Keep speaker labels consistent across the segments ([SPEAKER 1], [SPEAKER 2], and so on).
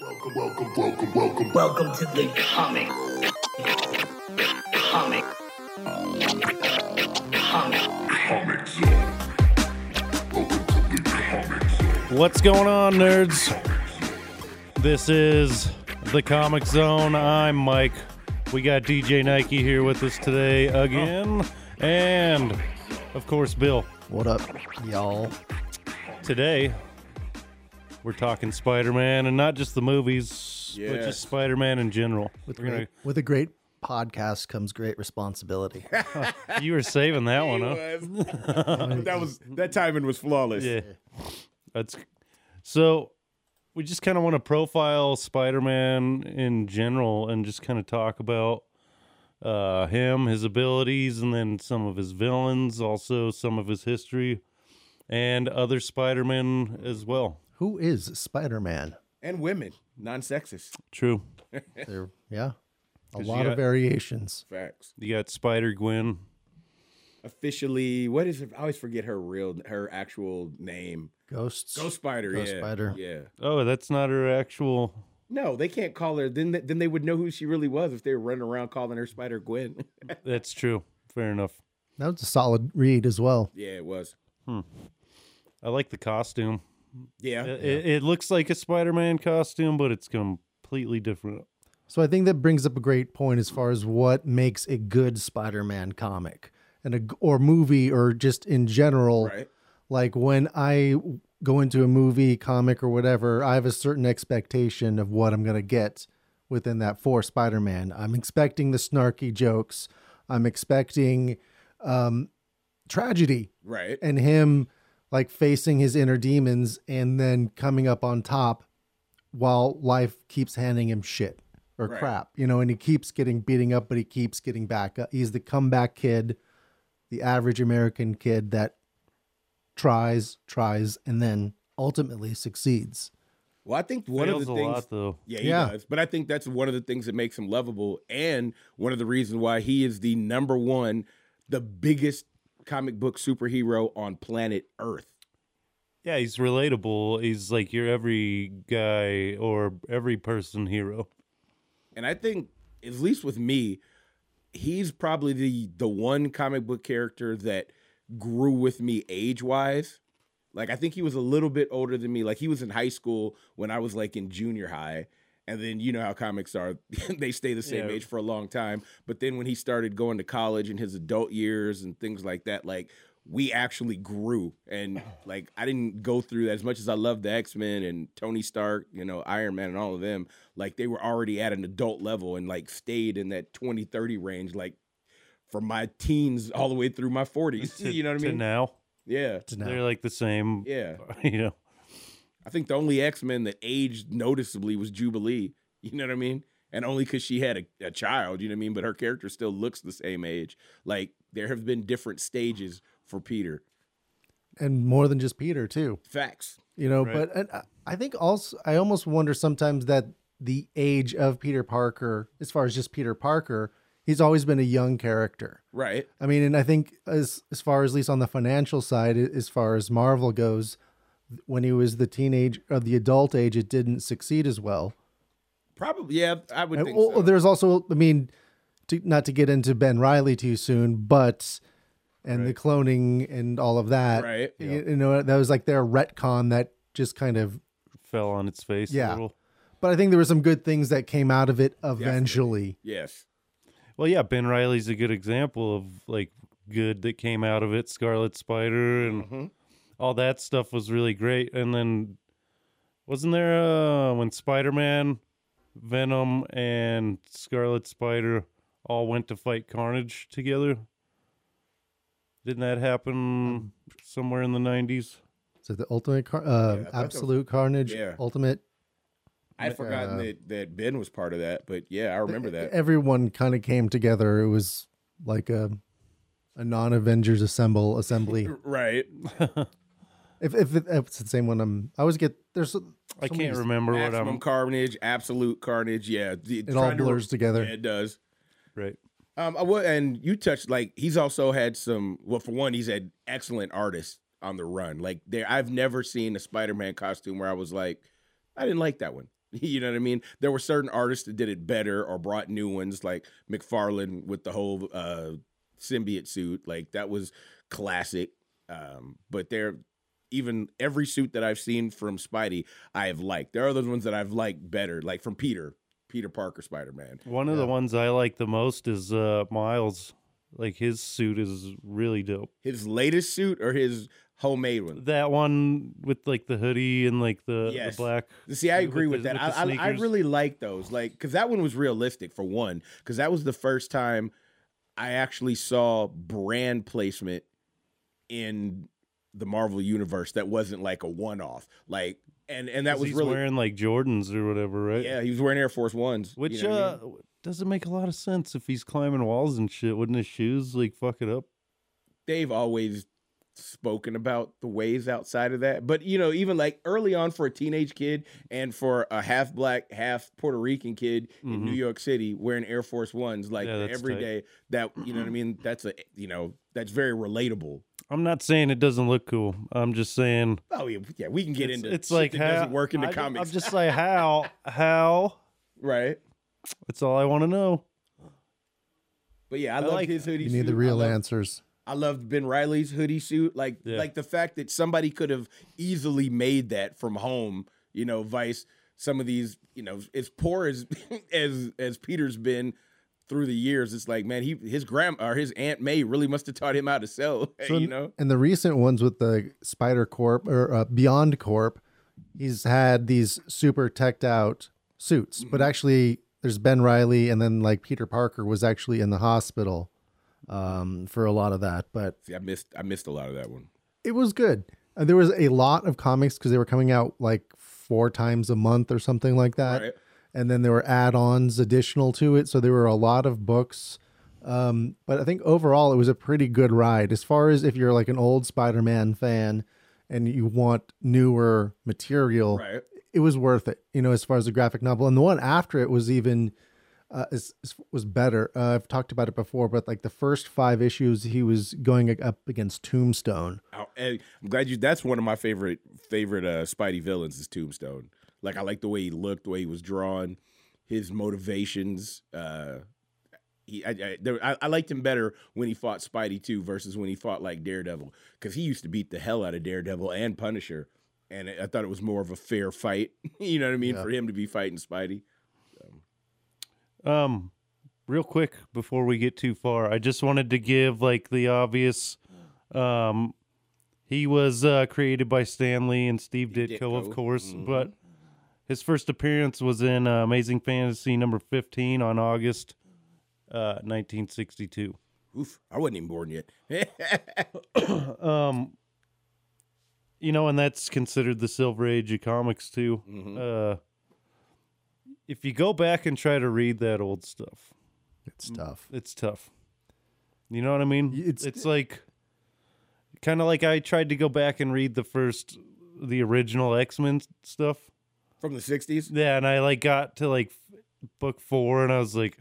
[SPEAKER 1] Welcome, welcome, welcome, welcome, welcome to the comic. Comic. Comic. Comic Zone. Welcome to the Comic Zone.
[SPEAKER 2] What's going on, nerds? This is the Comic Zone. I'm Mike. We got DJ Nike here with us today again, and of course, Bill.
[SPEAKER 3] What up, y'all?
[SPEAKER 2] Today, we're talking Spider Man, and not just the movies, but
[SPEAKER 4] Yes.
[SPEAKER 2] just Spider Man in general.
[SPEAKER 3] With,
[SPEAKER 2] We're gonna-
[SPEAKER 3] great, with a great podcast comes great responsibility.
[SPEAKER 2] you were saving that one, huh?
[SPEAKER 4] was. that was that timing was flawless.
[SPEAKER 2] Yeah. That's so we just kind of want to profile Spider-Man in general and just kind of talk about uh him, his abilities and then some of his villains, also some of his history and other Spider-Man as well.
[SPEAKER 3] Who is Spider Man?
[SPEAKER 4] And women, non-sexist
[SPEAKER 2] True.
[SPEAKER 3] There, yeah, a
[SPEAKER 2] 'Cause
[SPEAKER 3] lot
[SPEAKER 2] you
[SPEAKER 3] of
[SPEAKER 2] got-
[SPEAKER 3] variations.
[SPEAKER 4] facts.
[SPEAKER 2] You got Spider-Gwen.
[SPEAKER 4] Officially, what is? It? I always forget her real, her actual name.
[SPEAKER 3] Ghosts.
[SPEAKER 4] Ghost Spider.
[SPEAKER 3] Ghost
[SPEAKER 4] yeah.
[SPEAKER 3] Spider.
[SPEAKER 4] Yeah.
[SPEAKER 2] Oh, that's not her actual
[SPEAKER 4] No, they can't call her. Then, th- then they would know who she really was if they were running around calling her Spider Gwen.
[SPEAKER 2] That's true. Fair enough.
[SPEAKER 3] That was a solid read as well.
[SPEAKER 4] yeah, it was.
[SPEAKER 2] I like the costume.
[SPEAKER 4] Yeah.
[SPEAKER 2] It, it, it looks like a Spider-Man costume, but it's completely different.
[SPEAKER 3] So I think that brings up a great point as far as what makes a good Spider Man comic and a g or movie or just in general.
[SPEAKER 4] Right.
[SPEAKER 3] like when I go into a movie, comic, or whatever, I have a certain expectation of what I'm going to get within that for Spider Man. I'm expecting the snarky jokes, I'm expecting um, tragedy
[SPEAKER 4] Right.
[SPEAKER 3] and him like facing his inner demons and then coming up on top while life keeps handing him shit or
[SPEAKER 4] Right.
[SPEAKER 3] crap, you know, and he keeps getting beating up, but he keeps getting back up. He's the comeback kid, the average American kid that tries, tries, and then ultimately succeeds.
[SPEAKER 4] Well, I think one
[SPEAKER 2] Fails
[SPEAKER 4] of the
[SPEAKER 2] a
[SPEAKER 4] things.
[SPEAKER 2] lot though.
[SPEAKER 4] Yeah, he
[SPEAKER 3] Yeah.
[SPEAKER 4] does. But I think that's one of the things that makes him lovable and one of the reasons why he is the number one, the biggest comic book superhero on planet Earth.
[SPEAKER 2] Yeah, he's relatable. He's like your every guy or every person hero.
[SPEAKER 4] And I think, at least with me, he's probably the the one comic book character that grew with me age wise. Like I think he was a little bit older than me. Like he was in high school when I was like in junior high. And then you know how comics are, they stay the same
[SPEAKER 2] Yeah.
[SPEAKER 4] age for a long time. But then when he started going to college in his adult years and things like that, like we actually grew. And like I didn't go through that as much as I loved the X-Men and Tony Stark, you know, Iron Man and all of them, like they were already at an adult level and like stayed in that 20, 30 range, like from my teens all the way through my 40s.
[SPEAKER 2] To-
[SPEAKER 4] you know what I
[SPEAKER 2] to
[SPEAKER 4] mean?
[SPEAKER 2] now,
[SPEAKER 4] Yeah.
[SPEAKER 3] To now.
[SPEAKER 2] they're like the same.
[SPEAKER 4] Yeah.
[SPEAKER 2] You know,
[SPEAKER 4] I think the only X Men that aged noticeably was Jubilee. You know what I mean? And only because she had a, a child, you know what I mean? But her character still looks the same age. Like there have been different stages for Peter.
[SPEAKER 3] And more than just Peter, too.
[SPEAKER 4] Facts.
[SPEAKER 3] you know
[SPEAKER 2] Right.
[SPEAKER 3] but and I- i think also i almost wonder sometimes that the age of peter parker as far as just peter parker he's always been a young character
[SPEAKER 4] Right.
[SPEAKER 3] i mean and i think as as far as at least on the financial side a- as far as marvel goes when he was the teenage or the adult age it didn't succeed as well
[SPEAKER 4] Probably. Yeah, I would think
[SPEAKER 3] Uh, well, oh,
[SPEAKER 4] so.
[SPEAKER 3] there's also i mean to, not to get into ben riley too soon but and the cloning and all of that
[SPEAKER 4] Right.
[SPEAKER 3] you, you know that was like their retcon that just kind of
[SPEAKER 2] fell on its face a
[SPEAKER 3] Yeah.
[SPEAKER 2] little.
[SPEAKER 3] But I think there were some good things that came out of it eventually.
[SPEAKER 4] Yes.
[SPEAKER 2] Well, yeah, Ben Riley's a good example of like good that came out of it. Scarlet Spider and all that stuff was really great. And then wasn't there uh, when Spider Man, Venom, and Scarlet Spider all went to fight Carnage together? Didn't that happen somewhere in the nineties?
[SPEAKER 3] So the ultimate, car- uh,
[SPEAKER 4] Yeah, I thought that
[SPEAKER 3] absolute carnage,
[SPEAKER 4] yeah.
[SPEAKER 3] ultimate.
[SPEAKER 4] I'd forgotten
[SPEAKER 3] uh, eh,
[SPEAKER 4] that, that Ben was part of that, but yeah, I remember that.
[SPEAKER 3] Everyone kind of came together. It was like a a non-Avengers assemble assembly.
[SPEAKER 4] Right.
[SPEAKER 3] if, if, it, if it's the same one, I'm. I always get there's. so-
[SPEAKER 2] I
[SPEAKER 3] so
[SPEAKER 2] can't
[SPEAKER 3] many-
[SPEAKER 2] remember what um,
[SPEAKER 4] Maximum
[SPEAKER 2] I'm
[SPEAKER 4] carnage, absolute carnage. Yeah.
[SPEAKER 3] It all blurs together.
[SPEAKER 4] Yeah, it does.
[SPEAKER 2] right.
[SPEAKER 4] Um, I would, and you touched like he's also had some. Well, for one, he's had excellent artists on the run. Like there, I've never seen a Spider-Man costume where I was like, I didn't like that one. You know what I mean? There were certain artists that did it better or brought new ones, like McFarlane with the whole uh, symbiote suit. Like that was classic. Um, but there, even every suit that I've seen from Spidey, I have liked. There are those ones that I've liked better, like from Peter, Peter Parker, Spider Man.
[SPEAKER 2] One of the ones I like the most is uh, Miles. Like his suit is really dope.
[SPEAKER 4] His latest suit or his homemade one?
[SPEAKER 2] That one with like the hoodie and like the, the
[SPEAKER 4] Yes.
[SPEAKER 2] black.
[SPEAKER 4] See, I
[SPEAKER 2] with
[SPEAKER 4] agree with,
[SPEAKER 2] the-
[SPEAKER 4] that.
[SPEAKER 2] with the
[SPEAKER 4] I, I, I
[SPEAKER 2] sneakers.
[SPEAKER 4] really like those, like, because that one was realistic for one. Because that was the first time I actually saw brand placement in the Marvel universe that wasn't like a one-off. Like, and and that
[SPEAKER 2] 'Cause
[SPEAKER 4] was
[SPEAKER 2] he's
[SPEAKER 4] really
[SPEAKER 2] wearing like Jordans or whatever, right?
[SPEAKER 4] yeah. He was wearing Air Force Ones, you
[SPEAKER 2] Which
[SPEAKER 4] know what I mean?
[SPEAKER 2] uh, doesn't make a lot of sense if he's climbing walls and shit. Wouldn't his shoes like fuck it up?
[SPEAKER 4] they've always spoken about the ways outside of that. But you know, even like early on for a teenage kid and for a half black, half Puerto Rican kid in New
[SPEAKER 2] Mhm.
[SPEAKER 4] York City wearing Air Force Ones like
[SPEAKER 2] Yeah, that's
[SPEAKER 4] every
[SPEAKER 2] tight.
[SPEAKER 4] day, that you know what I mean? That's a you know, that's very relatable.
[SPEAKER 2] I'm not saying it doesn't look cool. I'm just saying
[SPEAKER 4] Oh yeah, yeah, we can get
[SPEAKER 2] it's,
[SPEAKER 4] into
[SPEAKER 2] it's
[SPEAKER 4] shit
[SPEAKER 2] like
[SPEAKER 4] that
[SPEAKER 2] how
[SPEAKER 4] doesn't work in the
[SPEAKER 2] I ju-
[SPEAKER 4] comics.
[SPEAKER 2] I'm just like how how.
[SPEAKER 4] right.
[SPEAKER 2] That's all I want to know.
[SPEAKER 4] But yeah, I, love
[SPEAKER 2] like
[SPEAKER 4] his hoodie
[SPEAKER 3] You need
[SPEAKER 4] suit.
[SPEAKER 3] the real
[SPEAKER 4] I loved-
[SPEAKER 3] answers.
[SPEAKER 4] I loved Ben Riley's hoodie suit. Like
[SPEAKER 2] Yeah.
[SPEAKER 4] like the fact that somebody could have easily made that from home, you know, vice some of these, you know, as poor as as as Peter's been through the years, it's like, man, he his grand or his aunt May really must have taught him how to sell. you know?
[SPEAKER 3] And the recent ones with the Spider Corp or uh, Beyond Corp, he's had these super teched out suits. But
[SPEAKER 4] Mm-hmm.
[SPEAKER 3] actually, there's Ben Riley, and then like Peter Parker was actually in the hospital um, for a lot of that. But
[SPEAKER 4] See, I missed I missed a lot of that one.
[SPEAKER 3] it was good. Uh, there was a lot of comics because they were coming out like four times a month or something like that.
[SPEAKER 4] Right.
[SPEAKER 3] And then there were add ons additional to it. So there were a lot of books. Um, but I think overall it was a pretty good ride. As far as if you're like an old Spider Man fan and you want newer material,
[SPEAKER 4] Right.
[SPEAKER 3] it was worth it, you know, as far as the graphic novel. And the one after it was even uh, is, is- was better. Uh, I've talked about it before, but like the first five issues, he was going up against Tombstone.
[SPEAKER 4] I, am glad you that's one of my favorite favorite uh Spidey villains is Tombstone. Like I like the way he looked, the way he was drawn, his motivations, uh he, I, I, there, I, I liked him better when he fought Spidey too versus when he fought like Daredevil because he used to beat the hell out of Daredevil and Punisher, and I thought it was more of a fair fight. you know what I mean for him to be fighting Spidey.
[SPEAKER 2] Um, real quick before we get too far, I just wanted to give like the obvious. Um, he was uh, created by Stan Lee and Steve Ditko, of
[SPEAKER 4] Ditko.
[SPEAKER 2] course, but his first appearance was in uh, Amazing Fantasy number fifteen on August. Uh, 1962.
[SPEAKER 4] Oof, I wasn't even born yet.
[SPEAKER 2] Um, you know, and that's considered the Silver Age of comics too. Uh, if you go back and try to read that old stuff,
[SPEAKER 3] It's
[SPEAKER 2] Mm.
[SPEAKER 3] tough.
[SPEAKER 2] it's tough. You know what I mean?
[SPEAKER 3] Y-
[SPEAKER 2] It's
[SPEAKER 3] it's-
[SPEAKER 2] it's like kind of like I tried to go back and read the first the original X-Men s- stuff.
[SPEAKER 4] From the '60s,
[SPEAKER 2] Yeah, and I like got to like f- book 4 and I was like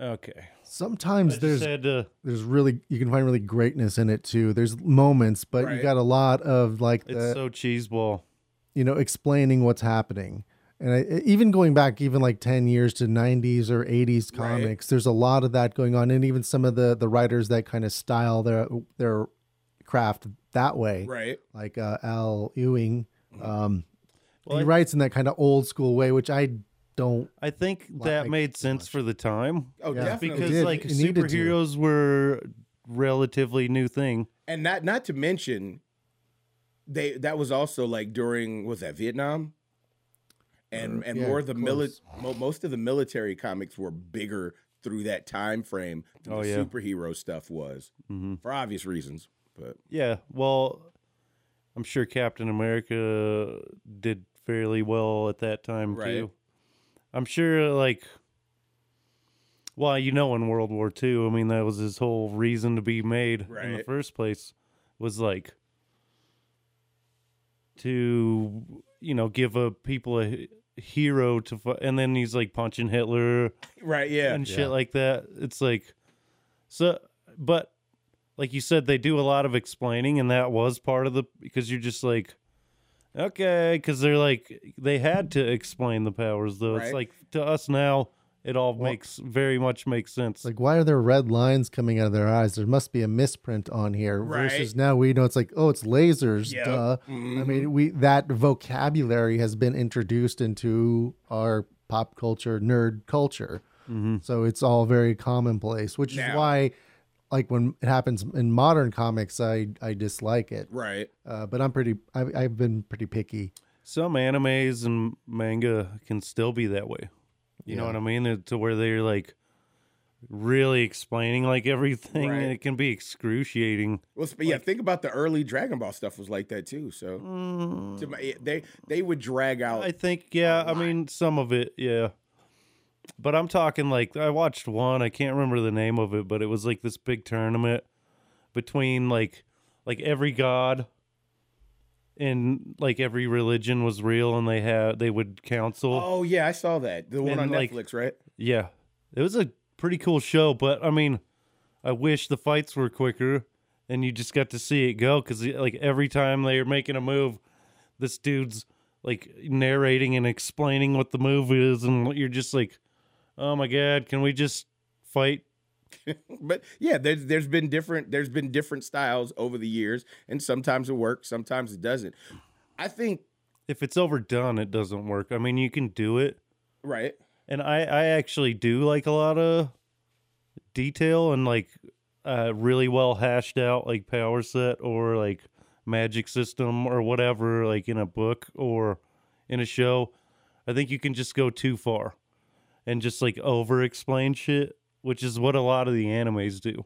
[SPEAKER 2] okay. I
[SPEAKER 3] Sometimes
[SPEAKER 2] just
[SPEAKER 3] there's
[SPEAKER 2] had to
[SPEAKER 3] there's really you can find really greatness in it too. There's moments, but
[SPEAKER 4] Right.
[SPEAKER 3] you got a lot of like
[SPEAKER 2] it's
[SPEAKER 3] the
[SPEAKER 2] so cheeseball.
[SPEAKER 3] you know explaining what's happening. And I, e, even going back even like 10 years to 90s or 80s
[SPEAKER 4] Right.
[SPEAKER 3] comics, there's a lot of that going on and even some of the the writers that kind of style their their craft that way.
[SPEAKER 4] right?
[SPEAKER 3] Like uh, Al Ewing um
[SPEAKER 2] Mm-hmm. Well,
[SPEAKER 3] he
[SPEAKER 2] I-
[SPEAKER 3] writes in that kind of old school way which I don't
[SPEAKER 2] I think
[SPEAKER 3] Well,
[SPEAKER 2] that
[SPEAKER 3] like,
[SPEAKER 2] made
[SPEAKER 3] too
[SPEAKER 2] sense
[SPEAKER 3] much.
[SPEAKER 2] for the time
[SPEAKER 4] Oh,
[SPEAKER 3] Yeah.
[SPEAKER 4] definitely.
[SPEAKER 2] because
[SPEAKER 3] did.
[SPEAKER 2] like
[SPEAKER 3] It needed to.
[SPEAKER 2] superheroes were relatively new thing.
[SPEAKER 4] and not not to mention they that was also like during was that Vietnam and and
[SPEAKER 3] yeah,
[SPEAKER 4] more of the
[SPEAKER 3] close.
[SPEAKER 4] mili- mo- most of the military comics were bigger through that time frame than
[SPEAKER 2] Oh,
[SPEAKER 4] the
[SPEAKER 2] yeah.
[SPEAKER 4] superhero stuff was
[SPEAKER 2] Mhm.
[SPEAKER 4] for obvious reasons but
[SPEAKER 2] Yeah, well, I'm sure Captain America did fairly well at that time
[SPEAKER 4] Right.
[SPEAKER 2] too. I'm sure, like, well, you know, in World War II, I mean, that was his whole reason to be made in the
[SPEAKER 4] Right.
[SPEAKER 2] first place was like to, you know, give a people a h- hero to, fu- and then he's like punching Hitler
[SPEAKER 4] right yeah
[SPEAKER 2] and shit like that. It's like so, but like you said, they do a lot of explaining, and that was part of the because you're just like, okay, because they're like they had to explain the powers though.
[SPEAKER 4] Right.
[SPEAKER 2] It's like to us now, it all makes very much makes sense.
[SPEAKER 3] It's like, why are there red lines coming out of their eyes? There must be a misprint on here.
[SPEAKER 4] Right.
[SPEAKER 3] Versus now we know it's like, oh, it's lasers.
[SPEAKER 4] Yep.
[SPEAKER 3] Duh.
[SPEAKER 4] mm-hmm.
[SPEAKER 3] I mean, we that vocabulary has been introduced into our pop culture, nerd culture. So it's all very commonplace, which is
[SPEAKER 4] Now.
[SPEAKER 3] why, like when it happens in modern comics, I I dislike it.
[SPEAKER 4] Right.
[SPEAKER 3] Uh, but I'm pretty. I, I've been pretty picky.
[SPEAKER 2] Some animes and manga can still be that way. You know
[SPEAKER 3] Yeah.
[SPEAKER 2] what I mean? They're- To where they're like really explaining like everything,
[SPEAKER 4] Right.
[SPEAKER 2] and it can be excruciating.
[SPEAKER 4] Well, sp- yeah, think about the early Dragon Ball stuff was like that too. So to my, they they would drag out.
[SPEAKER 2] I think, yeah. I mean, some of it, yeah. But I'm talking like I watched one. I can't remember the name of it, but it was like this big tournament between like like every god and like every religion was real, and they had they would counsel.
[SPEAKER 4] oh yeah, I saw that. The one
[SPEAKER 2] And,
[SPEAKER 4] on
[SPEAKER 2] like-
[SPEAKER 4] Netflix, right?
[SPEAKER 2] Yeah, it was a pretty cool show. But I mean, I wish the fights were quicker and you just got to see it go because like every time they are making a move, this dude's like narrating and explaining what the move is, and you're just like, oh my god, can we just fight?
[SPEAKER 4] But yeah, there's there's been different there's been different styles over the years, and sometimes it works, sometimes it doesn't. I think
[SPEAKER 2] If it's overdone, it doesn't work. I mean, you can do it,
[SPEAKER 4] right.
[SPEAKER 2] and I I actually do like a lot of detail and like uh really well hashed out like power set or like magic system or whatever like in a book or in a show. I think you can just go too far and just like over explain shit, which is what a lot of the animes do.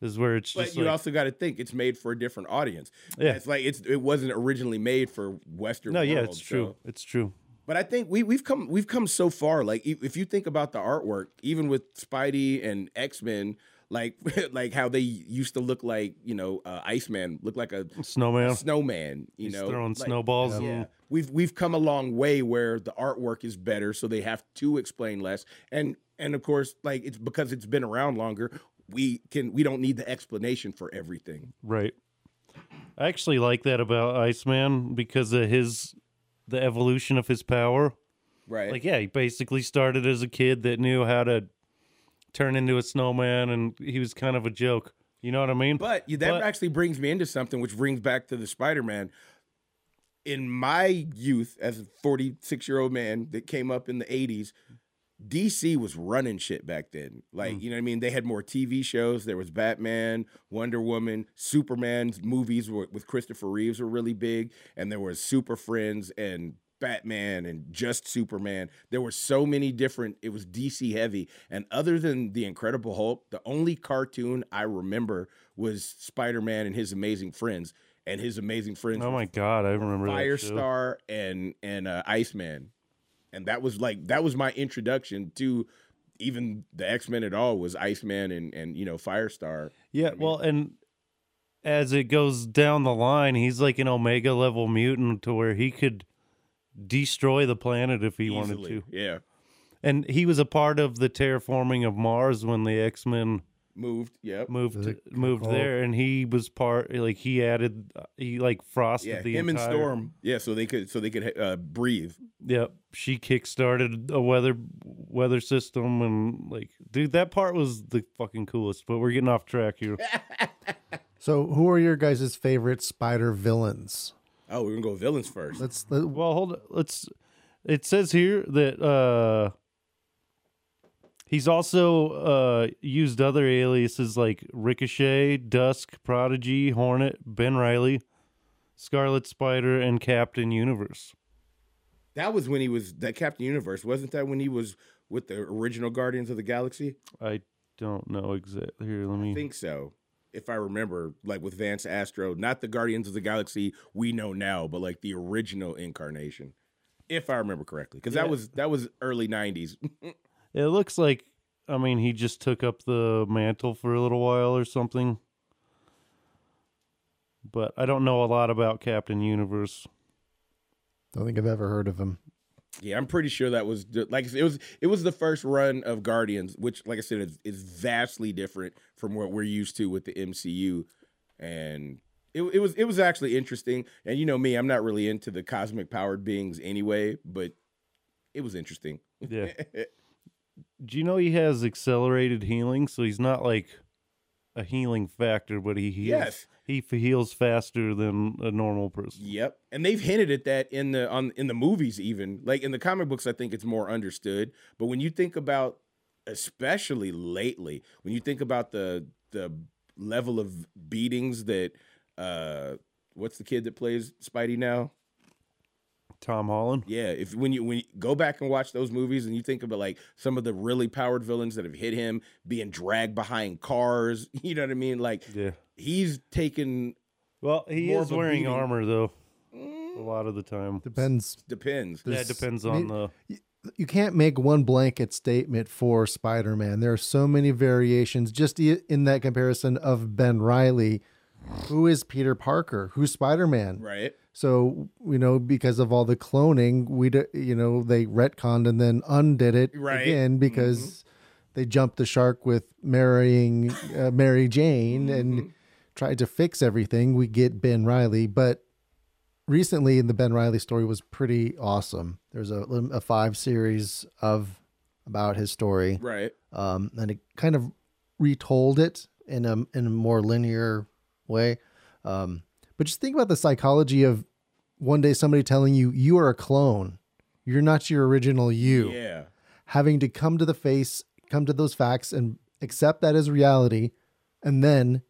[SPEAKER 2] Is where it's
[SPEAKER 4] But
[SPEAKER 2] just
[SPEAKER 4] you
[SPEAKER 2] like,
[SPEAKER 4] also got to think it's made for a different audience.
[SPEAKER 2] Yeah.
[SPEAKER 4] It's like it's it wasn't originally made for Western.
[SPEAKER 2] no, yeah,
[SPEAKER 4] world,
[SPEAKER 2] it's true,
[SPEAKER 4] so-
[SPEAKER 2] it's true.
[SPEAKER 4] But I think we we've come we've come so far. Like if if you think about the artwork, even with Spidey and X Men, like like how they used to look like you know uh, Iceman looked like a
[SPEAKER 2] Snowman,
[SPEAKER 4] snowman. You
[SPEAKER 2] he's
[SPEAKER 4] know,
[SPEAKER 2] throwing
[SPEAKER 4] like,
[SPEAKER 2] snowballs. and
[SPEAKER 4] Yeah, we've we've come a long way where the artwork is better, so they have to explain less. And and of course, like it's because it's been around longer. We can we don't need the explanation for everything.
[SPEAKER 2] Right. I actually like that about Iceman because of his the evolution of his power.
[SPEAKER 4] Right.
[SPEAKER 2] Like yeah, he basically started as a kid that knew how to turn into a snowman and he was kind of a joke. You know what I mean?
[SPEAKER 4] But that
[SPEAKER 2] But-
[SPEAKER 4] actually brings me into something, which brings back to the Spider Man. In my youth, as a 46 year old man that came up in the 80s, DC was running shit back then. Like,
[SPEAKER 2] Mm.
[SPEAKER 4] you know what I mean? They had more TV shows. There was Batman, Wonder Woman, Superman's movies were, with Christopher Reeves were really big. And there was Super Friends and Batman and just Superman. There were so many different, it was DC heavy. And other than The Incredible Hulk, the only cartoon I remember was Spider Man and His Amazing Friends. And His Amazing Friends
[SPEAKER 2] oh
[SPEAKER 4] were
[SPEAKER 2] my god, I remember that. show.
[SPEAKER 4] Firestar and and uh, Iceman, and that was like that was my introduction to even the X Men at all was Iceman and and you know Firestar.
[SPEAKER 2] Yeah, well, and as it goes down the line, he's like an omega level mutant to where he could destroy the planet if he wanted
[SPEAKER 4] easily.
[SPEAKER 2] to.
[SPEAKER 4] yeah,
[SPEAKER 2] And he was a part of the terraforming of Mars when the X-Men
[SPEAKER 4] moved, yep,
[SPEAKER 2] moved
[SPEAKER 3] The
[SPEAKER 2] moved
[SPEAKER 3] call.
[SPEAKER 2] there, and he was part like he added uh, he like frosted
[SPEAKER 4] yeah,
[SPEAKER 2] the
[SPEAKER 4] him
[SPEAKER 2] entire,
[SPEAKER 4] and Storm, yeah, so they could so they could uh, breathe.
[SPEAKER 2] Yep, she kickstarted a weather weather system, and like dude, that part was the fucking coolest. But we're getting off track here.
[SPEAKER 3] So, who are your guys' favorite spider villains?
[SPEAKER 4] Oh, we're gonna go villains first.
[SPEAKER 3] Let's. Let,
[SPEAKER 2] well, hold let's. It says here that uh he's also uh used other aliases like Ricochet, Dusk, Prodigy, Hornet, Ben Riley, Scarlet Spider, and Captain Universe.
[SPEAKER 4] That was when he was that Captain Universe, wasn't that when he was with the original Guardians of the Galaxy?
[SPEAKER 2] I don't know exactly. Here, let me.
[SPEAKER 4] I think so. If I remember, like with Vance Astro, not the Guardians of the Galaxy we know now, but like the original incarnation, if I remember correctly, because that
[SPEAKER 2] Yeah.
[SPEAKER 4] was that was early '90s.
[SPEAKER 2] It looks like. I mean, he just took up the mantle for a little while or something. But I don't know a lot about Captain Universe.
[SPEAKER 3] don't think I've ever heard of him.
[SPEAKER 4] yeah, I'm pretty sure that was the- like I said, it was it was the first run of Guardians, which, like I said, is, is vastly different from what we're used to with the MCU, and it it, it was it was actually interesting. And you know me, I'm not really into the cosmic powered beings anyway, but it was interesting.
[SPEAKER 2] Yeah. Do you know he has accelerated healing? So he's not like a healing factor, but he heals.
[SPEAKER 4] Yes.
[SPEAKER 2] He f- heals faster than a normal person.
[SPEAKER 4] Yep, and they've hinted at that in the on in the movies even like in the comic books. I think it's more understood, but when you think about, especially lately, when you think about the the level of beatings that uh, what's the kid that plays Spidey now?
[SPEAKER 2] Tom Holland.
[SPEAKER 4] Yeah, if when you when you go back and watch those movies and you think about like some of the really powered villains that have hit him being dragged behind cars, you know what I mean? Like
[SPEAKER 2] Yeah.
[SPEAKER 4] he's taken
[SPEAKER 2] Well, he
[SPEAKER 4] More
[SPEAKER 2] is
[SPEAKER 4] of a
[SPEAKER 2] wearing
[SPEAKER 4] beating.
[SPEAKER 2] armor though. A lot of the time.
[SPEAKER 3] Depends.
[SPEAKER 4] mm, depends.
[SPEAKER 2] That
[SPEAKER 3] There's-
[SPEAKER 2] depends
[SPEAKER 3] I mean,
[SPEAKER 2] on the.
[SPEAKER 3] you can't make one blanket statement for Spider-Man. There are so many variations. Just i- in that comparison of Ben Riley, who is Peter Parker? Who's Spider-Man?
[SPEAKER 4] Right.
[SPEAKER 3] So you know, because of all the cloning, we d- you know they retconned and then undid it
[SPEAKER 4] Right.
[SPEAKER 3] again because they jumped the shark with marrying uh, Mary Jane and tried to fix everything. We get Ben Riley, but recently in the Ben Riley story was pretty awesome. There's a a five series of about his story,
[SPEAKER 4] Right.
[SPEAKER 3] um, and it kind of retold it in a in a more linear way. Um, but just think about the psychology of one day somebody telling you you are a clone, you're not your original you,
[SPEAKER 4] Yeah.
[SPEAKER 3] having to come to the face, come to those facts, and accept that as reality, and then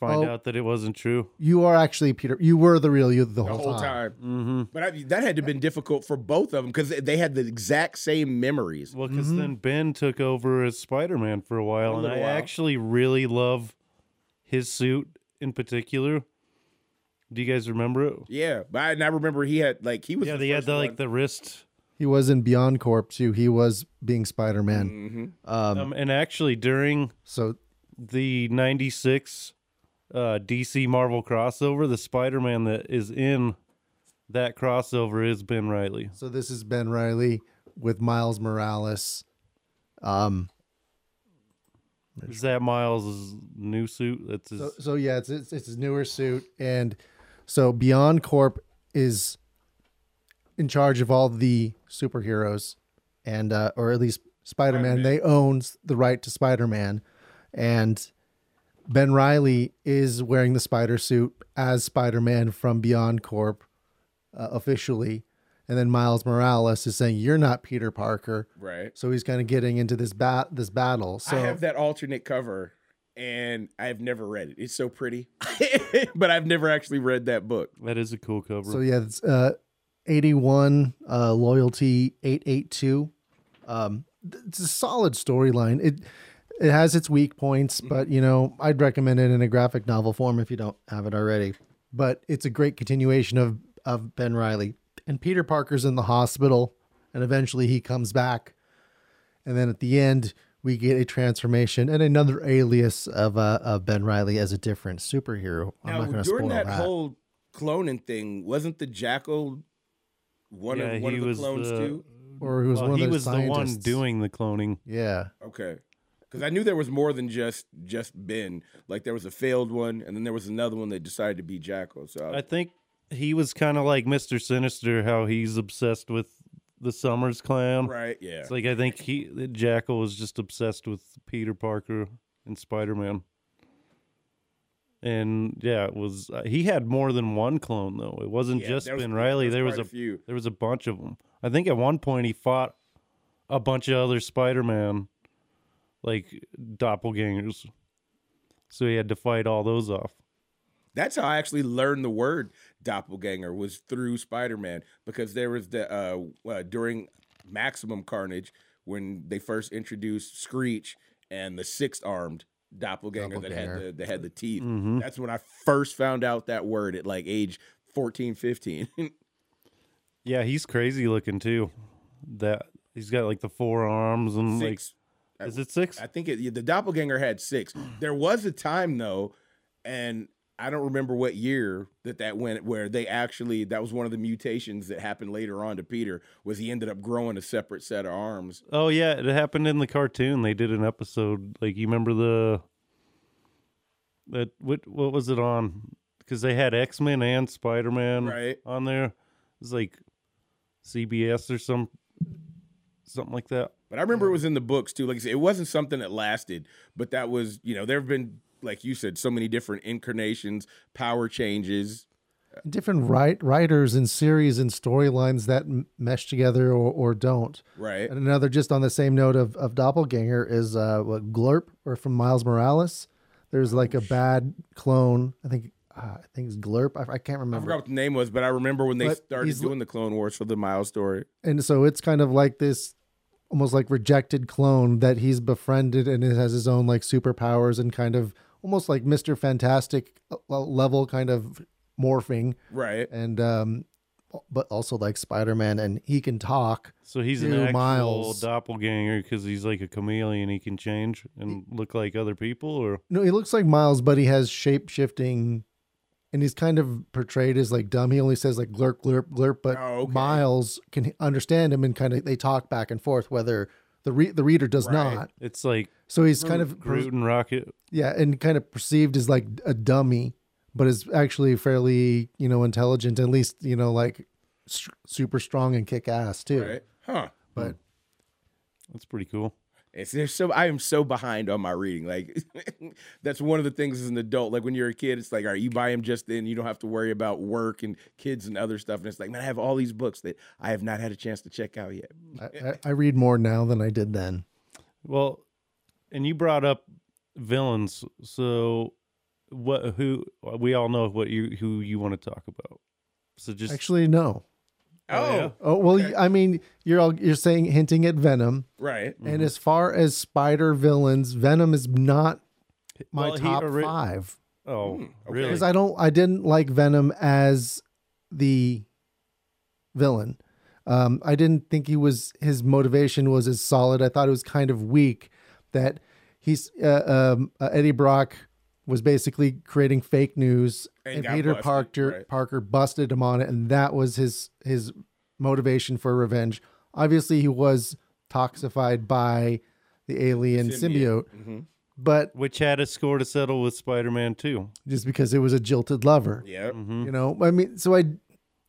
[SPEAKER 2] Find
[SPEAKER 3] oh.
[SPEAKER 2] out that it wasn't true.
[SPEAKER 3] you are actually Peter. You were the real you the
[SPEAKER 4] The
[SPEAKER 3] whole,
[SPEAKER 4] whole
[SPEAKER 3] time.
[SPEAKER 4] time.
[SPEAKER 2] Mm-hmm.
[SPEAKER 4] But I, that had to have been difficult for both of them because they had the exact same memories.
[SPEAKER 2] Well,
[SPEAKER 3] Mm-hmm.
[SPEAKER 2] because then Ben took over as Spider Man for a while, and I
[SPEAKER 4] little while.
[SPEAKER 2] actually really love his suit in particular. Do you guys remember it?
[SPEAKER 4] Yeah, but I, and I remember he had like he was
[SPEAKER 2] yeah,
[SPEAKER 4] the
[SPEAKER 2] they had
[SPEAKER 4] first
[SPEAKER 2] the,
[SPEAKER 4] one.
[SPEAKER 2] like the wrist,
[SPEAKER 3] He was in Beyond Corp too. He was being Spider Man.
[SPEAKER 4] Mhm.
[SPEAKER 3] Um,
[SPEAKER 2] um, and actually during
[SPEAKER 3] so
[SPEAKER 2] the '96 uh, DC Marvel crossover, the Spider Man that is in that crossover is Ben Riley.
[SPEAKER 3] So this is Ben Riley with Miles Morales. Um.
[SPEAKER 2] Is that Miles' new suit? That's his.
[SPEAKER 3] So, so yeah, it's, it's it's his newer suit, and so Beyond Corp is in charge of all the superheroes, and uh, or at least Spider Man. They owns the right to Spider Man, and Ben Riley is wearing the spider suit as Spider Man from Beyond Corp uh, officially, and then Miles Morales is saying, "You're not Peter Parker."
[SPEAKER 4] right.
[SPEAKER 3] So he's kind of getting into this bat this battle. So
[SPEAKER 4] I have that alternate cover, and I've never read it. It's so pretty, but I've never actually read that book.
[SPEAKER 2] that is a cool cover.
[SPEAKER 3] so yeah, it's uh, eighty one uh, loyalty eight eight two. Um, th- it's a solid storyline. It it has its weak points,
[SPEAKER 4] Mm-hmm.
[SPEAKER 3] but you know I'd recommend it in a graphic novel form if you don't have it already. But it's a great continuation of of Ben Riley and Peter Parker's in the hospital, and eventually he comes back, and then at the end. We get a transformation and another alias of uh, of Ben Riley as a different superhero. I'm not going to spoil
[SPEAKER 4] during
[SPEAKER 3] that.
[SPEAKER 4] that, whole cloning thing, wasn't the jackal one
[SPEAKER 2] Yeah,
[SPEAKER 4] of one
[SPEAKER 2] he
[SPEAKER 4] of the
[SPEAKER 2] was
[SPEAKER 4] clones
[SPEAKER 2] the-
[SPEAKER 4] too?
[SPEAKER 3] or who was
[SPEAKER 2] well,
[SPEAKER 3] one of
[SPEAKER 2] Uh, he
[SPEAKER 3] those
[SPEAKER 2] was the one
[SPEAKER 3] scientists.
[SPEAKER 2] doing the cloning.
[SPEAKER 3] Yeah,
[SPEAKER 4] Okay. Because I knew there was more than just just Ben. Like there was a failed one, and then there was another one that decided to be Jackal. So I,
[SPEAKER 2] I think he was kind of like Mr. Sinister, how he's obsessed with the Summers clan.
[SPEAKER 4] right, yeah,
[SPEAKER 2] It's like I think he that Jackal was just obsessed with Peter Parker and Spider Man. And yeah, it was uh, he had more than one clone though. It wasn't
[SPEAKER 4] Yeah,
[SPEAKER 2] just
[SPEAKER 4] there was-
[SPEAKER 2] Ben Riley. There was
[SPEAKER 4] quite
[SPEAKER 2] a
[SPEAKER 4] a few.
[SPEAKER 2] there was a bunch of them. I think at one point he fought a bunch of other Spider Man, like doppelgangers. So he had to fight all those off.
[SPEAKER 4] That's how I actually learned the word doppelganger was through Spider Man because there was the uh, uh during Maximum Carnage when they first introduced Screech and the six armed doppelganger, that
[SPEAKER 3] Doppelganger.
[SPEAKER 4] had the that had the teeth.
[SPEAKER 2] Mhm.
[SPEAKER 4] That's when I first found out that word at like age 14, 15.
[SPEAKER 2] Yeah, he's crazy looking too. That he's got like the four arms and
[SPEAKER 4] Six.
[SPEAKER 2] like is it six?
[SPEAKER 4] I think it, the doppelganger had six.
[SPEAKER 3] Mm.
[SPEAKER 4] There was a time though, and I don't remember what year that that went, where they actually that was one of the mutations that happened later on to Peter was he ended up growing a separate set of arms.
[SPEAKER 2] Oh yeah, it happened in the cartoon. They did an episode. Like you remember the that what what was it on? because they had X Men and Spider Man
[SPEAKER 4] Right.
[SPEAKER 2] on there. It was like CBS or some something like that.
[SPEAKER 4] But I remember
[SPEAKER 3] Mm.
[SPEAKER 4] it was in the books too. Like I said, it wasn't something that lasted, but that was, you know, there have been, like you said, so many different incarnations, power changes.
[SPEAKER 3] Different write, writers and series and storylines that m- mesh together or, or don't.
[SPEAKER 4] Right.
[SPEAKER 3] And another, just on the same note of, of doppelganger, is uh, what Glurp or from Miles Morales. There's like
[SPEAKER 2] Oh,
[SPEAKER 3] a bad clone. I think uh, I think it's Glurp. I, I can't
[SPEAKER 4] I
[SPEAKER 3] remember.
[SPEAKER 4] forgot what the name was, but I remember when they
[SPEAKER 3] But
[SPEAKER 4] started
[SPEAKER 3] he's-
[SPEAKER 4] doing the Clone Wars for the Miles story.
[SPEAKER 3] and so it's kind of like this almost like rejected clone that he's befriended and it has his own like superpowers and kind of almost like mr fantastic uh, level kind of morphing
[SPEAKER 4] Right.
[SPEAKER 3] and um but also like spider-man and he can talk
[SPEAKER 2] So he's an
[SPEAKER 3] Two
[SPEAKER 2] actual
[SPEAKER 3] miles.
[SPEAKER 2] doppelganger because he's like a chameleon. He can change and look like other people. Or
[SPEAKER 3] no he looks like miles but he has shape shifting and he's kind of portrayed as like dumb he only says like glurp glurp glurp but
[SPEAKER 4] Oh, okay.
[SPEAKER 3] miles can understand him and kind of they talk back and forth whether the re- the reader does
[SPEAKER 4] Right.
[SPEAKER 3] not
[SPEAKER 2] it's like
[SPEAKER 3] so he's kind of
[SPEAKER 2] Groot and Rocket.
[SPEAKER 3] yeah, and kind of perceived as like a dummy, but is actually fairly you know intelligent, at least you know like s super strong and kick ass too.
[SPEAKER 4] Right. Huh.
[SPEAKER 3] But
[SPEAKER 2] That's pretty cool.
[SPEAKER 4] It's there's so I am so behind on my reading. Like that's one of the things as an adult. Like when you're a kid, it's like, all right, you buy them just then, you don't have to worry about work and kids and other stuff. And it's like, man, I have all these books that I have not had a chance to check out yet.
[SPEAKER 3] I, I, I read more now than I did then.
[SPEAKER 2] Well, and you brought up villains. So what? Who? We all know what you who you want to talk about. So just
[SPEAKER 3] Actually, no.
[SPEAKER 4] Oh,
[SPEAKER 2] yeah.
[SPEAKER 3] Oh well,
[SPEAKER 4] Okay.
[SPEAKER 3] I mean, you're all you're saying hinting at Venom,
[SPEAKER 4] right.
[SPEAKER 2] Mm-hmm.
[SPEAKER 3] and as far as spider villains, Venom is not my
[SPEAKER 2] Well, he
[SPEAKER 3] top
[SPEAKER 2] ori-
[SPEAKER 3] five.
[SPEAKER 2] Oh,
[SPEAKER 4] hmm, okay.
[SPEAKER 2] really?
[SPEAKER 3] because I don't I didn't like Venom as the villain. Um, I didn't think he was his motivation was as solid. I thought it was kind of weak that he's uh, um, uh, Eddie Brock was basically creating fake news
[SPEAKER 4] And
[SPEAKER 3] and,
[SPEAKER 4] got
[SPEAKER 3] Peter
[SPEAKER 4] busted,
[SPEAKER 3] Parker
[SPEAKER 4] right.
[SPEAKER 3] Parker busted him on it and that was his his motivation for revenge. Obviously he was toxified by the alien symbiote,
[SPEAKER 4] Mhm.
[SPEAKER 3] but
[SPEAKER 2] Which had a score to settle with Spider-Man too.
[SPEAKER 3] just because it was a jilted lover.
[SPEAKER 4] Yeah.
[SPEAKER 2] hmm
[SPEAKER 3] You know, I mean, so I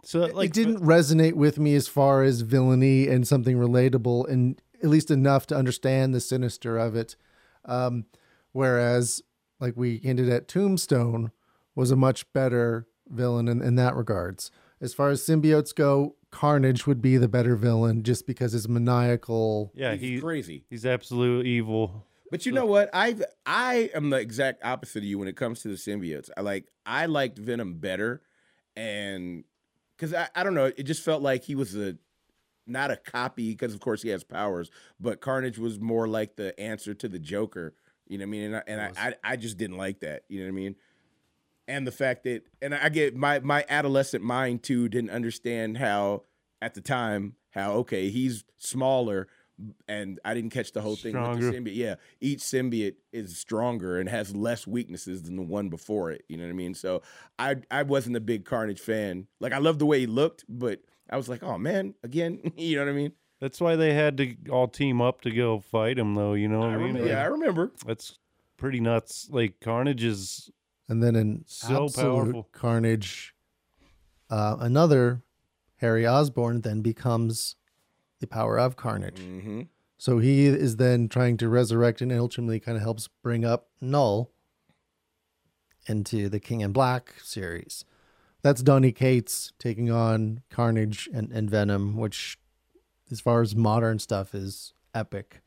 [SPEAKER 2] So like uh,
[SPEAKER 3] it didn't resonate with me as far as villainy and something relatable and at least enough to understand the sinister of it um, whereas like we hinted at tombstone was a much better villain in, in that regards as far as symbiotes go carnage would be the better villain just because it's maniacal
[SPEAKER 2] Yeah,
[SPEAKER 4] He's
[SPEAKER 2] he
[SPEAKER 4] crazy.
[SPEAKER 2] he's absolute evil.
[SPEAKER 4] But you know what? I I am the exact opposite of you when it comes to the symbiotes. I like I liked Venom better, and because I, I don't know, it just felt like he was a not a copy because of course he has powers, but Carnage was more like the answer to the Joker. You know what I mean? And I, and I, I I just didn't like that. You know what I mean? And the fact that and I get my my adolescent mind too didn't understand how at the time how okay he's smaller and I didn't catch the whole thing with
[SPEAKER 2] Stronger.
[SPEAKER 4] the symbiote. Yeah, each symbiote is stronger and has less weaknesses than the one before it. You know what I mean? So I I wasn't a big Carnage fan. Like I loved the way he looked, but I was like, oh man, again. you know what I mean?
[SPEAKER 2] That's why they had to all team up to go fight him, though. You know what I,
[SPEAKER 4] I
[SPEAKER 2] mean?
[SPEAKER 4] remember, yeah, I remember.
[SPEAKER 2] that's pretty nuts. Like Carnage is
[SPEAKER 3] and then in
[SPEAKER 2] So
[SPEAKER 3] absolute
[SPEAKER 2] powerful.
[SPEAKER 3] carnage uh, another harry osborn then becomes the power of carnage
[SPEAKER 4] hmm
[SPEAKER 3] So he is then trying to resurrect and ultimately kind of helps bring up Null into the King in Black series. That's Donny Cates taking on Carnage and, and Venom, which, as far as modern stuff, is epic.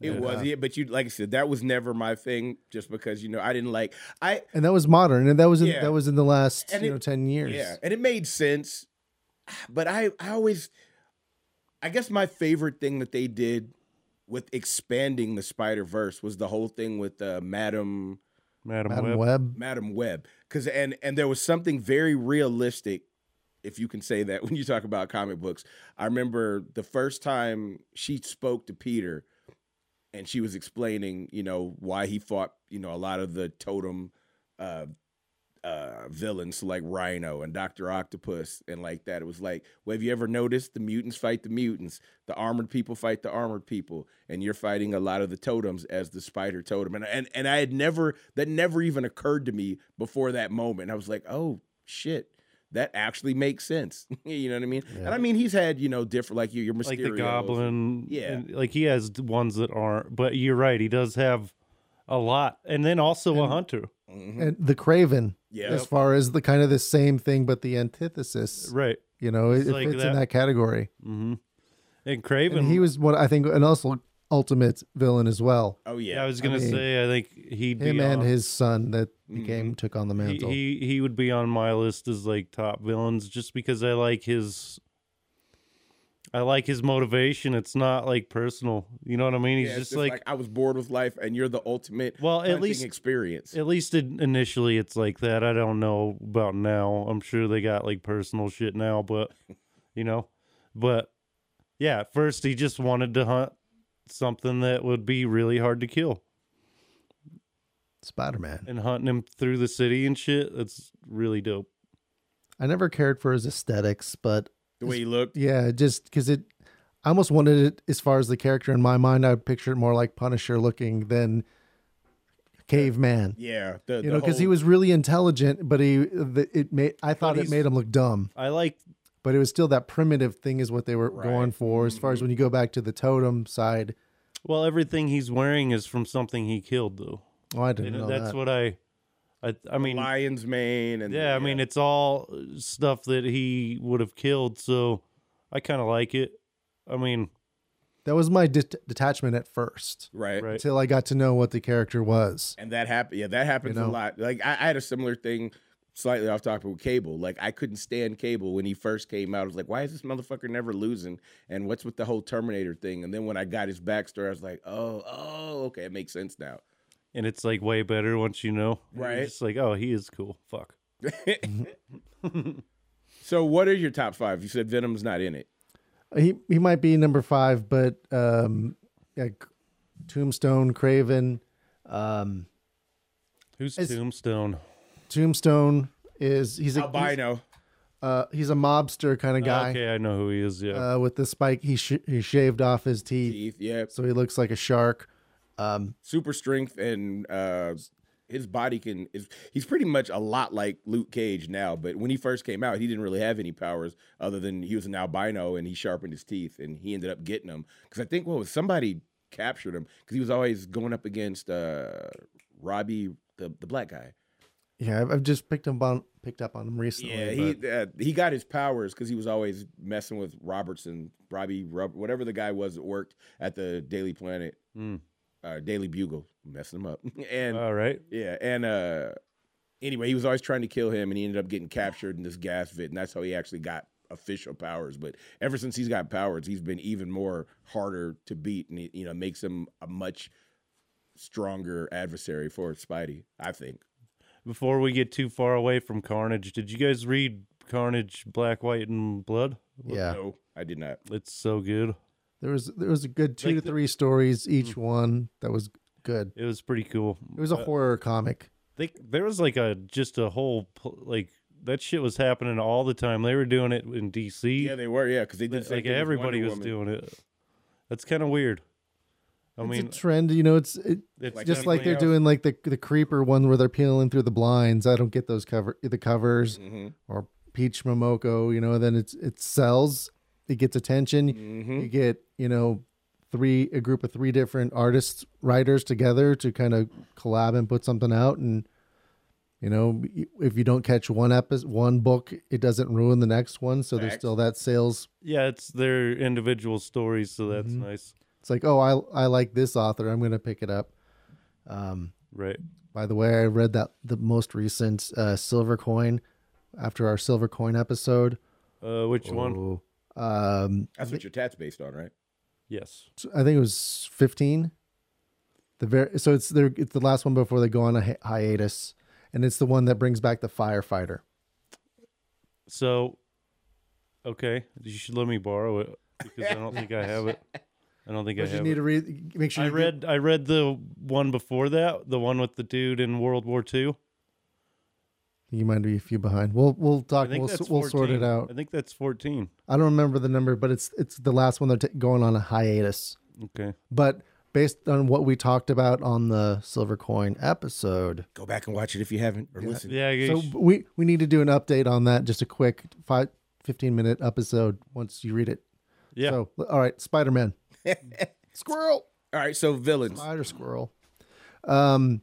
[SPEAKER 4] It was, yeah, but you like I said, that was never my thing. Just because you know, I didn't like I
[SPEAKER 3] And that was modern, and that was in,
[SPEAKER 4] Yeah.
[SPEAKER 3] that was in the last
[SPEAKER 4] And
[SPEAKER 3] you
[SPEAKER 4] it-
[SPEAKER 3] know ten years.
[SPEAKER 4] yeah, and it made sense. But I I always, I guess my favorite thing that they did with expanding the Spider Verse was the whole thing with uh, Madam
[SPEAKER 2] Madam,
[SPEAKER 3] Madam
[SPEAKER 2] Web.
[SPEAKER 3] Web.
[SPEAKER 4] Madam Web, because and and there was something very realistic, if you can say that when you talk about comic books. I remember the first time she spoke to Peter, and she was explaining, you know, why he fought, you know, a lot of the totem, uh, uh, villains so like Rhino and Doctor Octopus and like that. It was like, well, have you ever noticed the mutants fight the mutants, the armored people fight the armored people, and you're fighting a lot of the totems as the spider totem. And and and I had never that never even occurred to me before that moment. I was like, oh shit. That actually makes sense. you know what I mean? And I mean, he's had, you know, different, like your, your Mysterio.
[SPEAKER 2] like the goblin.
[SPEAKER 4] Yeah.
[SPEAKER 2] and, like he has d- ones that aren't. But you're right. He does have a lot, and then also a hunter. Mm-hmm.
[SPEAKER 3] and the Craven.
[SPEAKER 4] Mm-hmm. Yeah.
[SPEAKER 3] As far as the kind of the same thing, but the antithesis.
[SPEAKER 2] Right.
[SPEAKER 3] You know, it,
[SPEAKER 2] It's
[SPEAKER 3] it
[SPEAKER 2] like
[SPEAKER 3] fits
[SPEAKER 2] that.
[SPEAKER 3] in that category.
[SPEAKER 2] And Craven.
[SPEAKER 3] And he was one, I think, an also ultimate villain as well.
[SPEAKER 4] Oh,
[SPEAKER 2] yeah,
[SPEAKER 4] yeah.
[SPEAKER 2] I was gonna
[SPEAKER 3] mean,
[SPEAKER 2] say. I think he'd
[SPEAKER 3] Him
[SPEAKER 2] be
[SPEAKER 3] and
[SPEAKER 2] on,
[SPEAKER 3] his son that became took on the
[SPEAKER 2] uh, mm-hmm. he,
[SPEAKER 3] mantle.
[SPEAKER 2] he he would be on my list as like top villains just because I like his. I like his motivation. It's not like personal. You know what I mean? He's
[SPEAKER 4] Yeah, it's
[SPEAKER 2] just like,
[SPEAKER 4] I was bored with life, and you're the ultimate
[SPEAKER 2] Well, at
[SPEAKER 4] hunting
[SPEAKER 2] least-
[SPEAKER 4] experience.
[SPEAKER 2] At least in, initially, it's like that. I don't know about now. I'm sure they got like personal shit now, but you know, but yeah, at first he just wanted to hunt something that would be really hard to kill,
[SPEAKER 3] Spider Man.
[SPEAKER 2] and hunting him through the city and shit. That's really dope.
[SPEAKER 3] I never cared for his aesthetics, but
[SPEAKER 4] the way he looked.
[SPEAKER 3] yeah, just because it, I almost wanted it as far as the character in my mind. I would picture it more like Punisher looking than caveman.
[SPEAKER 4] Yeah, the,
[SPEAKER 3] you know, because he was really intelligent, but he the, it made I thought it
[SPEAKER 2] he's-
[SPEAKER 3] made him look dumb.
[SPEAKER 2] I like
[SPEAKER 3] But it was still that primitive thing is what they were going for. As
[SPEAKER 2] Mm-hmm.
[SPEAKER 3] far as when you go back to the totem side,
[SPEAKER 2] well everything he's wearing is from something he killed though.
[SPEAKER 3] oh, I didn't
[SPEAKER 2] And
[SPEAKER 3] know
[SPEAKER 2] that's
[SPEAKER 3] that.
[SPEAKER 2] what I, I I mean
[SPEAKER 4] lion's mane, and
[SPEAKER 2] yeah, I mean it's all stuff that he would have killed. So I kind of like it. I mean.
[SPEAKER 3] that was my det- detachment at first
[SPEAKER 4] right,
[SPEAKER 2] Right.
[SPEAKER 3] until I got to know what the character was.
[SPEAKER 4] And that happened. Yeah, that happens
[SPEAKER 3] You know?
[SPEAKER 4] a lot. Like I, I had a similar thing, slightly off topic with Cable. Like I couldn't stand Cable when he first came out. I was like, why is this motherfucker never losing? And what's with the whole Terminator thing? And then when I got his backstory, I was like, oh, oh, okay, it makes sense now.
[SPEAKER 2] and it's like way better once you know. You're
[SPEAKER 4] Right.
[SPEAKER 2] just like, oh, he is cool. Fuck.
[SPEAKER 4] So, what are your top five? You said Venom's not in it.
[SPEAKER 3] He he might be number five, but um, like Tombstone, Craven, um,
[SPEAKER 2] Who's
[SPEAKER 3] It's-
[SPEAKER 2] Tombstone?
[SPEAKER 3] Tombstone is he's a
[SPEAKER 4] Albino.
[SPEAKER 3] uh, he's a mobster kind of guy
[SPEAKER 2] Okay, I know who he is. Yeah.
[SPEAKER 3] uh, with the spike. He sh- he shaved off his teeth,
[SPEAKER 4] Teeth. Yeah.
[SPEAKER 3] so he looks like a shark. Um,
[SPEAKER 4] super strength and uh his body can is he's pretty much a lot like Luke Cage now, but when he first came out, he didn't really have any powers other than he was an albino and he sharpened his teeth and he ended up getting them cuz I think what was somebody captured him cuz he was always going up against uh Robbie the the black guy.
[SPEAKER 3] yeah, I've, I've just picked him on picked up on him recently.
[SPEAKER 4] Yeah, he uh, he got his powers because he was always messing with Robertson, Robbie, Rob, whatever the guy was that worked at the Daily Planet,
[SPEAKER 2] Mm.
[SPEAKER 4] uh, Daily Bugle, messing him up. and
[SPEAKER 2] All right.
[SPEAKER 4] yeah, and uh anyway, he was always trying to kill him, and he ended up getting captured in this gas fit, and that's how he actually got official powers. But ever since he's got powers, he's been even more harder to beat, and it, you know makes him a much stronger adversary for Spidey. I think.
[SPEAKER 2] Before we get too far away from Carnage, did you guys read Carnage, Black, White, and Blood?
[SPEAKER 3] yeah.
[SPEAKER 4] No, I did not.
[SPEAKER 2] It's so good.
[SPEAKER 3] There was there was a good two
[SPEAKER 2] Like
[SPEAKER 3] to
[SPEAKER 2] the- Mm-hmm.
[SPEAKER 3] three stories each one that was good.
[SPEAKER 2] It was pretty cool.
[SPEAKER 3] It was a horror comic.
[SPEAKER 2] They, there was like a just a whole pl- like that shit was happening all the time. They were doing it in D.C.
[SPEAKER 4] Yeah, they were. Yeah, because they did. the same
[SPEAKER 2] like
[SPEAKER 4] thing with
[SPEAKER 2] everybody
[SPEAKER 4] Wonder
[SPEAKER 2] was
[SPEAKER 4] Woman.
[SPEAKER 2] doing it. That's kind of weird. I mean,
[SPEAKER 3] it's a trend, you know. It's it,
[SPEAKER 2] it's
[SPEAKER 4] Like
[SPEAKER 3] just like
[SPEAKER 2] definitely-
[SPEAKER 3] they're
[SPEAKER 4] else.
[SPEAKER 3] doing like the the creeper one where they're peeling through the blinds. I don't get those cover the covers
[SPEAKER 2] Mm-hmm.
[SPEAKER 3] or Peach Momoko, you know. Then it's it sells, it gets attention.
[SPEAKER 4] Mm-hmm, Hmm?
[SPEAKER 3] You get you know three a group of three different artists writers together to kind of collab and put something out and. You know, if you don't catch one episode, one book, it doesn't ruin the next one. So there's
[SPEAKER 4] Facts.
[SPEAKER 3] still that sales
[SPEAKER 2] Yeah, it's their individual stories, so that's
[SPEAKER 3] Mm-hmm.
[SPEAKER 2] nice.
[SPEAKER 3] It's like, oh, I I like this author. I'm gonna pick it up. Um,
[SPEAKER 2] Right.
[SPEAKER 3] by the way, I read that the most recent uh, Silver Coin after our Silver Coin episode.
[SPEAKER 2] Uh, which one?
[SPEAKER 3] Ooh. Um,
[SPEAKER 4] That's what your tat's based on, right?
[SPEAKER 2] Yes.
[SPEAKER 3] so I think it was 15. The very so it's their it's the last one before they go on a hi- hiatus, and it's the one that brings back the firefighter.
[SPEAKER 2] So, okay, you should let me borrow it because I don't think I have it. I don't think I
[SPEAKER 3] But you
[SPEAKER 2] have
[SPEAKER 3] need to
[SPEAKER 2] it.
[SPEAKER 3] read. Make sure
[SPEAKER 2] I
[SPEAKER 3] you get-
[SPEAKER 2] read I read the one before that, the one with the dude in World War II.
[SPEAKER 3] You might be a few behind. We'll we'll
[SPEAKER 2] I
[SPEAKER 3] talk.
[SPEAKER 2] think
[SPEAKER 3] We'll
[SPEAKER 2] that's
[SPEAKER 3] s- we'll sort
[SPEAKER 2] 14.
[SPEAKER 3] it out.
[SPEAKER 2] I think that's 14.
[SPEAKER 3] I don't remember the number, but it's it's the last one. They're t- going on a hiatus.
[SPEAKER 2] Okay.
[SPEAKER 3] But based on what we talked about on the silver coin episode,
[SPEAKER 4] Go back and watch it if you haven't, or listen.
[SPEAKER 2] Yeah. I
[SPEAKER 3] so
[SPEAKER 2] guess-
[SPEAKER 3] we we need to do an update on that. Just a quick five, 15 minute episode once you read it.
[SPEAKER 2] yeah.
[SPEAKER 3] So all right, Spider Man, squirrel.
[SPEAKER 4] All right, so villains.
[SPEAKER 3] Spider squirrel. Um,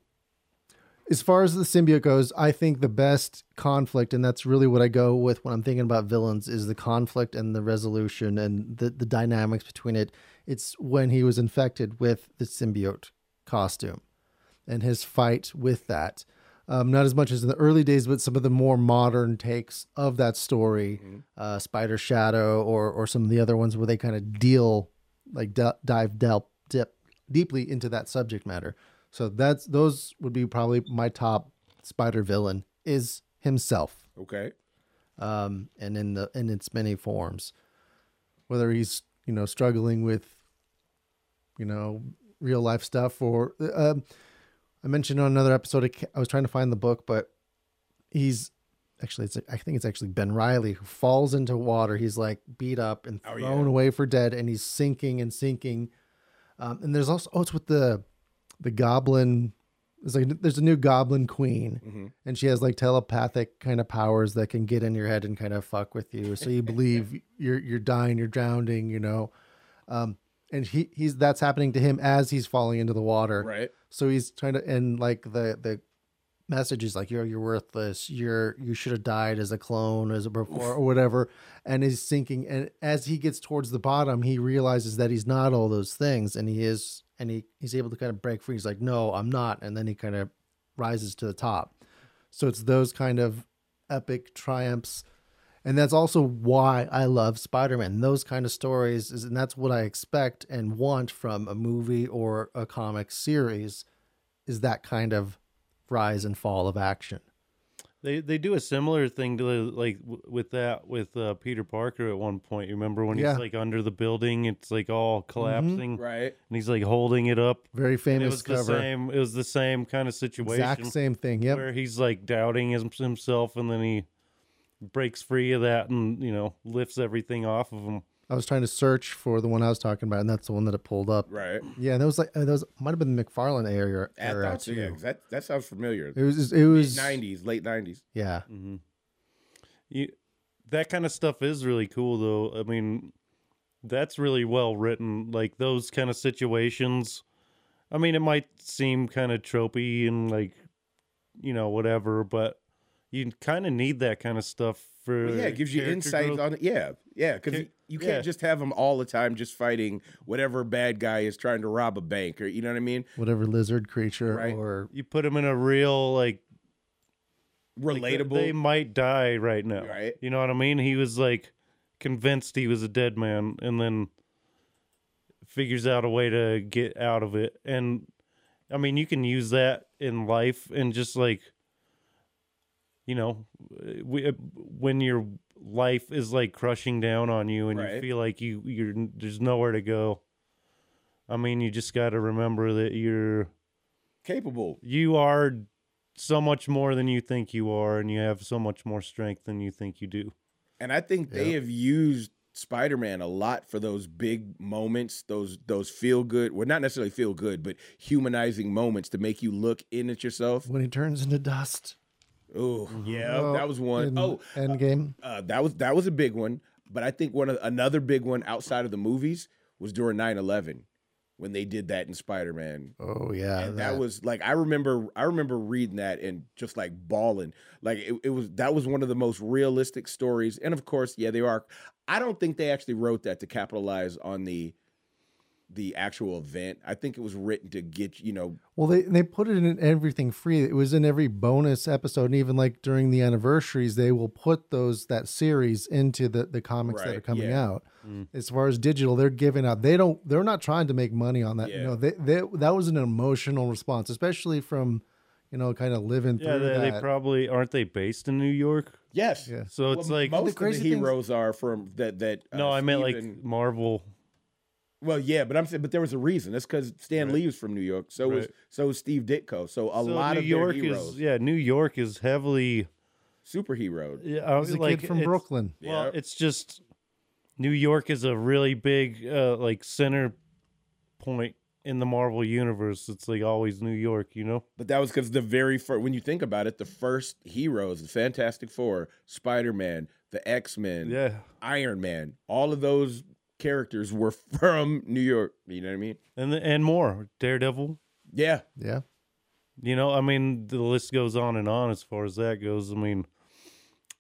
[SPEAKER 3] as far as the symbiote goes, I think the best conflict, and that's really what I go with when I'm thinking about villains, is the conflict and the resolution and the, the dynamics between it. It's when he was infected with the symbiote costume and his fight with that. Um, not as much as in the early days, but some of the more modern takes of that story, uh, Spider Shadow, or or some of the other ones where they kind of deal, like d- dive del- dip deeply into that subject matter. So that's those would be probably my top Spider villain is himself
[SPEAKER 4] Okay.
[SPEAKER 3] um, and in the in its many forms. Whether he's you know struggling with, you know, real life stuff, or um, I mentioned on another episode, I ca- I was trying to find the book, but he's actually it's I think it's actually Ben Riley who falls into water. He's like beat up and
[SPEAKER 4] Oh,
[SPEAKER 3] thrown
[SPEAKER 4] yeah.
[SPEAKER 3] away for dead, and he's sinking and sinking. Um, and there's also oh, it's with the the goblin. It's like there's a new goblin queen,
[SPEAKER 4] Mhm.
[SPEAKER 3] and she has like telepathic kind of powers that can get in your head and kind of fuck with you. So you believe you're you're dying, you're drowning, you know. Um, and he he's that's happening to him as he's falling into the water.
[SPEAKER 4] Right.
[SPEAKER 3] So he's trying to and like the the message is like you're you're worthless. You're you should have died as a clone as a before or whatever. And is sinking. And as he gets towards the bottom, he realizes that he's not all those things, and he is. And he, he's able to kind of break free. He's like, no, I'm not. And then he kind of rises to the top. So it's those kind of epic triumphs. And that's also why I love Spider Man. Those kind of stories, is, and that's what I expect and want from a movie or a comic series, is that kind of rise and fall of action.
[SPEAKER 2] They they do a similar thing to the, like w- with that with uh, Peter Parker at one point. You remember when
[SPEAKER 3] Yeah. Mm-hmm.
[SPEAKER 2] he's like under the building, it's like all collapsing,
[SPEAKER 4] Right.
[SPEAKER 2] and he's like holding it up. And
[SPEAKER 3] Very
[SPEAKER 2] it
[SPEAKER 3] famous
[SPEAKER 2] was the
[SPEAKER 3] cover.
[SPEAKER 2] same. It was the same kind of situation
[SPEAKER 3] Exact same thing. Yep.
[SPEAKER 2] where he's like doubting his, himself, and then he breaks free of that, and you know lifts everything off of him.
[SPEAKER 3] I was trying to search for the one I was talking about, and that's the one that it pulled up.
[SPEAKER 4] Right.
[SPEAKER 3] Yeah, and that was like, uh, that was, might have been the McFarlane era,
[SPEAKER 4] I
[SPEAKER 3] era
[SPEAKER 4] thought so, yeah,
[SPEAKER 3] too.
[SPEAKER 4] 'cause that, that sounds familiar.
[SPEAKER 3] It was, it was,
[SPEAKER 4] 90s, late 90s.
[SPEAKER 3] yeah.
[SPEAKER 4] Mm-hmm.
[SPEAKER 2] You, that kind of stuff is really cool, though. I mean, that's really well written. Like those kind of situations. I mean, it might seem kind of tropey and like, you know, whatever, but you kind of need that kind of stuff for.
[SPEAKER 4] Well, yeah, it gives you
[SPEAKER 2] character
[SPEAKER 4] insight
[SPEAKER 2] growth.
[SPEAKER 4] on it. Yeah, yeah, because you,
[SPEAKER 2] Char-
[SPEAKER 4] you can't
[SPEAKER 2] yeah.
[SPEAKER 4] just have them all the time just fighting whatever bad guy is trying to rob a bank or you know what I mean.
[SPEAKER 3] Whatever lizard creature
[SPEAKER 4] Right.
[SPEAKER 3] or
[SPEAKER 2] You put them in a real like like, they-
[SPEAKER 4] Relatable.
[SPEAKER 2] they might die right now.
[SPEAKER 4] Right.
[SPEAKER 2] You know what I mean? He was like convinced he was a dead man and then figures out a way to get out of it. And I mean, you can use that in life and just like you know, we, when your life is like crushing down on you and you
[SPEAKER 4] Right.
[SPEAKER 2] feel like you you're there's nowhere to go. I mean, you just got to remember that you're
[SPEAKER 4] capable.
[SPEAKER 2] you are so much more than you think you are, and you have so much more strength than you think you do.
[SPEAKER 4] And I think they
[SPEAKER 3] Yeah.
[SPEAKER 4] have used Spider-Man a lot for those big moments, those those feel good, well not necessarily feel good, but humanizing moments to make you look in at yourself.
[SPEAKER 3] when he turns into dust.
[SPEAKER 4] Ooh, yeah,
[SPEAKER 3] Oh,
[SPEAKER 4] that was one.
[SPEAKER 3] in
[SPEAKER 4] oh,
[SPEAKER 3] Endgame.
[SPEAKER 4] uh, that was that was a big one. But I think one of another big one outside of the movies was during 9-11 when they did that in Spider-Man.
[SPEAKER 3] Oh yeah,
[SPEAKER 4] and that, was like I remember I remember reading that and just like bawling. Like it, it was that was one of the most realistic stories. And of course, yeah, they are. I don't think they actually wrote that to capitalize on the the actual event. I think it was written to get you know
[SPEAKER 3] Well, they they put it in everything free. It was in every bonus episode, and even like during the anniversaries, they will put those that series into the the comics that
[SPEAKER 4] Right,
[SPEAKER 3] are coming
[SPEAKER 4] yeah. Mm.
[SPEAKER 3] out. As far as digital, they're giving out. They don't. They're not trying to make money on that.
[SPEAKER 4] Yeah.
[SPEAKER 3] You know, they, they that was an emotional response, especially from, you know, kind of living
[SPEAKER 2] Yeah,
[SPEAKER 3] through
[SPEAKER 2] they, they
[SPEAKER 3] that.
[SPEAKER 2] probably aren't they based in New York,
[SPEAKER 4] yes.
[SPEAKER 3] Yeah.
[SPEAKER 2] so it's
[SPEAKER 4] Well,
[SPEAKER 2] like
[SPEAKER 4] most
[SPEAKER 3] crazy
[SPEAKER 4] of
[SPEAKER 3] thing
[SPEAKER 4] the
[SPEAKER 3] is-
[SPEAKER 4] heroes are from that that uh,
[SPEAKER 2] no, I meant like
[SPEAKER 4] Steven-
[SPEAKER 2] Marvel.
[SPEAKER 4] Well, yeah, but I'm saying, but there was a reason. That's because Stan Lee was from New York. So was
[SPEAKER 2] Right.
[SPEAKER 4] so was Steve Ditko. So a
[SPEAKER 2] So
[SPEAKER 4] lot
[SPEAKER 2] New
[SPEAKER 4] of
[SPEAKER 2] York
[SPEAKER 4] their heroes.
[SPEAKER 2] is yeah, New York is heavily
[SPEAKER 4] superhero.
[SPEAKER 2] Yeah, I
[SPEAKER 3] He's
[SPEAKER 2] was
[SPEAKER 3] a
[SPEAKER 2] like
[SPEAKER 3] kid from
[SPEAKER 2] it's-
[SPEAKER 3] Brooklyn.
[SPEAKER 2] Well,
[SPEAKER 4] Yep.
[SPEAKER 2] it's just New York is a really big uh, like center point in the Marvel universe. It's like always New York, you know.
[SPEAKER 4] But that was because the very first, when you think about it, the first heroes, the Fantastic Four, Spider Man, the X Men,
[SPEAKER 2] Yeah.
[SPEAKER 4] Iron Man, all of those characters were from New York. You know what I mean?
[SPEAKER 2] And and more Daredevil,
[SPEAKER 4] Yeah.
[SPEAKER 3] Yeah.
[SPEAKER 2] you know. I mean, the list goes on and on as far as that goes. I mean,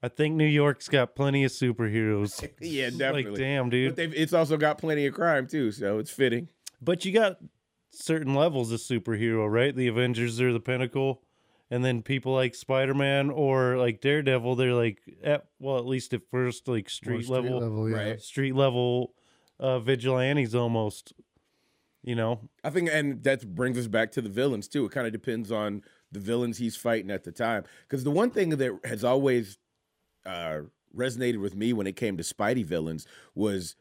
[SPEAKER 2] I think New York's got plenty of superheroes.
[SPEAKER 4] Yeah,
[SPEAKER 2] Like,
[SPEAKER 4] definitely.
[SPEAKER 2] damn, dude.
[SPEAKER 4] But they've, it's also got plenty of crime, too. So it's fitting.
[SPEAKER 2] But you got certain levels of superhero, right? The Avengers are the pinnacle, and then people like Spider Man or like Daredevil, they're like at well, at least at first, like
[SPEAKER 3] More
[SPEAKER 2] street, level,
[SPEAKER 3] yeah.
[SPEAKER 4] Right.
[SPEAKER 2] street level uh, vigilantes almost. You know,
[SPEAKER 4] I think, and that brings us back to the villains too. It kind of depends on the villains he's fighting at the time. Because the one thing that has always uh, resonated with me when it came to Spidey villains was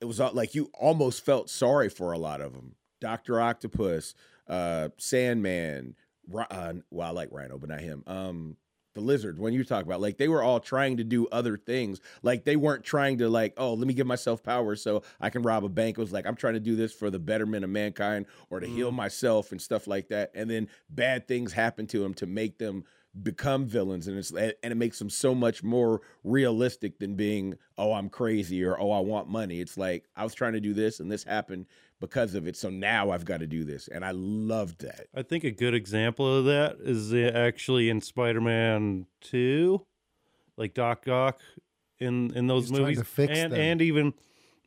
[SPEAKER 4] it was all, like you almost felt sorry for a lot of them. Doctor Octopus, uh, Sandman, Ri- uh, well, I like Rhino, but not him. Um, the lizard when you talk about like they were all trying to do other things like they weren't trying to like oh let me give myself power so i can rob a bank it was like i'm trying to do this for the betterment of mankind or to heal myself and stuff like that and then bad things happen to them to make them become villains and it's and it makes them so much more realistic than being oh i'm crazy or oh i want money it's like i was trying to do this and this happened because of it so now i've got to do this and i loved that
[SPEAKER 2] I think a good example of that is the- actually in Spider Man Two, like Doc Ock, in in those
[SPEAKER 3] He's trying
[SPEAKER 2] movies,
[SPEAKER 3] to fix
[SPEAKER 2] and
[SPEAKER 3] them.
[SPEAKER 2] and even.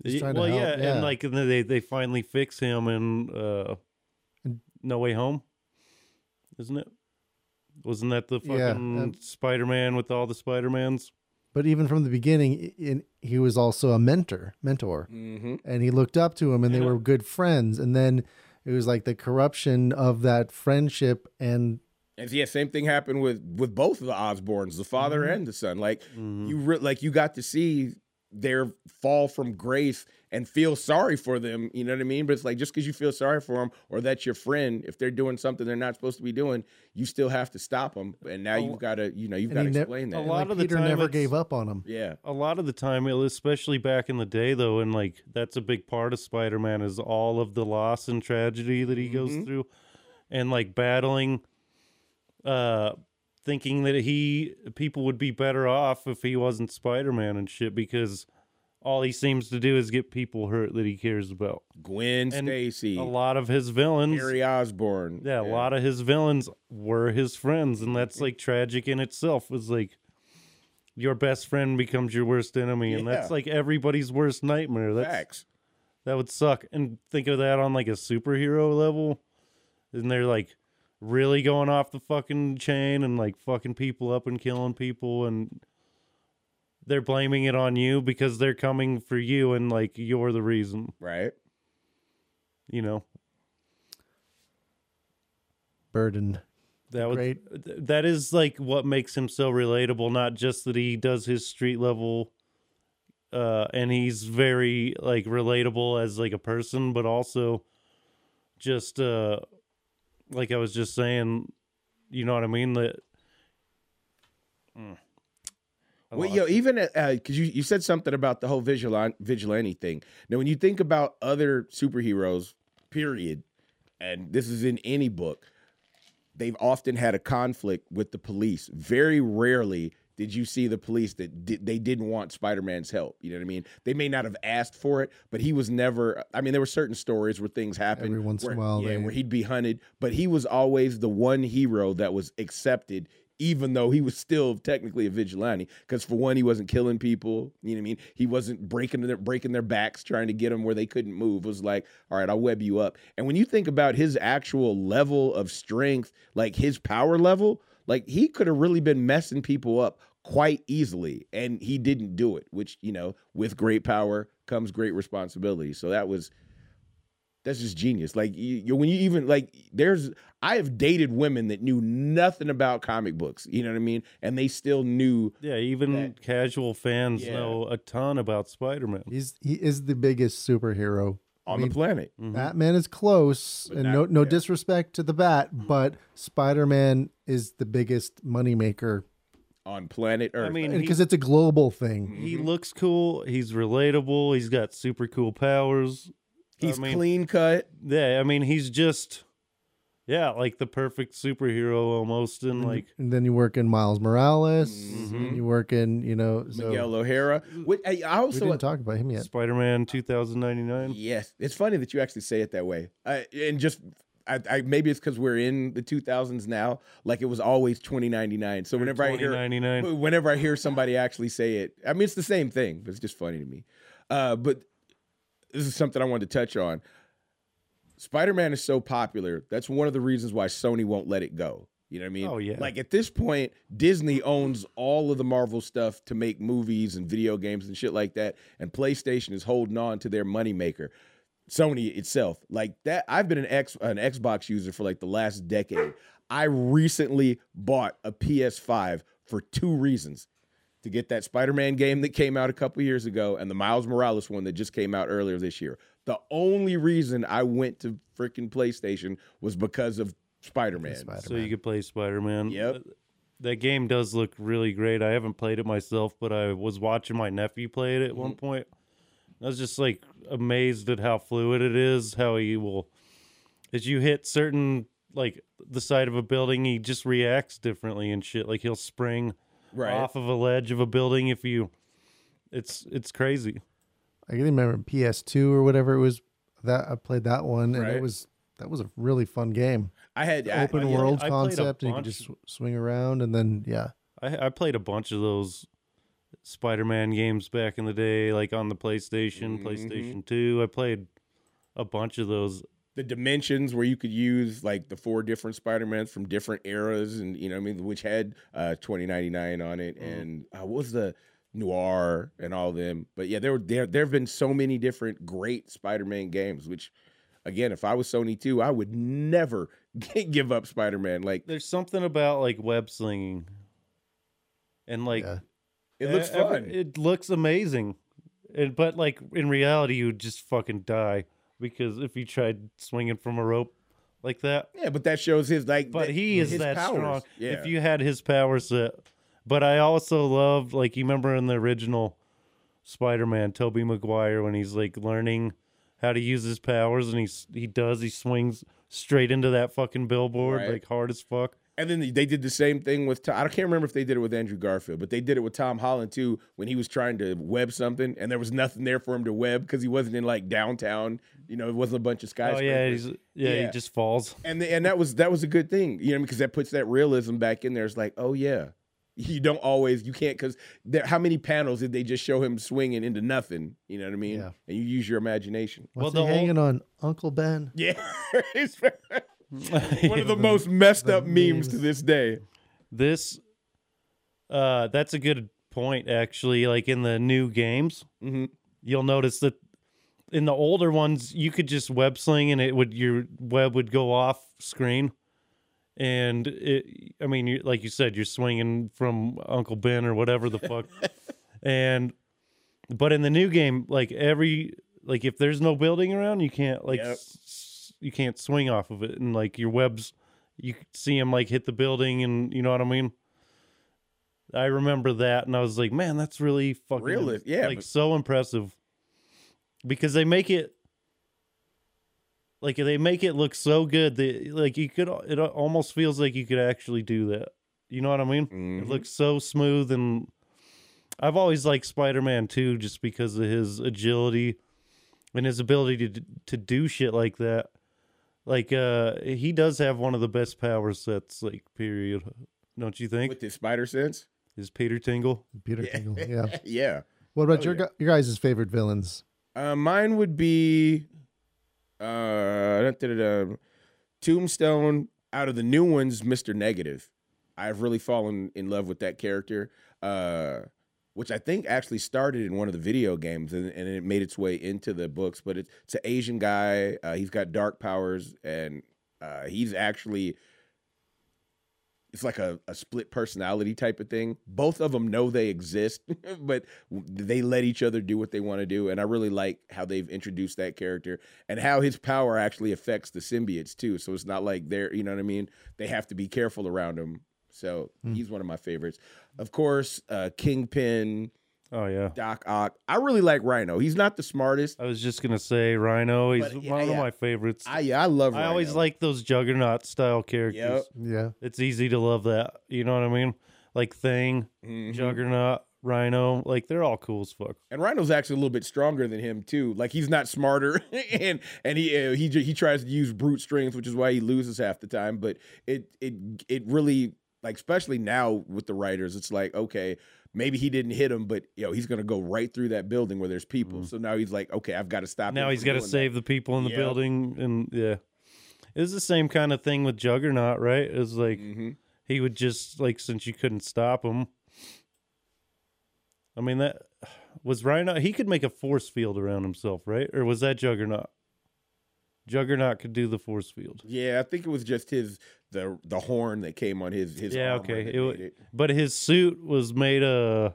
[SPEAKER 3] He's
[SPEAKER 2] y-
[SPEAKER 3] trying to
[SPEAKER 2] well,
[SPEAKER 3] help,
[SPEAKER 2] yeah,
[SPEAKER 3] yeah.
[SPEAKER 2] and like and then they they finally fix him in uh, No Way Home, isn't it? Wasn't that the
[SPEAKER 3] Yeah,
[SPEAKER 2] fucking
[SPEAKER 3] and-
[SPEAKER 2] Spider Man with all the Spider Mans?
[SPEAKER 3] But even from the beginning, i- in, he was also a mentor, mentor,
[SPEAKER 4] mm-hmm.
[SPEAKER 3] and he looked up to him, and they
[SPEAKER 4] Uh-huh.
[SPEAKER 3] were good friends. And then it was like the corruption of that friendship, and
[SPEAKER 4] And yeah, same thing happened with with both of the Osbournes, the father and the son. Like you,
[SPEAKER 2] Mm.
[SPEAKER 4] re- like you got to see their fall from grace and feel sorry for them. You know what I mean? But it's like just because you feel sorry for them, or that's your friend, if they're doing something they're not supposed to be doing, you still have to stop them. And now you've got to, you know, you've
[SPEAKER 3] And
[SPEAKER 4] got to
[SPEAKER 3] he ne-
[SPEAKER 4] explain
[SPEAKER 2] a
[SPEAKER 4] that.
[SPEAKER 2] lot
[SPEAKER 3] like,
[SPEAKER 2] of the
[SPEAKER 3] Peter
[SPEAKER 2] time
[SPEAKER 3] never
[SPEAKER 2] it's-
[SPEAKER 3] gave up on him.
[SPEAKER 4] yeah,
[SPEAKER 2] a lot of the time especially back in the day though and like that's a big part of spider-man is all of the loss and tragedy that he goes through and like battling uh thinking that he people would be better off if he wasn't spider-man and shit because all he seems to do is get people hurt that he cares about
[SPEAKER 4] Gwen
[SPEAKER 2] And
[SPEAKER 4] Stacy,
[SPEAKER 2] a lot of his villains
[SPEAKER 4] Harry Osborne.
[SPEAKER 2] yeah, a lot of his villains were his friends, and that's like tragic in itself. Is like your best friend becomes your worst enemy, and that's
[SPEAKER 4] Yeah.
[SPEAKER 2] like everybody's worst nightmare. That's
[SPEAKER 4] facts.
[SPEAKER 2] that would suck. And think of that on like a superhero level, and they're like really going off the fucking chain and like fucking people up and killing people, and they're blaming it on you because they're coming for you, and like you're the reason,
[SPEAKER 4] Right.
[SPEAKER 2] you know.
[SPEAKER 3] Burden.
[SPEAKER 2] That was
[SPEAKER 3] Great.
[SPEAKER 2] th- that is like what makes him so relatable. Not just that he does his street level, uh, and he's very like relatable as like a person, but also just uh, like I was just saying, you know what I mean? That I
[SPEAKER 4] Well,
[SPEAKER 2] lost
[SPEAKER 4] yo, even because you, you said something about the whole vigilante, vigilante thing. Now, when you think about other superheroes, period, and this is in any book, they've often had a conflict with the police. Very rarely did you see the police that di- they didn't want Spider-Man's help. You know what I mean? They may not have asked for it, but he was never. I mean, there were certain stories where things happened
[SPEAKER 3] Every once in
[SPEAKER 4] where-
[SPEAKER 3] a while
[SPEAKER 4] yeah,
[SPEAKER 3] they-
[SPEAKER 4] where he'd be hunted, but he was always the one hero that was accepted. Even though he was still technically a vigilante, because for one, he wasn't killing people. You know what I mean? He wasn't breaking their breaking their backs, trying to get them where they couldn't move. It was like, all right, I'll web you up. And when you think about his actual level of strength, like his power level, like he could have really been messing people up quite easily, and he didn't do it. Which you know, with great power comes great responsibility. So that was that's just genius. Like you, you- when you even like there's I have dated women that knew nothing about comic books, you know what I mean? And they still knew
[SPEAKER 2] yeah, even
[SPEAKER 4] that-
[SPEAKER 2] casual fans
[SPEAKER 4] Yeah.
[SPEAKER 2] know a ton about Spider Man.
[SPEAKER 3] He's he is the biggest superhero.
[SPEAKER 4] on
[SPEAKER 3] mean,
[SPEAKER 4] the planet.
[SPEAKER 2] Mm-hmm.
[SPEAKER 3] Batman is close,
[SPEAKER 4] Mm-hmm. But
[SPEAKER 3] and
[SPEAKER 4] not-
[SPEAKER 3] no no
[SPEAKER 4] yeah. Mm-hmm.
[SPEAKER 3] disrespect to the Bat, but Spider Man is the biggest moneymaker
[SPEAKER 4] on planet Earth.
[SPEAKER 2] mean, mm-hmm.
[SPEAKER 4] Like,
[SPEAKER 3] because it's a global thing.
[SPEAKER 2] He looks cool. He's relatable. He's got super cool powers.
[SPEAKER 4] he's
[SPEAKER 2] I mean-
[SPEAKER 4] clean cut.
[SPEAKER 2] Yeah, I mean, he's just, yeah, like the perfect superhero almost.
[SPEAKER 4] Mm-hmm.
[SPEAKER 2] And like,
[SPEAKER 3] And then you work in Miles Morales.
[SPEAKER 2] Mhm.
[SPEAKER 3] And you work in, you know, so
[SPEAKER 4] Miguel O'Hara. Which, I I
[SPEAKER 3] we
[SPEAKER 4] also
[SPEAKER 3] didn't talk about him yet.
[SPEAKER 2] Spider Man 2099.
[SPEAKER 4] Yes, it's funny that you actually say it that way. I, and just, I, I maybe it's because we're in the 2000s now. Like it was always 2099. So whenever I hear,
[SPEAKER 2] 2099.
[SPEAKER 4] whenever I hear somebody actually say it, I mean it's the same thing, but it's just funny to me. Uh, but this is something I wanted to touch on. Spider-Man is so popular. That's one of the reasons why Sony won't let it go. You know what I mean?
[SPEAKER 2] Oh, yeah.
[SPEAKER 4] Like at this point, Disney owns all of the Marvel stuff to make movies and video games and shit like that, and PlayStation is holding on to their moneymaker. Sony itself, like that. I've been an X an Xbox user for like the last decade. I recently bought a PS5 for two reasons: to get that Spider-Man game that came out a couple years ago, and the Miles Morales one that just came out earlier this year. The only reason I went to freaking PlayStation was because of Spider-Man.
[SPEAKER 2] So you could play Spider Man.
[SPEAKER 4] Yep.
[SPEAKER 2] That game does look really great. I haven't played it myself, but I was watching my nephew play it at one point. I was just like amazed at how fluid it is, how he will as you hit certain like the side of a building, he just reacts differently and shit. Like he'll spring
[SPEAKER 4] Right.
[SPEAKER 2] off of a ledge of a building if you it's it's crazy.
[SPEAKER 3] I can remember PS2 or whatever it was that I played that one, and
[SPEAKER 4] Right.
[SPEAKER 3] it was that was a really fun game.
[SPEAKER 4] I had I-
[SPEAKER 3] Open
[SPEAKER 4] I-
[SPEAKER 2] yeah,
[SPEAKER 3] world
[SPEAKER 2] I played a
[SPEAKER 3] concept, and you could
[SPEAKER 2] bunch.
[SPEAKER 3] just sw- swing around, and then yeah,
[SPEAKER 2] I, I played a bunch of those Spider-Man games back in the day, like on the PlayStation,
[SPEAKER 4] Mm-hmm.
[SPEAKER 2] PlayStation Two. I played a bunch of those.
[SPEAKER 4] the dimensions where you could use like the four different Spider-Mans from different eras and you know what I mean which had uh 2099 on it
[SPEAKER 2] Mm-hmm.
[SPEAKER 4] and uh, what was the noir and all them but yeah there were there there have been so many different great Spider-Man games which again if I was Sony too I would never give up Spider-Man like
[SPEAKER 2] There's something about like web slinging, and like
[SPEAKER 3] Yeah.
[SPEAKER 4] it looks
[SPEAKER 2] e- every-
[SPEAKER 4] fun
[SPEAKER 2] It looks amazing, and, but like in reality, you would just fucking die because if you tried swinging from a rope like that.
[SPEAKER 4] yeah but that shows his like
[SPEAKER 2] But
[SPEAKER 4] th-
[SPEAKER 2] he is
[SPEAKER 4] his
[SPEAKER 2] that
[SPEAKER 4] powers.
[SPEAKER 2] strong.
[SPEAKER 4] yeah
[SPEAKER 2] If you had his power set, but I also loved like you remember in the original Spider-Man, Tobey Maguire when he's like learning how to use his powers, and he's he does he swings straight into that fucking billboard
[SPEAKER 4] Right.
[SPEAKER 2] like hard as fuck.
[SPEAKER 4] And then they did the same thing with Tom. I can't remember if they did it with Andrew Garfield, but they did it with Tom Holland too when he was trying to web something and there was nothing there for him to web because he wasn't in like downtown. You know, it wasn't a bunch of
[SPEAKER 2] Oh
[SPEAKER 4] skyscrapers.
[SPEAKER 2] yeah, he's, yeah,
[SPEAKER 4] Yeah.
[SPEAKER 2] he just falls.
[SPEAKER 4] and the, and that was that was a good thing, you know, because that puts that realism back in there. It's like, oh yeah, you don't always you can't because how many panels did they just show him swinging into nothing? You know what I mean?
[SPEAKER 3] Yeah.
[SPEAKER 4] And you use your imagination.
[SPEAKER 2] Well,
[SPEAKER 3] what's
[SPEAKER 2] the
[SPEAKER 3] he
[SPEAKER 2] whole-
[SPEAKER 3] hanging on Uncle Ben?
[SPEAKER 4] Yeah, It's one of the most messed
[SPEAKER 3] the
[SPEAKER 4] up memes to
[SPEAKER 3] memes.
[SPEAKER 4] this day.
[SPEAKER 2] this, uh, that's a good point actually. Like in the new games,
[SPEAKER 4] Mhm.
[SPEAKER 2] you'll notice that in the older ones you could just web sling and it would your web would go off screen and it i mean you, like you said you're swinging from uncle ben or whatever the fuck and but in the new game like every like if there's no building around you can't like
[SPEAKER 4] Yep.
[SPEAKER 2] s- s- you can't swing off of it and like your webs you could see him like hit the building and you know what i mean i remember that and i was like man that's really fucking
[SPEAKER 4] Realis- yeah,
[SPEAKER 2] like
[SPEAKER 4] but-
[SPEAKER 2] so impressive because they make it like they make it look so good that like you could it almost feels like you could actually do that you know what i mean it
[SPEAKER 4] Mhm.
[SPEAKER 2] looks so smooth and i've always liked spider-man 2 just because of his agility and his ability to to do shit like that like uh he does have one of the best power sets like period don't you think
[SPEAKER 4] With his spider sense,
[SPEAKER 2] is peter tingle
[SPEAKER 3] Peter Tingle. Yeah.
[SPEAKER 4] yeah.
[SPEAKER 3] What about
[SPEAKER 4] Oh,
[SPEAKER 3] your
[SPEAKER 4] yeah.
[SPEAKER 3] gu- your guys' favorite villains?
[SPEAKER 4] Uh, mine would be uh, da-da-da, Tombstone. Out of the new ones, Mister Negative. I've really fallen in love with that character, uh, which I think actually started in one of the video games and, and it made its way into the books. But it's, it's an Asian guy. Uh, he's got dark powers, and uh, he's actually it's like a, a split personality type of thing. Both of them know they exist, but they let each other do what they want to do. And I really like how they've introduced that character and how his power actually affects the symbiotes too. So it's not like they're, you know what I mean? They have to be careful around him. So
[SPEAKER 2] Hmm.
[SPEAKER 4] he's one of my favorites. Of course, uh, Kingpin,
[SPEAKER 2] Oh yeah.
[SPEAKER 4] Doc Ock. I really like Rhino. He's not the smartest.
[SPEAKER 2] I was just gonna say Rhino. He's
[SPEAKER 4] But, yeah,
[SPEAKER 2] one of
[SPEAKER 4] yeah.
[SPEAKER 2] my favorites. I,
[SPEAKER 4] I I love. Rhino.
[SPEAKER 2] always like those juggernaut style characters.
[SPEAKER 4] Yep.
[SPEAKER 3] Yeah.
[SPEAKER 2] It's easy to love that. You know what I mean? Like Thing,
[SPEAKER 4] Mhm.
[SPEAKER 2] Juggernaut, Rhino. Like they're all cool as fuck.
[SPEAKER 4] And Rhino's actually a little bit stronger than him too. Like he's not smarter, and and he uh, he ju- he tries to use brute strength, which is why he loses half the time. But it it it really like especially now with the writers, it's like okay, maybe he didn't hit him, but yo, he's gonna go right through that building where there's people. So now he's like, okay, I've got to stop.
[SPEAKER 2] Mm-hmm. now
[SPEAKER 4] him
[SPEAKER 2] he's
[SPEAKER 4] from
[SPEAKER 2] got to
[SPEAKER 4] doing that.
[SPEAKER 2] save the people in the
[SPEAKER 4] Yep.
[SPEAKER 2] building, and yeah, it's the same kind of thing with Juggernaut, right? It's like
[SPEAKER 4] Mhm.
[SPEAKER 2] he would just like since you couldn't stop him. I mean that was Rhino. He could make a force field around himself, right? Or was that Juggernaut? Juggernaut could do the force field.
[SPEAKER 4] Yeah, I think it was just his the the horn that came on his his.
[SPEAKER 2] yeah,
[SPEAKER 4] armor
[SPEAKER 2] okay.
[SPEAKER 4] that
[SPEAKER 2] It, wa-
[SPEAKER 4] made it.
[SPEAKER 2] But his suit was made uh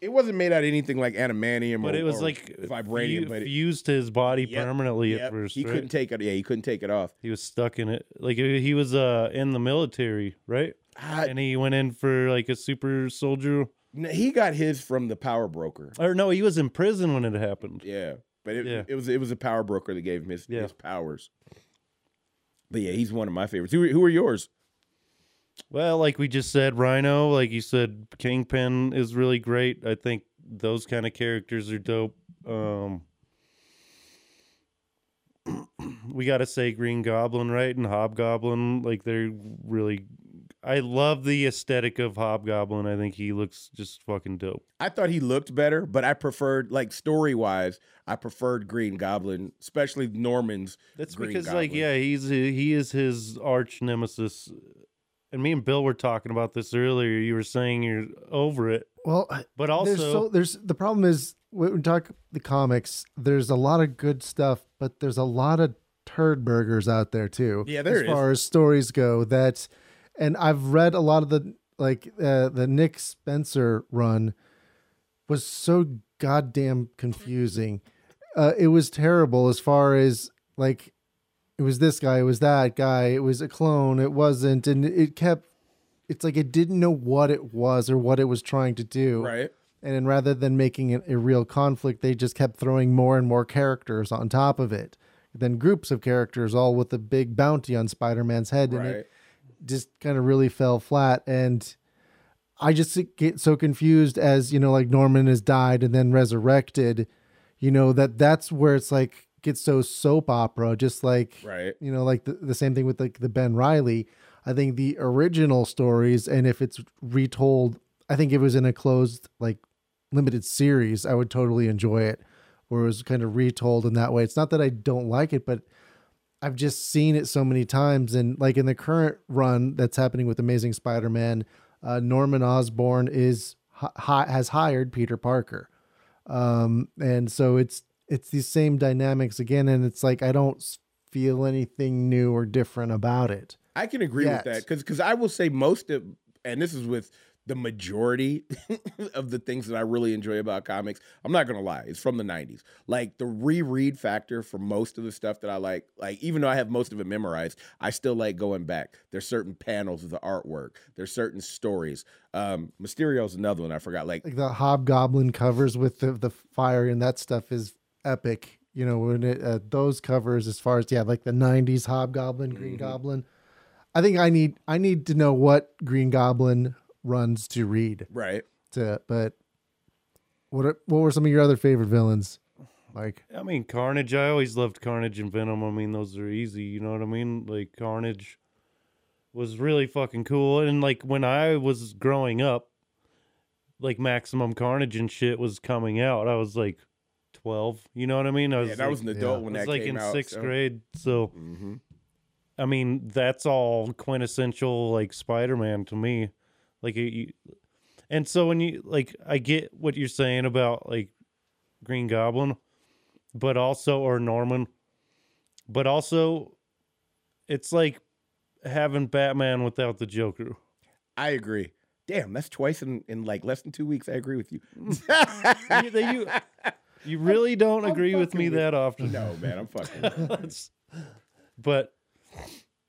[SPEAKER 4] It wasn't made out of anything like adamantium,
[SPEAKER 2] but
[SPEAKER 4] or-
[SPEAKER 2] it was
[SPEAKER 4] or
[SPEAKER 2] like
[SPEAKER 4] vibranium,
[SPEAKER 2] fu-
[SPEAKER 4] but it,
[SPEAKER 2] fused to his body
[SPEAKER 4] Yep,
[SPEAKER 2] permanently at
[SPEAKER 4] Yep,
[SPEAKER 2] first.
[SPEAKER 4] he
[SPEAKER 2] right?
[SPEAKER 4] couldn't take it. Yeah, he couldn't take it off.
[SPEAKER 2] He was stuck in it. Like he he was uh in the military, right?
[SPEAKER 4] I-
[SPEAKER 2] and he went in for like a super soldier.
[SPEAKER 4] n- he got his from the power broker.
[SPEAKER 2] Or no, he was in prison when it happened.
[SPEAKER 4] Yeah, but it,
[SPEAKER 2] Yeah.
[SPEAKER 4] it was it was a power broker that gave him his,
[SPEAKER 2] Yeah.
[SPEAKER 4] his powers. But yeah, he's one of my favorites. Who who are yours?
[SPEAKER 2] Well, like we just said, Rhino, like you said, Kingpin is really great. I think those kind of characters are dope. Um we gotta say Green Goblin, right? And Hobgoblin, like they're really I love the aesthetic of Hobgoblin. I think he looks just fucking dope.
[SPEAKER 4] I thought he looked better, but I preferred like story wise, I preferred Green Goblin, especially Norman's.
[SPEAKER 2] That's
[SPEAKER 4] Green
[SPEAKER 2] because, like,
[SPEAKER 4] Goblin.
[SPEAKER 2] yeah, he's he is his arch nemesis. And me and Bill were talking about this earlier. You were saying you're over it,
[SPEAKER 3] Well,
[SPEAKER 2] but
[SPEAKER 3] there's so
[SPEAKER 2] also
[SPEAKER 3] there's the problem is when we talk the comics, there's a lot of good stuff, but there's a lot of turd burgers out there too.
[SPEAKER 4] Yeah, there
[SPEAKER 3] as
[SPEAKER 4] is.
[SPEAKER 3] far as stories go. That, and I've read a lot of the like uh, the Nick Spencer run was so goddamn confusing. Uh, it was terrible as far as like it was this guy, it was that guy, it was a clone, it wasn't, and it kept. It's like it didn't know what it was or what it was trying to do.
[SPEAKER 4] Right.
[SPEAKER 3] And then rather than making it a real conflict, they just kept throwing more and more characters on top of it. Then groups of characters, all with a big bounty on Spider Man's head. And
[SPEAKER 4] Right.
[SPEAKER 3] it just kind of really fell flat. And I just get so confused as, you know, like Norman has died and then resurrected, you know, that that's where it's like gets so soap opera, just like
[SPEAKER 4] Right.
[SPEAKER 3] you know like the, the same thing with like the ben riley i think the original stories and if it's retold i think if it was in a closed like limited series i would totally enjoy it where it was kind of retold in that way it's not that i don't like it but i've just seen it so many times and like in the current run that's happening with amazing spider-man uh, norman osborn is hi- has hired peter parker um and so it's it's these same dynamics again and it's like i don't s- feel anything new or different about it
[SPEAKER 4] I can agree
[SPEAKER 3] Yet.
[SPEAKER 4] with that because I will say most of and this is with the majority of the things that I really enjoy about comics. I'm not gonna lie, it's from the '90s. Like the reread factor for most of the stuff that I like. Like even though I have most of it memorized, I still like going back. There's certain panels of the artwork. There's certain stories. Um, Mysterio's another one I forgot. Like
[SPEAKER 3] like the hobgoblin covers with the, the fire and that stuff is epic you know when it uh, those covers as far as yeah like the 90s hobgoblin green goblin i think i need i need to know what green goblin runs to read
[SPEAKER 4] right.
[SPEAKER 3] to but what are, what were some of your other favorite villains like
[SPEAKER 2] I mean, Carnage. I always loved Carnage and Venom. I mean, those are easy. You know what I mean? Like Carnage was really fucking cool. And like when I was growing up, like Maximum Carnage and shit was coming out. I was like twelve. You know what I mean? I was
[SPEAKER 4] Yeah, that
[SPEAKER 2] like,
[SPEAKER 4] was an adult
[SPEAKER 3] yeah.
[SPEAKER 4] when
[SPEAKER 2] I was
[SPEAKER 4] that
[SPEAKER 2] like
[SPEAKER 4] came
[SPEAKER 2] in
[SPEAKER 4] out.
[SPEAKER 2] sixth
[SPEAKER 4] so-
[SPEAKER 2] grade. So
[SPEAKER 4] Mhm.
[SPEAKER 2] I mean, that's all quintessential like Spider-Man to me. Like it- you, and so when you like, I get what you're saying about like Green Goblin, but also or Norman, but also it's like having Batman without the Joker.
[SPEAKER 4] I agree. Damn, that's twice in, in like less than two weeks. I agree with you.
[SPEAKER 2] you, that you, you really don't
[SPEAKER 4] I'm
[SPEAKER 2] agree with
[SPEAKER 4] fucking
[SPEAKER 2] me
[SPEAKER 4] with
[SPEAKER 2] that often.
[SPEAKER 4] no, man, I'm fucking. with you.
[SPEAKER 2] That's- but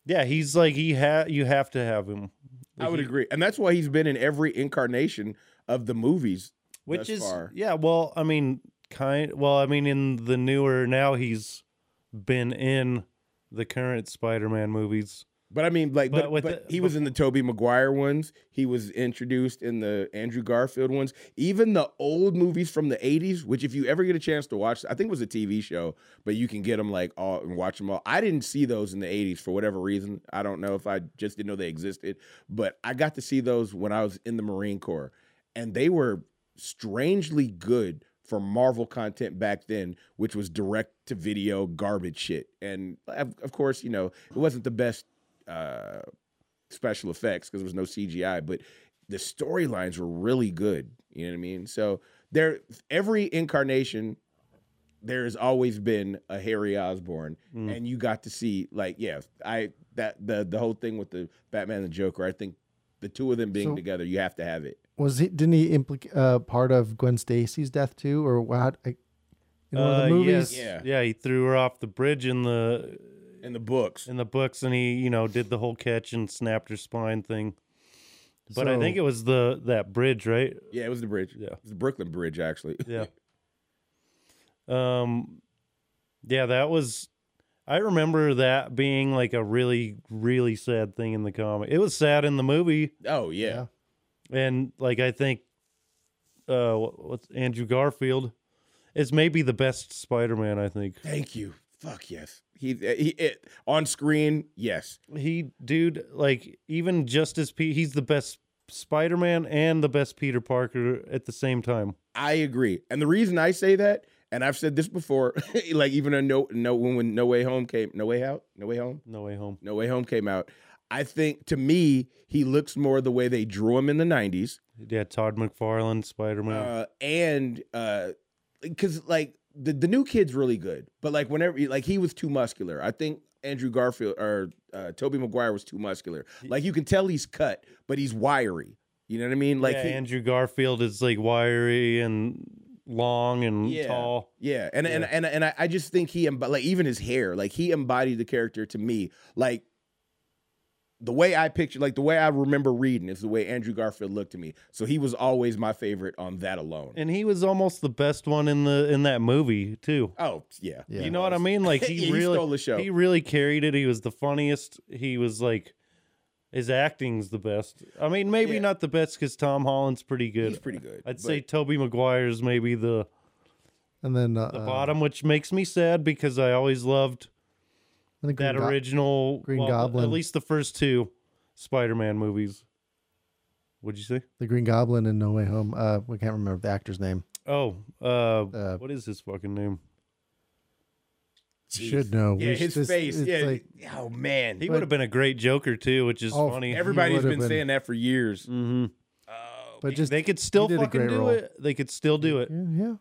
[SPEAKER 2] yeah, he's like he ha you have to have him.
[SPEAKER 4] I would agree, and that's why he's been in every incarnation of the movies.
[SPEAKER 2] which
[SPEAKER 4] thus
[SPEAKER 2] is
[SPEAKER 4] far.
[SPEAKER 2] yeah well i mean kind well i mean in the newer now he's been in the current spider-man movies
[SPEAKER 4] But I mean, like, but,
[SPEAKER 2] But with
[SPEAKER 4] but
[SPEAKER 2] the-
[SPEAKER 4] he was in the Toby Maguire ones. He was introduced in the Andrew Garfield ones. Even the old movies from the '80s, which if you ever get a chance to watch, I think it was a TV show, but you can get them like all and watch them all. I didn't see those in the '80s for whatever reason. I don't know if I just didn't know they existed, but I got to see those when I was in the Marine Corps, and they were strangely good for Marvel content back then, which was direct to video garbage shit. And of, of course, you know, it wasn't the best uh, special effects because there was no CGI, but the storylines were really good. You know what I mean? So there, every incarnation, there has always been a Harry Osborn,
[SPEAKER 3] Mm.
[SPEAKER 4] and you got to see like, yeah, I that the the whole thing with the Batman and the Joker. I think the two of them being
[SPEAKER 3] So-
[SPEAKER 4] together, you have to have it.
[SPEAKER 3] Was he? Didn't he implicate uh, part of Gwen Stacy's death too, or what? I, in one of the
[SPEAKER 2] Uh,
[SPEAKER 3] movies,
[SPEAKER 4] yes. Yeah.
[SPEAKER 2] yeah he threw her off the bridge in the
[SPEAKER 4] In the books,
[SPEAKER 2] in the books and he you know did the whole catch and snapped her spine thing but i
[SPEAKER 3] So-
[SPEAKER 2] think it was the that bridge right
[SPEAKER 4] yeah, it was the bridge.
[SPEAKER 2] Yeah.
[SPEAKER 4] it was the Brooklyn Bridge actually.
[SPEAKER 2] yeah um yeah that was i remember that being like a really really sad thing in the comic it was sad in the movie
[SPEAKER 4] oh yeah.
[SPEAKER 3] Yeah.
[SPEAKER 2] and like I think, uh, wh- what's Andrew Garfield is maybe the best Spider-Man. I think
[SPEAKER 4] Thank you. Fuck yes. He he it, on screen. Yes.
[SPEAKER 2] he, dude, like even just as P- he's the best Spider-Man and the best Peter Parker at the same time.
[SPEAKER 4] I agree. And the reason I say that, and I've said this before, like even on no no when, when No Way Home came, No Way Out, No Way Home,
[SPEAKER 2] No way home.
[SPEAKER 4] No Way Home came out. I think to me, he looks more the way they drew him in the '90s,
[SPEAKER 2] Yeah, Todd McFarlane Spider-Man.
[SPEAKER 4] uh, and because like the the new kid's really good, but like whenever like he was too muscular. I think Andrew Garfield or uh, Toby Maguire was too muscular. Like you can tell he's cut, but he's wiry. You know what I mean? Like
[SPEAKER 2] yeah,
[SPEAKER 4] he-
[SPEAKER 2] Andrew Garfield is like wiry and long and
[SPEAKER 4] Yeah.
[SPEAKER 2] tall.
[SPEAKER 4] Yeah, and and
[SPEAKER 2] Yeah.
[SPEAKER 4] and and I, I just think he embo- like even his hair, like he embodied the character to me. Like the way I picture, like the way I remember reading, is the way Andrew Garfield looked to me. So he was always my favorite on that alone.
[SPEAKER 2] And he was almost the best one in the in that movie too.
[SPEAKER 4] oh yeah,
[SPEAKER 3] Yeah.
[SPEAKER 2] You know what I mean? Like
[SPEAKER 4] Yeah,
[SPEAKER 2] he
[SPEAKER 4] he
[SPEAKER 2] really
[SPEAKER 4] stole the show.
[SPEAKER 2] He really carried it. He was the funniest. He was like his acting's the best. I mean, maybe
[SPEAKER 4] Yeah.
[SPEAKER 2] not the best because Tom Holland's pretty good.
[SPEAKER 4] he's pretty good.
[SPEAKER 2] I'd
[SPEAKER 4] but-
[SPEAKER 2] say Toby Maguire's maybe the
[SPEAKER 3] and then uh,
[SPEAKER 2] the
[SPEAKER 3] uh,
[SPEAKER 2] bottom, which makes me sad because I always loved
[SPEAKER 3] and the Green
[SPEAKER 2] that
[SPEAKER 3] Go-
[SPEAKER 2] original
[SPEAKER 3] Green
[SPEAKER 2] well,
[SPEAKER 3] Goblin.
[SPEAKER 2] At least the first two Spider-Man movies. What'd you say?
[SPEAKER 3] the Green Goblin in No Way Home. Uh, we can't remember the actor's name.
[SPEAKER 2] Oh, uh,
[SPEAKER 3] Uh,
[SPEAKER 2] what is his fucking name?
[SPEAKER 4] Jeez.
[SPEAKER 3] Should know.
[SPEAKER 4] Yeah,
[SPEAKER 3] We
[SPEAKER 4] his
[SPEAKER 3] just-
[SPEAKER 4] face.
[SPEAKER 3] it's
[SPEAKER 4] Yeah.
[SPEAKER 3] like-
[SPEAKER 4] oh man,
[SPEAKER 2] He
[SPEAKER 3] But-
[SPEAKER 2] would have been a great Joker too, which is
[SPEAKER 3] Oh,
[SPEAKER 2] funny.
[SPEAKER 3] every-
[SPEAKER 4] everybody's
[SPEAKER 3] would've been-
[SPEAKER 4] been
[SPEAKER 3] Mm-hmm.
[SPEAKER 4] saying that for years.
[SPEAKER 2] Mhm.
[SPEAKER 4] Oh,
[SPEAKER 3] but just
[SPEAKER 2] They could still
[SPEAKER 3] did a
[SPEAKER 2] fucking
[SPEAKER 3] great
[SPEAKER 2] do
[SPEAKER 3] role.
[SPEAKER 2] it. They could still do it.
[SPEAKER 3] yeah, yeah.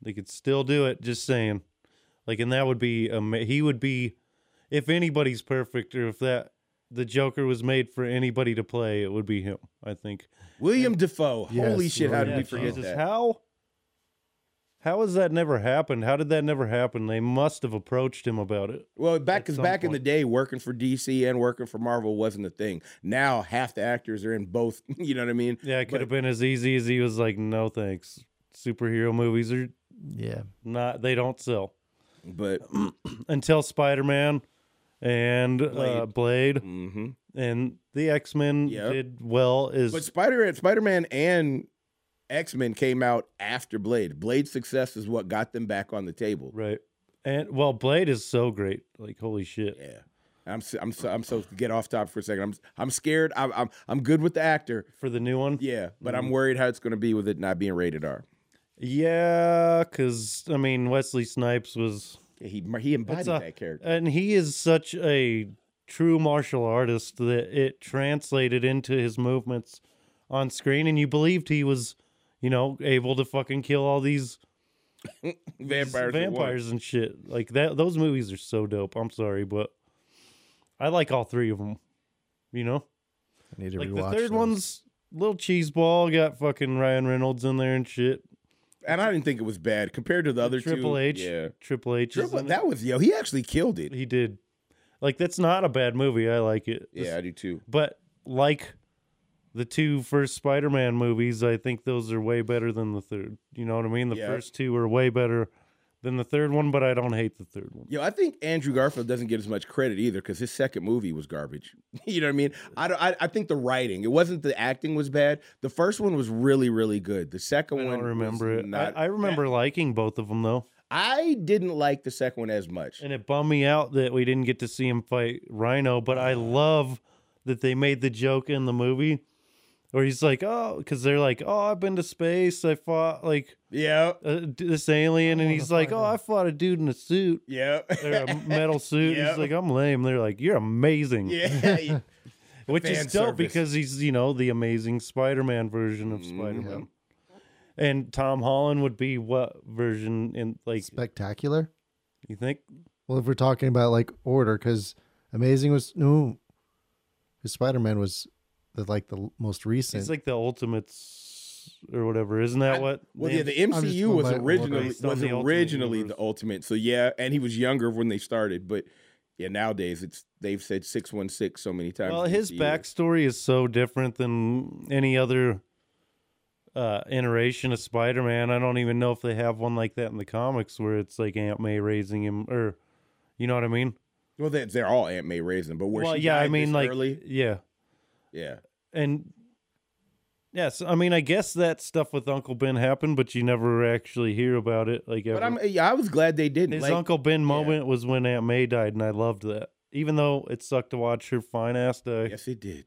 [SPEAKER 2] They could still do it. Just saying, like, and that would be ama- he would be, if anybody's perfect, or if that the Joker was made for anybody to play, it would be him. I think.
[SPEAKER 4] William Defoe.
[SPEAKER 3] Yes,
[SPEAKER 4] Holy shit! How did
[SPEAKER 3] William
[SPEAKER 4] we forget
[SPEAKER 2] Jesus,
[SPEAKER 4] that?
[SPEAKER 2] How? How has that never happened? How did that never happen? They must have approached him about it.
[SPEAKER 4] Well, back
[SPEAKER 2] at
[SPEAKER 4] because
[SPEAKER 2] some
[SPEAKER 4] back in the
[SPEAKER 2] point.
[SPEAKER 4] day, working for DC and working for Marvel wasn't a thing. Now half the actors are in both. You know what I mean?
[SPEAKER 2] Yeah, it
[SPEAKER 4] But-
[SPEAKER 2] could have been as easy as he was like, "No thanks. Superhero movies are
[SPEAKER 3] Yeah.
[SPEAKER 2] not. They don't sell
[SPEAKER 4] But
[SPEAKER 2] until Spider Man." And Uh, Blade
[SPEAKER 4] mhm.
[SPEAKER 2] Mm-hmm. and the X Men
[SPEAKER 4] Yep.
[SPEAKER 2] did well. Is
[SPEAKER 4] but Spider Spider Man and X Men came out after Blade. Blade's success is what got them back on the table.
[SPEAKER 2] Right. And well, Blade is so great. Like holy shit.
[SPEAKER 4] Yeah. I'm so, I'm so, I'm so get off topic for a second. I'm I'm scared. I'm I'm, I'm good with the actor.
[SPEAKER 2] For the new one?
[SPEAKER 4] Yeah, but
[SPEAKER 2] Mm-hmm.
[SPEAKER 4] I'm worried how it's going to be with it not being rated R.
[SPEAKER 2] Yeah, cuz I mean Wesley Snipes was
[SPEAKER 4] Yeah, He he embodied
[SPEAKER 2] a-
[SPEAKER 4] that character.
[SPEAKER 2] and he is such a true martial artist that it translated into his movements on screen and you believed he was, you know, able to fucking kill all these
[SPEAKER 4] Vampires. are one.
[SPEAKER 2] vampires and shit. Like that those movies are so dope. I'm sorry, but I like all three of them. You know?
[SPEAKER 3] I need to
[SPEAKER 2] Like
[SPEAKER 3] rewatch
[SPEAKER 2] the third
[SPEAKER 3] those.
[SPEAKER 2] one's little cheese ball got fucking Ryan Reynolds in there and shit.
[SPEAKER 4] And I didn't think it was bad compared to the other two.
[SPEAKER 2] Triple H,
[SPEAKER 4] Yeah.
[SPEAKER 2] Triple H, is
[SPEAKER 4] Triple,
[SPEAKER 2] in it.
[SPEAKER 4] that was yo. He actually killed it.
[SPEAKER 2] he did. Like that's not a bad movie. I like it.
[SPEAKER 4] Yeah, I do too.
[SPEAKER 2] but like the two first Spider-Man movies, I think those are way better than the third. You know what I mean? The
[SPEAKER 4] Yeah.
[SPEAKER 2] first two are way better than the third one, but I don't hate the third one.
[SPEAKER 4] Yo, I think Andrew Garfield doesn't get as much credit either because his second movie was garbage. you know what I mean? I, don't, I I think the writing, it wasn't the acting was bad. The first one was really really good. The second
[SPEAKER 2] I
[SPEAKER 4] one,
[SPEAKER 2] don't remember
[SPEAKER 4] was
[SPEAKER 2] it.
[SPEAKER 4] Not,
[SPEAKER 2] I, I remember liking both of them though,
[SPEAKER 4] I didn't like the second one as much.
[SPEAKER 2] and it bummed me out that we didn't get to see him fight Rhino. But I love that they made the joke in the movie where he's like, "Oh," because they're like, "Oh, I've been to space. I fought like
[SPEAKER 4] Yeah,
[SPEAKER 2] uh, d- this alien," and he's like, "Oh, I fought a dude in a suit."
[SPEAKER 4] yeah,
[SPEAKER 2] Or a metal suit.
[SPEAKER 4] Yeah.
[SPEAKER 2] He's like, I'm lame. They're like, you're amazing.
[SPEAKER 4] yeah.
[SPEAKER 2] Which
[SPEAKER 4] Fan
[SPEAKER 2] is dope
[SPEAKER 4] service. Mm-hmm.
[SPEAKER 2] because he's, you know, the amazing Spider Man version of Spider Man. And Tom Holland would be what version in like
[SPEAKER 3] Spectacular.
[SPEAKER 2] you think?
[SPEAKER 3] Well, if we're talking about like order, because Amazing was no, because Spider Man was the, like the l- most recent.
[SPEAKER 2] It's like the Ultimates or whatever, isn't that
[SPEAKER 4] I-
[SPEAKER 2] what?
[SPEAKER 4] Well,
[SPEAKER 2] they-
[SPEAKER 4] yeah, the
[SPEAKER 3] just
[SPEAKER 4] MCU
[SPEAKER 3] going
[SPEAKER 4] was
[SPEAKER 3] by order.
[SPEAKER 4] originally
[SPEAKER 2] Based on
[SPEAKER 4] was
[SPEAKER 2] the Ultimate
[SPEAKER 4] originally
[SPEAKER 2] Universe.
[SPEAKER 4] the ultimate. So yeah, and he was younger when they started, but yeah, nowadays it's they've said six one six so many times.
[SPEAKER 2] well,
[SPEAKER 4] in
[SPEAKER 2] his
[SPEAKER 4] MCU.
[SPEAKER 2] backstory is so different than any other uh iteration of Spider-Man. I don't even know if they have one like that in the comics where it's like Aunt May raising him or you know what I mean?
[SPEAKER 4] Well, they, they're all Aunt May raising, but where
[SPEAKER 2] well,
[SPEAKER 4] she
[SPEAKER 2] yeah, I
[SPEAKER 4] died
[SPEAKER 2] mean,
[SPEAKER 4] this
[SPEAKER 2] like,
[SPEAKER 4] early,
[SPEAKER 2] yeah,
[SPEAKER 4] yeah,
[SPEAKER 2] and yes, I mean, I guess that stuff with Uncle Ben happened, but you never actually hear about it. Like,
[SPEAKER 4] but
[SPEAKER 2] ever.
[SPEAKER 4] I'm yeah, I was glad they didn't.
[SPEAKER 2] his
[SPEAKER 4] like,
[SPEAKER 2] Uncle Ben moment was when Aunt May died, and I loved that. Even though it sucked to watch her fine ass die,
[SPEAKER 4] Yes, it did.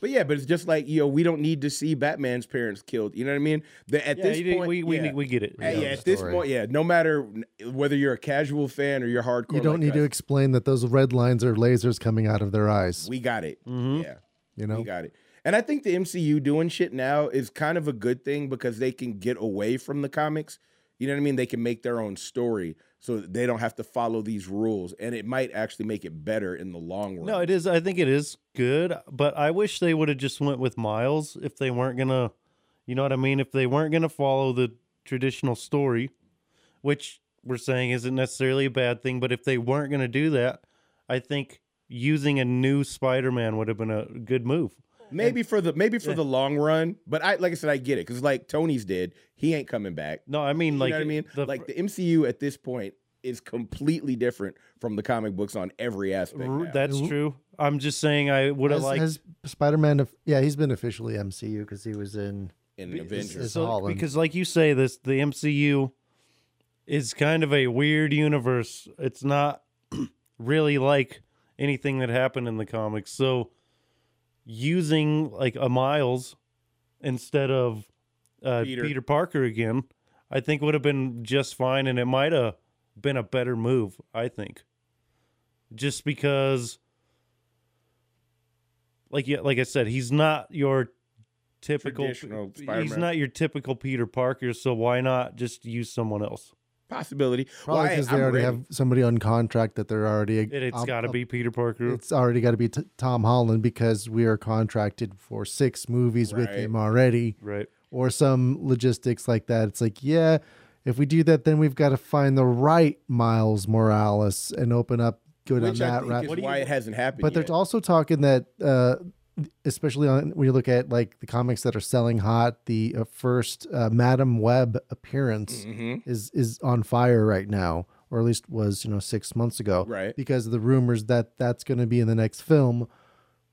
[SPEAKER 4] But yeah, but it's just like you know, we don't need to see Batman's parents killed. You know what I mean? The, at
[SPEAKER 2] Yeah,
[SPEAKER 4] this
[SPEAKER 2] you did-
[SPEAKER 4] point,
[SPEAKER 2] we we,
[SPEAKER 4] yeah.
[SPEAKER 2] we get it.
[SPEAKER 4] At-
[SPEAKER 3] Yeah,
[SPEAKER 4] yeah,
[SPEAKER 3] the
[SPEAKER 4] at this
[SPEAKER 3] story.
[SPEAKER 4] point, yeah. No matter n- whether you're a casual fan or you're hardcore,
[SPEAKER 3] you don't
[SPEAKER 4] like
[SPEAKER 3] need to
[SPEAKER 4] us,
[SPEAKER 3] explain that those red lines are lasers coming out of their eyes.
[SPEAKER 4] We got it.
[SPEAKER 2] Mhm.
[SPEAKER 4] Yeah.
[SPEAKER 3] You know,
[SPEAKER 4] We got it. And I think the MCU doing shit now is kind of a good thing because they can get away from the comics. You know what I mean? They can make their own story so that they don't have to follow these rules. And it might actually make it better in the long run.
[SPEAKER 2] No, it is. I think it is good, but I wish they would have just went with Miles if they weren't gonna, you know what I mean. If they weren't gonna follow the traditional story, which we're saying isn't necessarily a bad thing, but if they weren't gonna do that, I think using a new Spider-Man would have been a good move.
[SPEAKER 4] maybe for the maybe for
[SPEAKER 2] Yeah.
[SPEAKER 4] the long run. But I like I said, I get it. Cause like Tony's dead. He ain't coming back.
[SPEAKER 2] No, I mean
[SPEAKER 4] You
[SPEAKER 2] like
[SPEAKER 4] know what I mean?
[SPEAKER 2] the-
[SPEAKER 4] like the MCU at this point is completely different from the comic books on every aspect.
[SPEAKER 2] r-
[SPEAKER 4] now.
[SPEAKER 2] that's true. I'm just saying I would have
[SPEAKER 3] has,
[SPEAKER 2] liked
[SPEAKER 3] Spider Man? Yeah, he's been officially MCU because he was in.
[SPEAKER 4] in
[SPEAKER 2] Be-
[SPEAKER 4] Avengers.
[SPEAKER 3] is- Holland.
[SPEAKER 2] Because, like you say, this the MCU is kind of a weird universe. It's not really like anything that happened in the comics. So, using like a Miles instead of uh,
[SPEAKER 4] Peter.
[SPEAKER 2] Peter. Parker again, I think would have been just fine, and it might have been a better move. I think, just because. Like, yeah, like I said, he's not your typical
[SPEAKER 4] Traditional
[SPEAKER 2] He's
[SPEAKER 4] Spider-Man.
[SPEAKER 2] not your typical Peter Parker, so why not just use someone else?
[SPEAKER 4] Possibility.
[SPEAKER 3] Probably
[SPEAKER 4] Well, hey,
[SPEAKER 3] because they
[SPEAKER 4] I'm
[SPEAKER 3] already
[SPEAKER 4] ready.
[SPEAKER 3] have somebody on contract that they're already.
[SPEAKER 2] It, it's
[SPEAKER 3] up-
[SPEAKER 2] got to
[SPEAKER 3] up-
[SPEAKER 2] be Peter Parker.
[SPEAKER 3] It's already got to be t- Tom Holland because we are contracted for six movies with
[SPEAKER 4] Right.
[SPEAKER 3] him already,
[SPEAKER 2] right.
[SPEAKER 3] or some logistics like that. It's like, yeah, if we do that, then we've got to find the right Miles Morales and open up, go down
[SPEAKER 4] Which I
[SPEAKER 3] that
[SPEAKER 4] think
[SPEAKER 3] route.
[SPEAKER 4] is why it hasn't happened.
[SPEAKER 3] But
[SPEAKER 4] yet.
[SPEAKER 3] there's also talking that, uh, especially on when you look at like the comics that are selling hot, the uh, first uh, Madam Web appearance
[SPEAKER 4] Mhm.
[SPEAKER 2] Mm-hmm.
[SPEAKER 3] is is on fire right now, or at least was you know six months ago,
[SPEAKER 4] Right.
[SPEAKER 3] Because of the rumors that that's going to be in the next film,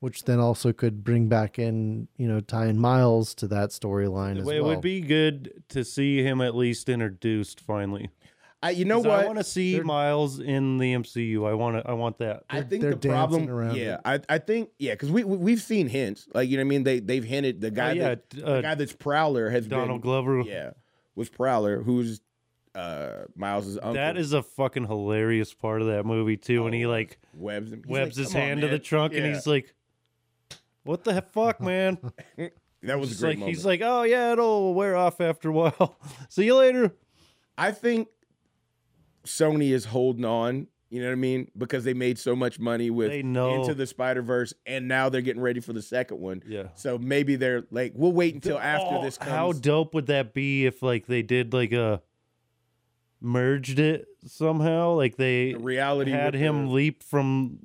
[SPEAKER 3] which then also could bring back in you know tie in Miles to that storyline as
[SPEAKER 2] Well, It
[SPEAKER 3] well.
[SPEAKER 2] would be good to see him at least introduced finally.
[SPEAKER 4] I, you know
[SPEAKER 2] 'Cause
[SPEAKER 4] what?
[SPEAKER 2] I want to see Miles in the MCU. I want to. I want that.
[SPEAKER 4] I think
[SPEAKER 3] they're
[SPEAKER 4] the problem.
[SPEAKER 3] dancing around
[SPEAKER 4] yeah, I, I think yeah, because we, we we've seen hints. Like you know what I mean? They they've hinted
[SPEAKER 3] Oh,
[SPEAKER 4] the guy
[SPEAKER 2] yeah,
[SPEAKER 4] that,
[SPEAKER 2] d-
[SPEAKER 4] the
[SPEAKER 2] uh,
[SPEAKER 4] guy that's Prowler has
[SPEAKER 2] Donald
[SPEAKER 4] been
[SPEAKER 2] Glover.
[SPEAKER 4] yeah was Prowler who's uh Miles's uncle.
[SPEAKER 2] That is a fucking hilarious part of that movie too. when
[SPEAKER 4] Oh,
[SPEAKER 2] he like
[SPEAKER 4] webs him. He's
[SPEAKER 2] webs
[SPEAKER 4] like,
[SPEAKER 2] his
[SPEAKER 4] "Come on,
[SPEAKER 2] hand to
[SPEAKER 4] man."
[SPEAKER 2] the trunk
[SPEAKER 4] Yeah.
[SPEAKER 2] and he's like, "What the he- fuck, man?"
[SPEAKER 4] that was a
[SPEAKER 2] It's
[SPEAKER 4] great
[SPEAKER 2] like
[SPEAKER 4] moment.
[SPEAKER 2] he's like, "Oh yeah, it'll wear off after a while. see you later."
[SPEAKER 4] I think Sony is holding on. You know what I mean? Because they made so much money with
[SPEAKER 2] They know.
[SPEAKER 4] Into the Spider Verse, and now they're getting ready for the second one.
[SPEAKER 2] Yeah.
[SPEAKER 4] So maybe they're like, we'll wait until after
[SPEAKER 2] Oh,
[SPEAKER 4] this comes.
[SPEAKER 2] How dope would that be if like they did like a merged it somehow? Like they
[SPEAKER 4] the reality
[SPEAKER 2] had
[SPEAKER 4] with
[SPEAKER 2] him
[SPEAKER 4] the-
[SPEAKER 2] leap from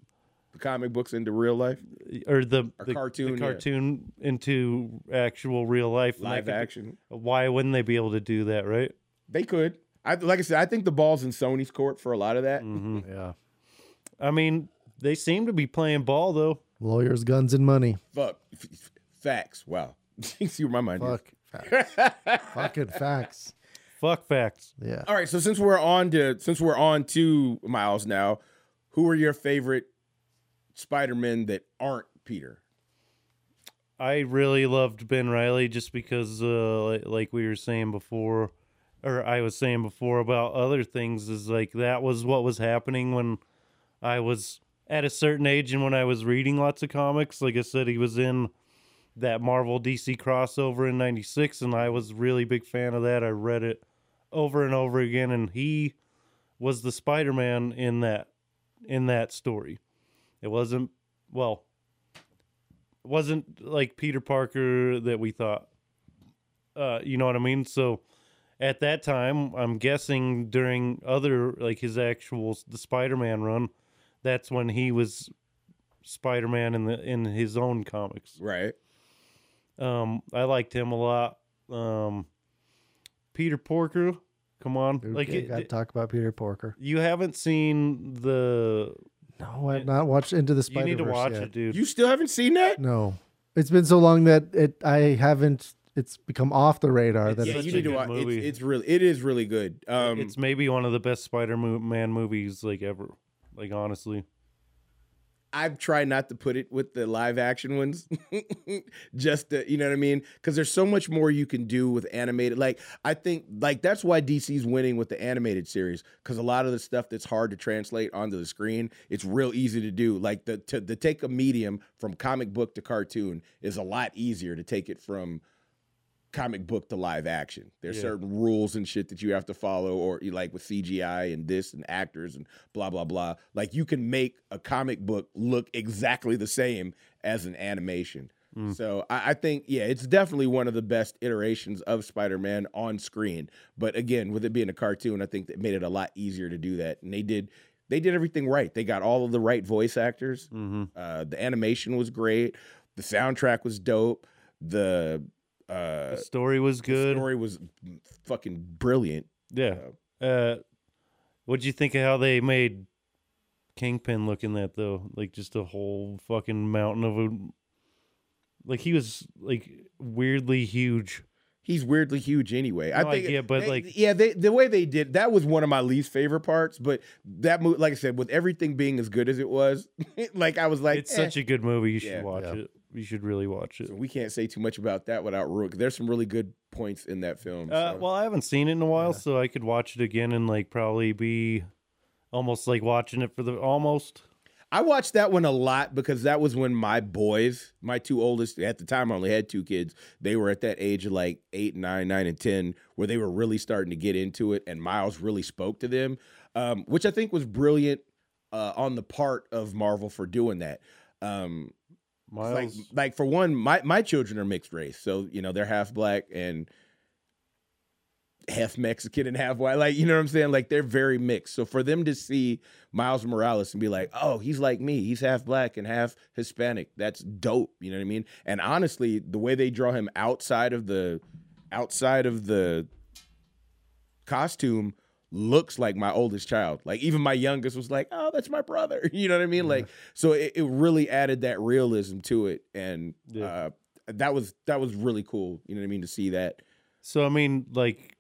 [SPEAKER 4] the comic books into real life,
[SPEAKER 2] or the,
[SPEAKER 4] Or
[SPEAKER 2] the
[SPEAKER 4] cartoon,
[SPEAKER 2] the
[SPEAKER 4] yeah.
[SPEAKER 2] cartoon into actual real life. and that
[SPEAKER 4] live
[SPEAKER 2] could be-
[SPEAKER 4] action.
[SPEAKER 2] Why wouldn't they be able to do that, right?
[SPEAKER 4] They could. I like I said. I think the ball's in Sony's court for a lot of that.
[SPEAKER 3] Yeah.
[SPEAKER 2] I mean, they seem to be playing ball though.
[SPEAKER 3] Lawyers, guns, and money.
[SPEAKER 4] Fuck F- f- facts. Wow. See where my mind is.
[SPEAKER 3] Fuck facts. Fucking facts.
[SPEAKER 2] Fuck facts.
[SPEAKER 3] Yeah.
[SPEAKER 4] All right. So since we're on to since we're on to Miles now, who are your favorite Spider Men that aren't Peter?
[SPEAKER 2] I really loved Ben Riley just because, uh, li- like we were saying before, or I was saying before about other things, is like that was what was happening when I was at a certain age and when I was reading lots of comics. Like I said, he was in that Marvel DC crossover in 96, and I was a really big fan of that. I read it over and over again, and he was the Spider Man in that in that story. It wasn't well, it wasn't like Peter Parker that we thought. Uh, you know what I mean? So at that time, I'm guessing during other like his actual the Spider-Man run, that's when he was Spider-Man in the in his own comics.
[SPEAKER 4] Right.
[SPEAKER 2] Um, I liked him a lot. Um, Peter Porker, come on, like
[SPEAKER 3] okay,
[SPEAKER 2] it-
[SPEAKER 3] got to talk about Peter Porker.
[SPEAKER 2] you haven't seen the.
[SPEAKER 3] No, I've not watched Into the
[SPEAKER 2] You
[SPEAKER 3] Spider Verse.
[SPEAKER 2] need to watch
[SPEAKER 3] yet.
[SPEAKER 2] it, dude.
[SPEAKER 4] You still haven't seen that?
[SPEAKER 3] No, it's been so long that it I haven't. It's become off the radar. That
[SPEAKER 2] It's-
[SPEAKER 4] yeah,
[SPEAKER 2] such
[SPEAKER 4] you
[SPEAKER 2] a
[SPEAKER 4] need to
[SPEAKER 2] good
[SPEAKER 4] watch.
[SPEAKER 2] movie.
[SPEAKER 4] It's, it's really, it is really good. Um,
[SPEAKER 2] it's maybe one of the best Spider-Man movies like ever. Like honestly,
[SPEAKER 4] I've tried not to put it with the live action ones, just to, you know what I mean? Because there's so much more you can do with animated. Like I think like that's why DC's winning with the animated series because a lot of the stuff that's hard to translate onto the screen, it's real easy to do. Like the to, to take a medium from comic book to cartoon is a lot easier to take it from comic book to live action. There's
[SPEAKER 2] Yeah.
[SPEAKER 4] certain rules and shit that you have to follow, or you like with CGI and this and actors and blah blah blah. Like you can make a comic book look exactly the same as an animation.
[SPEAKER 2] Mm.
[SPEAKER 4] So I, I think yeah, it's definitely one of the best iterations of Spider-Man on screen. But again, with it being a cartoon, I think that made it a lot easier to do that. And they did they did everything right. They got all of the right voice actors.
[SPEAKER 2] hmm
[SPEAKER 4] Uh, the animation was great. The soundtrack was dope. The uh,
[SPEAKER 2] the story was
[SPEAKER 4] the
[SPEAKER 2] good.
[SPEAKER 4] story was fucking brilliant.
[SPEAKER 2] Yeah. Uh, what'd you think of how they made Kingpin look in that though? Like just a whole fucking mountain of a. Like he was like weirdly huge.
[SPEAKER 4] He's weirdly huge anyway.
[SPEAKER 2] No, I get, but,
[SPEAKER 4] they-
[SPEAKER 2] like-
[SPEAKER 4] yeah, they, the way they did that was one of my least favorite parts. But that movie, like I said, with everything being as good as it was, like I was like, eh.
[SPEAKER 2] it's such a good movie. You should
[SPEAKER 4] Yeah.
[SPEAKER 2] watch
[SPEAKER 3] Yeah.
[SPEAKER 2] it. You should really watch it.
[SPEAKER 4] So we can't say too much about that without ruining. There's some really good points in that film.
[SPEAKER 2] Uh,
[SPEAKER 4] so-
[SPEAKER 2] well, I haven't seen it in a while, so I could watch it again and like probably be almost like watching it for the almost.
[SPEAKER 4] I watched that one a lot because that was when my boys, my two oldest, at the time I only had two kids, they were at that age of like eight, nine, nine, and 10, where they were really starting to get into it. And Miles really spoke to them, um, which I think was brilliant uh, on the part of Marvel for doing that. Um, it's
[SPEAKER 2] Miles,
[SPEAKER 4] Like, like for one, my my children are mixed race, so you know they're half black and half Mexican and half white. Like you know what I'm saying? Like they're very mixed. So for them to see Miles Morales and be like, "Oh, he's like me. He's half black and half Hispanic. That's dope." You know what I mean? And honestly, the way they draw him outside of the outside of the costume looks like my oldest child. Like even my youngest was like, "Oh, that's my brother." You know what I mean? Like so it, it really added that realism to it and
[SPEAKER 2] Yeah.
[SPEAKER 4] uh that was that was really cool, you know what I mean to see that.
[SPEAKER 2] So I mean, like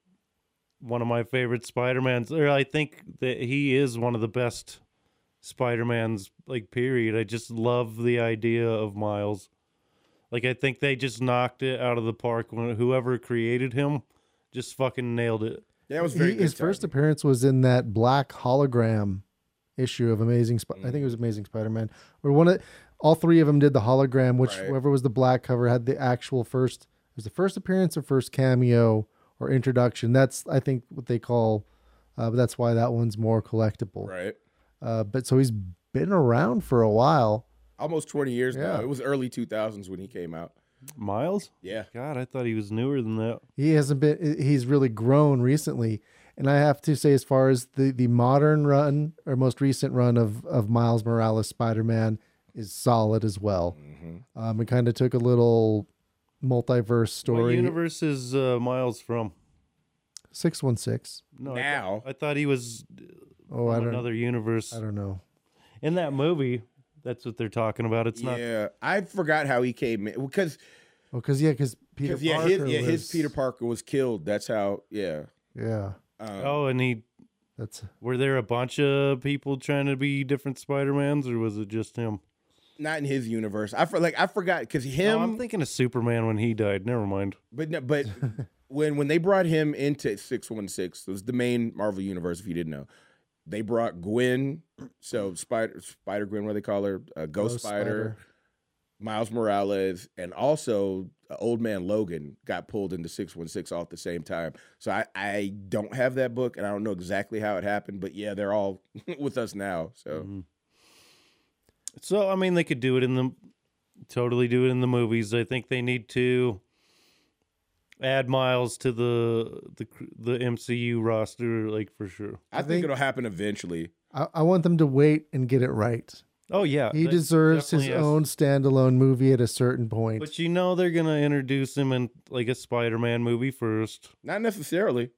[SPEAKER 2] one of my favorite Spider-Mans, or I think that he is one of the best Spider-Mans, like period. I just love the idea of Miles. Like I think they just knocked it out of the park when whoever created him just fucking nailed it.
[SPEAKER 4] That was
[SPEAKER 3] He-
[SPEAKER 4] very
[SPEAKER 3] his
[SPEAKER 4] good
[SPEAKER 3] first
[SPEAKER 4] timing.
[SPEAKER 3] appearance was in that black hologram issue of Amazing. Sp- I think
[SPEAKER 4] Mm.
[SPEAKER 3] it was Amazing Spider-Man, where one of all three of them did the hologram. Which
[SPEAKER 4] Right.
[SPEAKER 3] whoever was the black cover had the actual first. It was the first appearance or first cameo or introduction. That's I think what they call. Uh, but that's why that one's more collectible.
[SPEAKER 4] right.
[SPEAKER 3] Uh, but so he's been around for a while.
[SPEAKER 4] Almost 20 years now.
[SPEAKER 3] Yeah.
[SPEAKER 4] It was early 2000s when he came out.
[SPEAKER 2] Miles?
[SPEAKER 4] Yeah.
[SPEAKER 2] God, I thought he was newer than that.
[SPEAKER 3] he hasn't been he's really grown recently and i have to say as far as the the modern run or most recent run of of miles morales spider-man is solid as well.
[SPEAKER 4] Mm-hmm.
[SPEAKER 3] Um, we kind of took a little multiverse
[SPEAKER 2] What
[SPEAKER 3] story.
[SPEAKER 2] universe is uh, Miles from?
[SPEAKER 3] Six one six.
[SPEAKER 2] No, I thought-
[SPEAKER 4] Now,
[SPEAKER 2] I, thought he was
[SPEAKER 3] Oh, I
[SPEAKER 2] from
[SPEAKER 3] don't.
[SPEAKER 2] another universe
[SPEAKER 3] I don't know.
[SPEAKER 2] in that movie. That's what they're talking about. It's not.
[SPEAKER 4] yeah, I forgot how he came in because
[SPEAKER 3] Oh, because yeah, because Peter
[SPEAKER 4] because yeah,
[SPEAKER 3] Parker.
[SPEAKER 4] his, yeah, his
[SPEAKER 3] was-
[SPEAKER 4] Peter Parker was killed. That's how yeah.
[SPEAKER 3] Yeah,
[SPEAKER 4] Um,
[SPEAKER 2] Oh, and he
[SPEAKER 3] that's
[SPEAKER 2] were there a bunch of people trying to be different Spider Mans, or was it just him?
[SPEAKER 4] not in his universe. I for, like I forgot because
[SPEAKER 2] No,
[SPEAKER 4] him.
[SPEAKER 2] I'm thinking of Superman when he died. Never mind.
[SPEAKER 4] But no, but when when they brought him into six one six, it was the main Marvel universe. If you didn't know, they brought Gwen, so Spider Spider Gwen, what do they call her, uh, Ghost,
[SPEAKER 3] Ghost
[SPEAKER 4] Spider,
[SPEAKER 3] Spider.
[SPEAKER 4] Miles Morales, and also uh, Old Man Logan got pulled into six one six all at the same time. So I I don't have that book, and I don't know exactly how it happened. But yeah, they're all with us now. So
[SPEAKER 2] Mhm. So I mean, they could do it in the totally do it in the movies. I think they need to add Miles to the the the MCU roster, like for sure.
[SPEAKER 4] I, think,
[SPEAKER 3] think-
[SPEAKER 4] it'll happen eventually.
[SPEAKER 3] I, I want them to wait and get it right.
[SPEAKER 2] Oh yeah,
[SPEAKER 3] He
[SPEAKER 2] that
[SPEAKER 3] deserves his
[SPEAKER 2] definitely has-
[SPEAKER 3] own standalone movie at a certain point.
[SPEAKER 2] But you know they're gonna introduce him in like a Spider-Man movie first.
[SPEAKER 4] Not necessarily,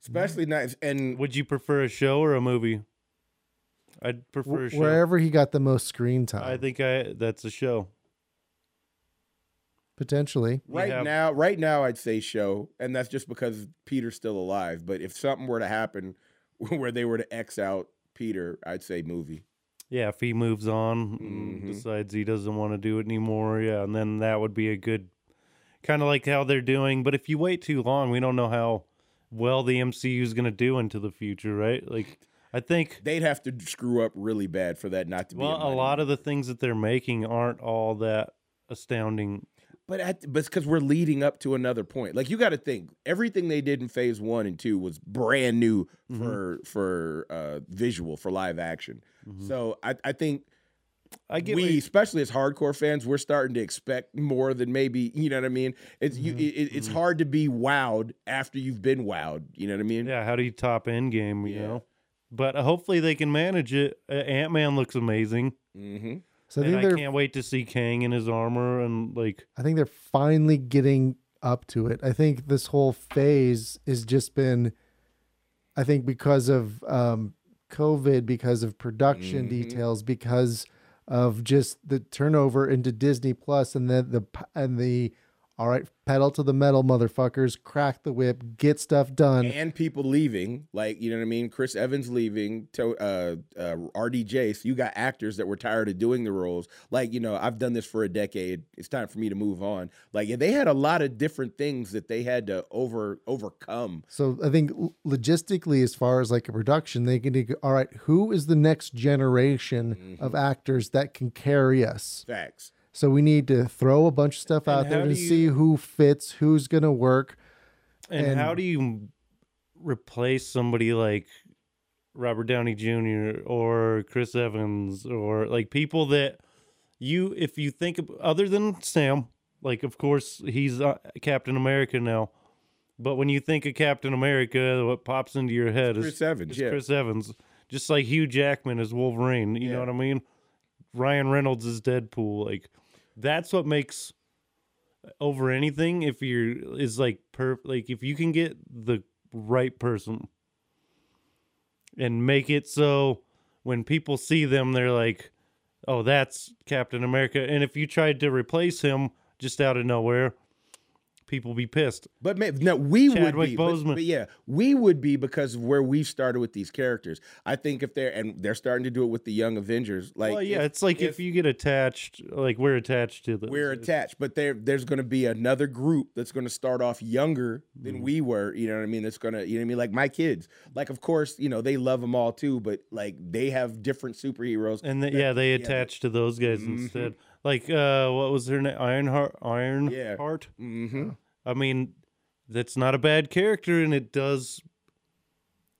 [SPEAKER 4] especially not and
[SPEAKER 2] Would you prefer a show or a movie? I'd prefer a
[SPEAKER 3] Wh-
[SPEAKER 2] show.
[SPEAKER 3] wherever he got the most screen time,
[SPEAKER 2] I think I that's a show.
[SPEAKER 3] potentially.
[SPEAKER 2] We
[SPEAKER 4] Right
[SPEAKER 2] have-
[SPEAKER 4] now, right now, I'd say show, and that's just because Peter's still alive. But if something were to happen where they were to X out Peter, I'd say movie.
[SPEAKER 2] Yeah, if he moves on, and
[SPEAKER 4] Mhm.
[SPEAKER 2] decides he doesn't want to do it anymore, yeah, and then that would be a good kind of like how they're doing. But if you wait too long, we don't know how well the MCU is going to do into the future, right? Like, I think
[SPEAKER 4] They'd have to screw up really bad for that not to be.
[SPEAKER 2] well, a lot of the things that they're making aren't all that astounding.
[SPEAKER 4] but at, but because we're leading up to another point. Like you got to think, everything they did in Phase One and Two was brand new
[SPEAKER 2] Mm-hmm.
[SPEAKER 4] for for uh, visual for live action.
[SPEAKER 2] Mm-hmm.
[SPEAKER 4] So I, I think
[SPEAKER 2] I get what
[SPEAKER 4] we,
[SPEAKER 2] you-
[SPEAKER 4] especially as hardcore fans, we're starting to expect more than maybe you know what I mean. It's you,
[SPEAKER 2] Mm-hmm.
[SPEAKER 4] it, it- it's hard to be wowed after you've been wowed. You know what I mean?
[SPEAKER 2] Yeah, how do you top end game? You
[SPEAKER 4] Yeah.
[SPEAKER 2] know, but uh, hopefully they can manage it. Uh, Ant Man looks amazing,
[SPEAKER 4] Mm-hmm.
[SPEAKER 3] So I
[SPEAKER 2] and
[SPEAKER 3] think
[SPEAKER 2] I
[SPEAKER 3] they're.
[SPEAKER 2] can't wait to see Kang in his armor and like.
[SPEAKER 3] I think they're finally getting up to it. I think this whole phase has just been, I think because of um, COVID, because of production
[SPEAKER 4] Mhm.
[SPEAKER 3] details, because of just the turnover into Disney Plus, and then the p- and the, all right, pedal to the metal, motherfuckers, crack the whip, get stuff done.
[SPEAKER 4] And people leaving, like you know what I mean. Chris Evans leaving, to, uh, uh, RDJ. So you got actors that were tired of doing the roles. Like you know, I've done this for a decade. It's time for me to move on. Like yeah, they had a lot of different things that they had to over overcome.
[SPEAKER 3] So I think l- logistically, as far as like a production, they can dig, all right, who is the next generation
[SPEAKER 2] Mm-hmm.
[SPEAKER 3] of actors that can carry us?
[SPEAKER 4] Facts.
[SPEAKER 3] So we need to throw a bunch of stuff
[SPEAKER 2] And
[SPEAKER 3] out there
[SPEAKER 2] how
[SPEAKER 3] to
[SPEAKER 2] do
[SPEAKER 3] see who fits, who's going to work.
[SPEAKER 2] And,
[SPEAKER 3] And-
[SPEAKER 2] how do you replace somebody like Robert Downey Jr. or Chris Evans or like people that you, if you think of, other than Sam, like of course he's uh, Captain America now, but when you think of Captain America, what pops into your head is
[SPEAKER 4] Chris Evans.
[SPEAKER 2] is
[SPEAKER 4] Yeah.
[SPEAKER 2] Chris Evans, just like Hugh Jackman is Wolverine. You
[SPEAKER 4] Yeah.
[SPEAKER 2] know what I mean? Ryan Reynolds is Deadpool. Like that's what makes uh, over anything. If you're is like per like if you can get the right person and make it so when people see them, they're like, "Oh, that's Captain America." And if you tried to replace him just out of nowhere, people be pissed.
[SPEAKER 4] But ma- no, we would
[SPEAKER 2] Chadwick
[SPEAKER 4] be. but-
[SPEAKER 2] Boseman.
[SPEAKER 4] But, yeah, we would be because of where we started with these characters. I think if they're and they're starting to do it with the Young Avengers, like
[SPEAKER 2] well, yeah,
[SPEAKER 4] if
[SPEAKER 2] it's like if,
[SPEAKER 4] if-
[SPEAKER 2] you get attached, like we're attached to this.
[SPEAKER 4] we're attached, but there there's going to be another group that's going to start off younger than
[SPEAKER 2] Mm-hmm.
[SPEAKER 4] we were. You know what I mean? That's going to you know what I mean? Like my kids, like of course you know they love them all too, but like they have different superheroes.
[SPEAKER 2] And the, yeah, they
[SPEAKER 4] but-
[SPEAKER 2] attached to those guys
[SPEAKER 4] Mm-hmm.
[SPEAKER 2] instead. Like uh what was her name? Ironheart Iron
[SPEAKER 4] Yeah.
[SPEAKER 2] Heart.
[SPEAKER 4] hmm
[SPEAKER 2] I mean, that's not a bad character and it does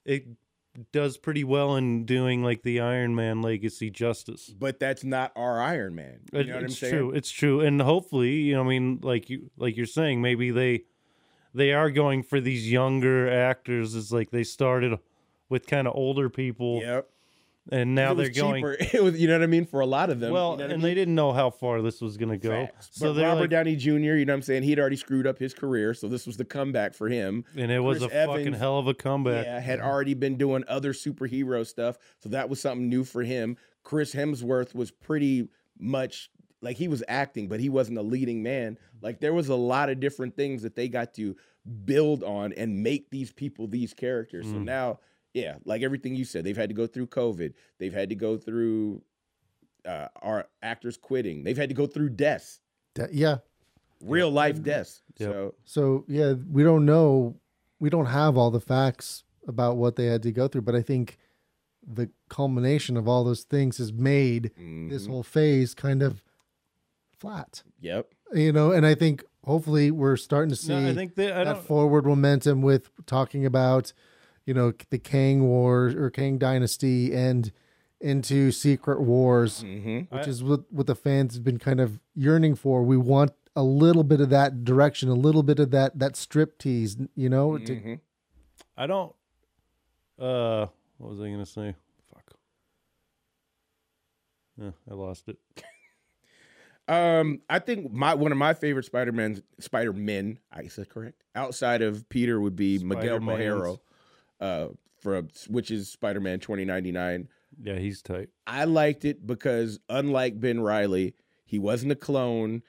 [SPEAKER 2] it does pretty well in doing like the Iron Man legacy justice.
[SPEAKER 4] But that's not our Iron Man. You
[SPEAKER 2] It-
[SPEAKER 4] know what I'm
[SPEAKER 2] it's
[SPEAKER 4] saying?
[SPEAKER 2] true. It's true. And hopefully, you know, I mean, like you like you're saying, maybe they they are going for these younger actors. It's like they started with kind of older people
[SPEAKER 4] Yep.
[SPEAKER 2] and now
[SPEAKER 4] It was
[SPEAKER 2] they're going.
[SPEAKER 4] cheaper, it was- you know what I mean, for a lot of them.
[SPEAKER 2] Well,
[SPEAKER 4] you know what I
[SPEAKER 2] and
[SPEAKER 4] mean?
[SPEAKER 2] they didn't know how far this was going to go.
[SPEAKER 4] Facts.
[SPEAKER 2] So
[SPEAKER 4] but
[SPEAKER 2] they're
[SPEAKER 4] Robert
[SPEAKER 2] like,
[SPEAKER 4] Downey Jr., you know what I'm saying? He'd already screwed up his career, so this was the comeback for him.
[SPEAKER 2] and it was
[SPEAKER 4] Chris
[SPEAKER 2] a fucking
[SPEAKER 4] Evans-
[SPEAKER 2] hell of a comeback.
[SPEAKER 4] Yeah, had already been doing other superhero stuff, so that was something new for him. Chris Hemsworth was pretty much like he was acting, but he wasn't a leading man. Like there was a lot of different things that they got to build on and make these people these characters. So
[SPEAKER 2] Mm.
[SPEAKER 4] now, yeah, like everything you said, they've had to go through COVID. They've had to go through uh, our actors quitting. They've had to go through deaths,
[SPEAKER 3] That- yeah.
[SPEAKER 4] real life deaths.
[SPEAKER 2] Yep.
[SPEAKER 4] So
[SPEAKER 3] So yeah, we don't know. We don't have all the facts about what they had to go through, but I think the culmination of all those things has made this
[SPEAKER 2] Mm-hmm.
[SPEAKER 4] mhm,
[SPEAKER 3] whole phase kind of flat.
[SPEAKER 4] yep.
[SPEAKER 3] You know, and I think hopefully we're starting to see
[SPEAKER 2] No, I think they, I
[SPEAKER 3] that
[SPEAKER 2] don't.
[SPEAKER 3] forward momentum with talking about, you know, the Kang War or Kang Dynasty and into Secret Wars,
[SPEAKER 4] hmm
[SPEAKER 3] which
[SPEAKER 2] Mm-hmm. I-
[SPEAKER 3] is what, what the fans have been kind of yearning for. We want a little bit of that direction, a little bit of that that strip tease, you know, to
[SPEAKER 4] Mhm.
[SPEAKER 2] I don't. Uh, what was I going to say? Fuck. Yeah, I lost it.
[SPEAKER 4] Um, I think my one of my favorite Spider Man's Spider Men, I said correct, outside of Peter would be Miguel
[SPEAKER 2] Spider-Mans.
[SPEAKER 4] Mojero, uh, from which is Spider Man twenty ninety nine.
[SPEAKER 2] Yeah, he's tight.
[SPEAKER 4] I liked it because unlike Ben Riley, he wasn't a clone.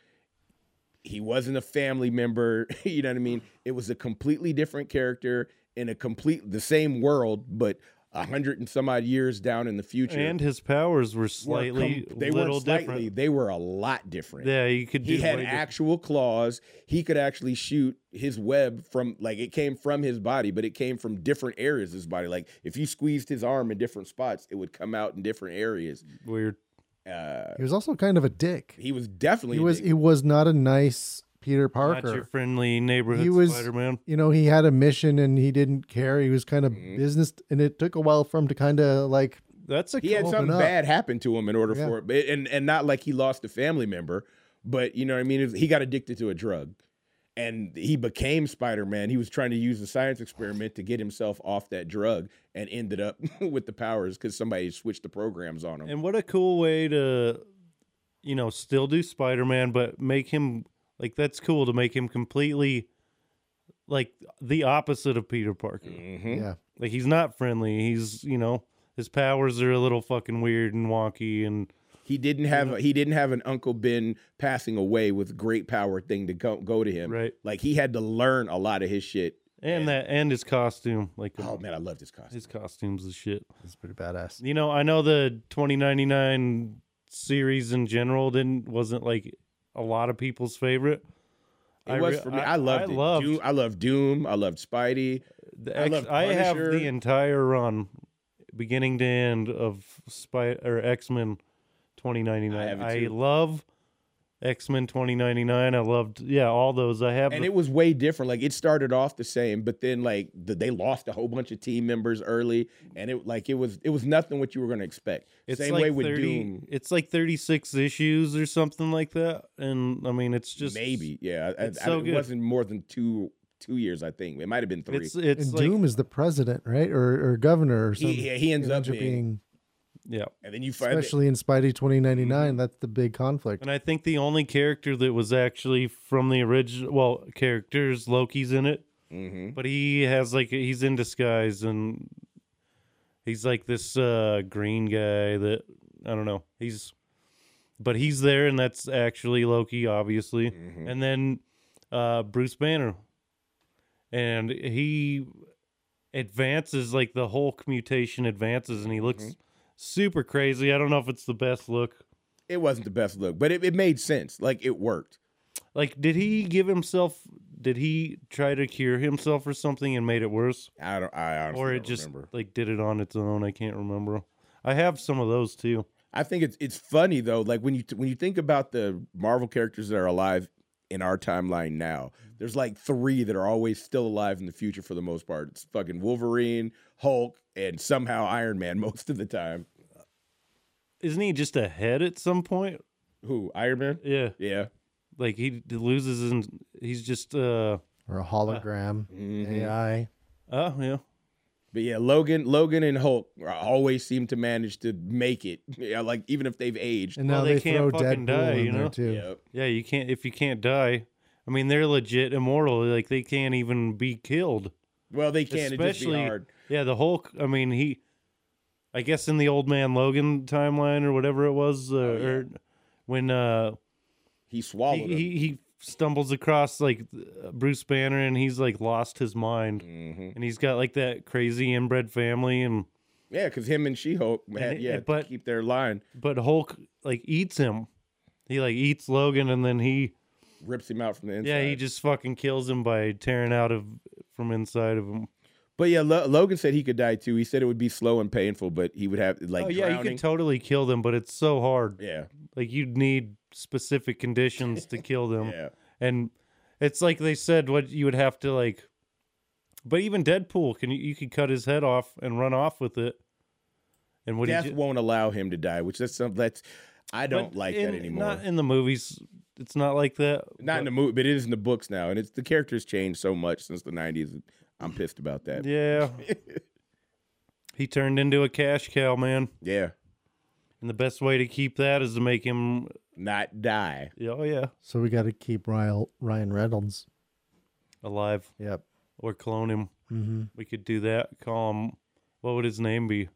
[SPEAKER 4] He wasn't a family member. You know what I mean? It was a completely different character in a complete the same world, but a hundred and some odd years down in the future.
[SPEAKER 2] And his powers were
[SPEAKER 4] were com-
[SPEAKER 2] slightly,
[SPEAKER 4] they
[SPEAKER 2] little
[SPEAKER 4] weren't slightly,
[SPEAKER 2] different.
[SPEAKER 4] they were a lot different.
[SPEAKER 2] Yeah, you could do.
[SPEAKER 4] he had
[SPEAKER 2] way different-
[SPEAKER 4] actual claws. He could actually shoot his web from like it came from his body, but it came from different areas of his body. Like if you squeezed his arm in different spots, it would come out in different areas.
[SPEAKER 2] weird.
[SPEAKER 4] Uh,
[SPEAKER 2] Mm-hmm.
[SPEAKER 3] he was also kind of a dick.
[SPEAKER 4] he was definitely
[SPEAKER 3] He
[SPEAKER 4] a
[SPEAKER 3] was
[SPEAKER 4] dick.
[SPEAKER 3] he was not a nice Peter Parker.
[SPEAKER 2] Not your friendly neighborhood
[SPEAKER 3] He was-
[SPEAKER 2] Spider-Man.
[SPEAKER 3] you know, he had a mission and he didn't care. He was kind of
[SPEAKER 2] Mm-hmm.
[SPEAKER 4] Mhm.
[SPEAKER 3] business, and it took a while for him to kind of like,
[SPEAKER 2] That's a
[SPEAKER 4] he had
[SPEAKER 3] open
[SPEAKER 4] something
[SPEAKER 3] up.
[SPEAKER 4] bad happen to him in order
[SPEAKER 3] Yeah.
[SPEAKER 4] for it, but- and and not like he lost a family member, but you know what I mean. It was- He got addicted to a drug, and he became Spider Man. He was trying to use the science experiment to get himself off that drug, and ended up with the powers because somebody switched the programs on him.
[SPEAKER 2] And what a cool way to, you know, still do Spider Man, but make him like that's cool to make him completely like the opposite of Peter Parker.
[SPEAKER 4] Mhm.
[SPEAKER 3] yeah,
[SPEAKER 2] Like he's not friendly. He's you know his powers are a little fucking weird and wonky, and
[SPEAKER 4] He didn't have he didn't have an Uncle Ben passing away with great power thing to go, go to him.
[SPEAKER 2] Right.
[SPEAKER 4] Like he had to learn a lot of his shit.
[SPEAKER 2] and that and his costume like.
[SPEAKER 4] Oh man, I love this costume.
[SPEAKER 2] His costume's the shit.
[SPEAKER 3] it's pretty badass.
[SPEAKER 2] You know, I know the 2099 series in general didn't wasn't like a lot of people's favorite.
[SPEAKER 4] It
[SPEAKER 2] I
[SPEAKER 4] was
[SPEAKER 2] re-
[SPEAKER 4] for me.
[SPEAKER 2] I-
[SPEAKER 4] I, loved
[SPEAKER 2] I
[SPEAKER 4] it.
[SPEAKER 2] loved-
[SPEAKER 4] Doom, I loved Doom. I loved Spidey.
[SPEAKER 2] The
[SPEAKER 4] I
[SPEAKER 2] X-
[SPEAKER 4] love
[SPEAKER 2] I have the
[SPEAKER 4] Punisher.
[SPEAKER 2] entire run, beginning to end of Spy or X Men, twenty ninety
[SPEAKER 4] I have
[SPEAKER 2] nine.
[SPEAKER 4] it
[SPEAKER 2] I,
[SPEAKER 4] too.
[SPEAKER 2] love X Men twenty ninety nine. I loved yeah all those. I have
[SPEAKER 4] And
[SPEAKER 2] the-
[SPEAKER 4] it was way different. Like it started off the same, but then like the, they lost a whole bunch of team members early, and it like it was it was nothing what you were going to expect.
[SPEAKER 2] it's
[SPEAKER 4] same
[SPEAKER 2] like
[SPEAKER 4] way with
[SPEAKER 2] 30
[SPEAKER 4] Doom.
[SPEAKER 2] It's like thirty six issues or something like that. And I mean, it's just
[SPEAKER 4] Maybe yeah. I- I-
[SPEAKER 2] it's
[SPEAKER 4] I-
[SPEAKER 2] so
[SPEAKER 4] it
[SPEAKER 2] good.
[SPEAKER 4] wasn't more than two two years. I think it might have been three.
[SPEAKER 2] It's it's
[SPEAKER 3] And
[SPEAKER 2] like,
[SPEAKER 3] Doom is the president, right, or or governor or
[SPEAKER 4] he,
[SPEAKER 3] something.
[SPEAKER 4] he- he ends up being,
[SPEAKER 2] yeah.
[SPEAKER 4] and then you find that-
[SPEAKER 3] especially in Spidey twenty That's the big conflict.
[SPEAKER 2] Mm-hmm. And I think the only character that was actually from the original well characters Loki's in it.
[SPEAKER 4] Mhm.
[SPEAKER 2] but he has like he's in disguise and he's like this uh green guy that i don't know he's but he's there and that's actually loki obviously and then uh bruce banner and he advances like the hulk mutation advances and he looks super crazy i don't know if it's the best look
[SPEAKER 4] it wasn't the best look, but it, it made sense. Like it worked.
[SPEAKER 2] like did he give himself did he try to cure himself or something and made it worse
[SPEAKER 4] I don't. I honestly
[SPEAKER 2] or
[SPEAKER 4] don't
[SPEAKER 2] it just
[SPEAKER 4] remember.
[SPEAKER 2] like did it on its own. I can't remember. I have some of those too.
[SPEAKER 4] I think it's it's funny though. Like when you when you think about the Marvel characters that are alive in our timeline now,
[SPEAKER 2] Mm-hmm.
[SPEAKER 4] there's like three that are always still alive in the future for the most part. It's fucking Wolverine, Hulk, and somehow Iron Man most of the time.
[SPEAKER 2] Isn't he just ahead at some point?
[SPEAKER 4] Who Iron Man?
[SPEAKER 2] Yeah,
[SPEAKER 4] Yeah.
[SPEAKER 2] like he d- loses and he's just uh
[SPEAKER 3] Or a hologram,
[SPEAKER 4] Mhm.
[SPEAKER 3] AI.
[SPEAKER 2] oh yeah.
[SPEAKER 4] But yeah, Logan, Logan and Hulk always seem to manage to make it. Yeah, like even if they've aged.
[SPEAKER 3] And now
[SPEAKER 2] Well,
[SPEAKER 3] they,
[SPEAKER 2] they
[SPEAKER 3] throw
[SPEAKER 2] can't fucking
[SPEAKER 3] Deadpool
[SPEAKER 2] die,
[SPEAKER 3] in
[SPEAKER 2] you
[SPEAKER 3] there
[SPEAKER 2] know?
[SPEAKER 3] too.
[SPEAKER 4] Yep.
[SPEAKER 2] Yeah, you can't if you can't die. I mean, they're legit immortal. Like they can't even be killed.
[SPEAKER 4] Well, they can. It'd just be
[SPEAKER 2] Especially-
[SPEAKER 4] hard.
[SPEAKER 2] Yeah, the Hulk. I mean, he. I guess in the old man Logan timeline or whatever it was, uh,
[SPEAKER 4] Oh, yeah.
[SPEAKER 2] or when uh,
[SPEAKER 4] He
[SPEAKER 2] he,
[SPEAKER 4] swallowed
[SPEAKER 2] he he stumbles across like uh, Bruce Banner and he's like lost his mind
[SPEAKER 4] him. hmm
[SPEAKER 2] and he's got like that crazy inbred family and
[SPEAKER 4] Yeah, because him and She Hulk had
[SPEAKER 2] it-
[SPEAKER 4] yeah
[SPEAKER 2] but-
[SPEAKER 4] to keep their line.
[SPEAKER 2] but Hulk like eats him. He like eats Logan and then he
[SPEAKER 4] Rips him out from the inside.
[SPEAKER 2] yeah he just fucking kills him by tearing out of from inside of him.
[SPEAKER 4] But yeah, Lo- Logan said he could die too. He said it would be slow and painful, but he would have like
[SPEAKER 2] oh yeah, you
[SPEAKER 4] drowning.
[SPEAKER 2] could totally kill them, but it's so hard.
[SPEAKER 4] yeah,
[SPEAKER 2] Like you'd need specific conditions to kill them.
[SPEAKER 4] yeah.
[SPEAKER 2] and it's like they said what you would have to like but even deadpool can you, you could cut his head off and run off with it and what
[SPEAKER 4] Death
[SPEAKER 2] he ju-
[SPEAKER 4] won't allow him to die, which that's some that's I
[SPEAKER 2] but
[SPEAKER 4] don't like
[SPEAKER 2] in-
[SPEAKER 4] that anymore.
[SPEAKER 2] not in the movies it's not like that
[SPEAKER 4] Not in the movie, but it is in the books now, and it's the characters changed so much since the '90s. I'm pissed about that. Yeah,
[SPEAKER 2] yeah he turned into a cash cow man and the best way to keep that is to make him
[SPEAKER 4] not die.
[SPEAKER 2] oh yeah
[SPEAKER 3] So we got to keep Ryle, Ryan Reynolds.
[SPEAKER 2] alive
[SPEAKER 3] Yep.
[SPEAKER 2] or clone him
[SPEAKER 3] hmm
[SPEAKER 2] we could do that call him what would his name be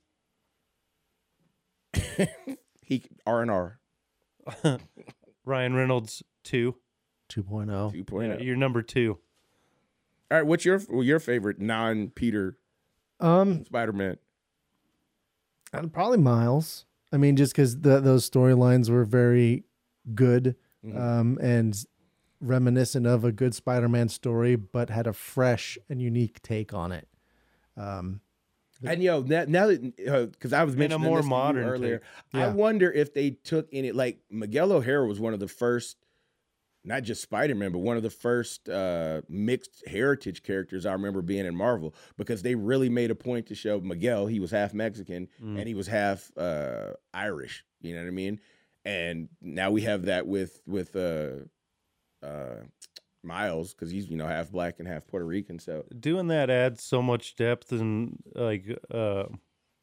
[SPEAKER 4] He R and R
[SPEAKER 2] ryan reynolds 2
[SPEAKER 3] 2.0.
[SPEAKER 4] two point oh.
[SPEAKER 2] you're number 2
[SPEAKER 4] All right, what's your well, your favorite non Peter
[SPEAKER 3] Um,
[SPEAKER 4] Spider Man?
[SPEAKER 3] and probably Miles. I mean, just because those storylines were very good
[SPEAKER 2] Mm-hmm.
[SPEAKER 3] um, and reminiscent of a good Spider-Man story, but had a fresh and unique take on it. Um,
[SPEAKER 4] And yo, now, now that because I was
[SPEAKER 2] And a
[SPEAKER 4] mentioning
[SPEAKER 2] more
[SPEAKER 4] this to you
[SPEAKER 2] modern
[SPEAKER 4] earlier, I
[SPEAKER 3] Yeah.
[SPEAKER 4] wonder if they took in it like Miguel O'Hara was one of the first, not just Spider Man, but one of the first uh, mixed heritage characters I remember being in Marvel because they really made a point to show Miguel he was half Mexican
[SPEAKER 2] Mm.
[SPEAKER 4] and he was half uh, Irish. You know what I mean? And now we have that with with uh, uh, Miles because he's you know half black and half Puerto Rican. So
[SPEAKER 2] doing that adds so much depth and like uh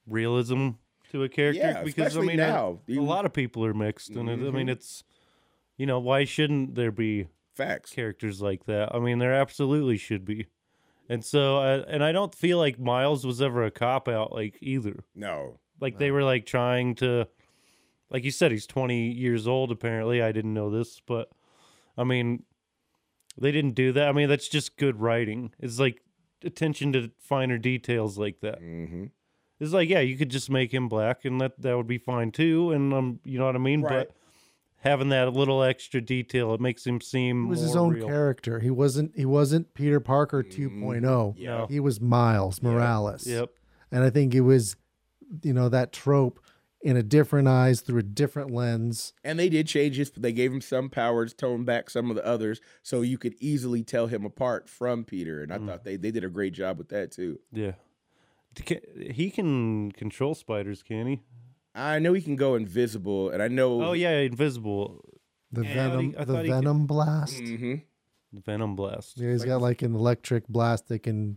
[SPEAKER 2] realism to a character
[SPEAKER 4] yeah,
[SPEAKER 2] because I
[SPEAKER 4] especially
[SPEAKER 2] mean a-
[SPEAKER 4] now
[SPEAKER 2] a lot of people are mixed and it, I mean
[SPEAKER 4] Mhm.
[SPEAKER 2] it's you know why shouldn't there be
[SPEAKER 4] facts.
[SPEAKER 2] characters like that? I mean there absolutely should be. And so I, and I don't feel like Miles was ever a cop out like either.
[SPEAKER 4] No.
[SPEAKER 2] Like they were like trying to like you said he's 20 years old apparently. I didn't know this, but I mean they didn't do that. I mean that's just good writing. It's like attention to finer details like that.
[SPEAKER 4] Mm-hmm.
[SPEAKER 2] It's like yeah, you could just make him black and that that would be fine too and um you know what I mean,
[SPEAKER 4] Right.
[SPEAKER 2] but having that little extra detail it makes him seem
[SPEAKER 3] he was his
[SPEAKER 2] more
[SPEAKER 3] own
[SPEAKER 2] real.
[SPEAKER 3] character. He wasn't. He wasn't Peter Parker 2.0.
[SPEAKER 4] Yeah.
[SPEAKER 2] No.
[SPEAKER 3] He was Miles Morales.
[SPEAKER 2] Yep.
[SPEAKER 3] And I think it was, you know, that trope in a different eyes through a different lens.
[SPEAKER 4] And they did change his. They gave him some powers, toned back some of the others, so you could easily tell him apart from Peter. And I
[SPEAKER 2] Mm.
[SPEAKER 4] thought they they did a great job with that too.
[SPEAKER 2] Yeah. D- ca- He can control spiders, can he?
[SPEAKER 4] I know he can go invisible, and I know.
[SPEAKER 2] Oh yeah, invisible
[SPEAKER 3] The
[SPEAKER 2] Yeah, I thought
[SPEAKER 3] venom,
[SPEAKER 2] he- I
[SPEAKER 3] the
[SPEAKER 2] thought he could- Mm,
[SPEAKER 3] venom blast.
[SPEAKER 4] hmm
[SPEAKER 2] venom blast.
[SPEAKER 3] Yeah, he's got like an electric blast that can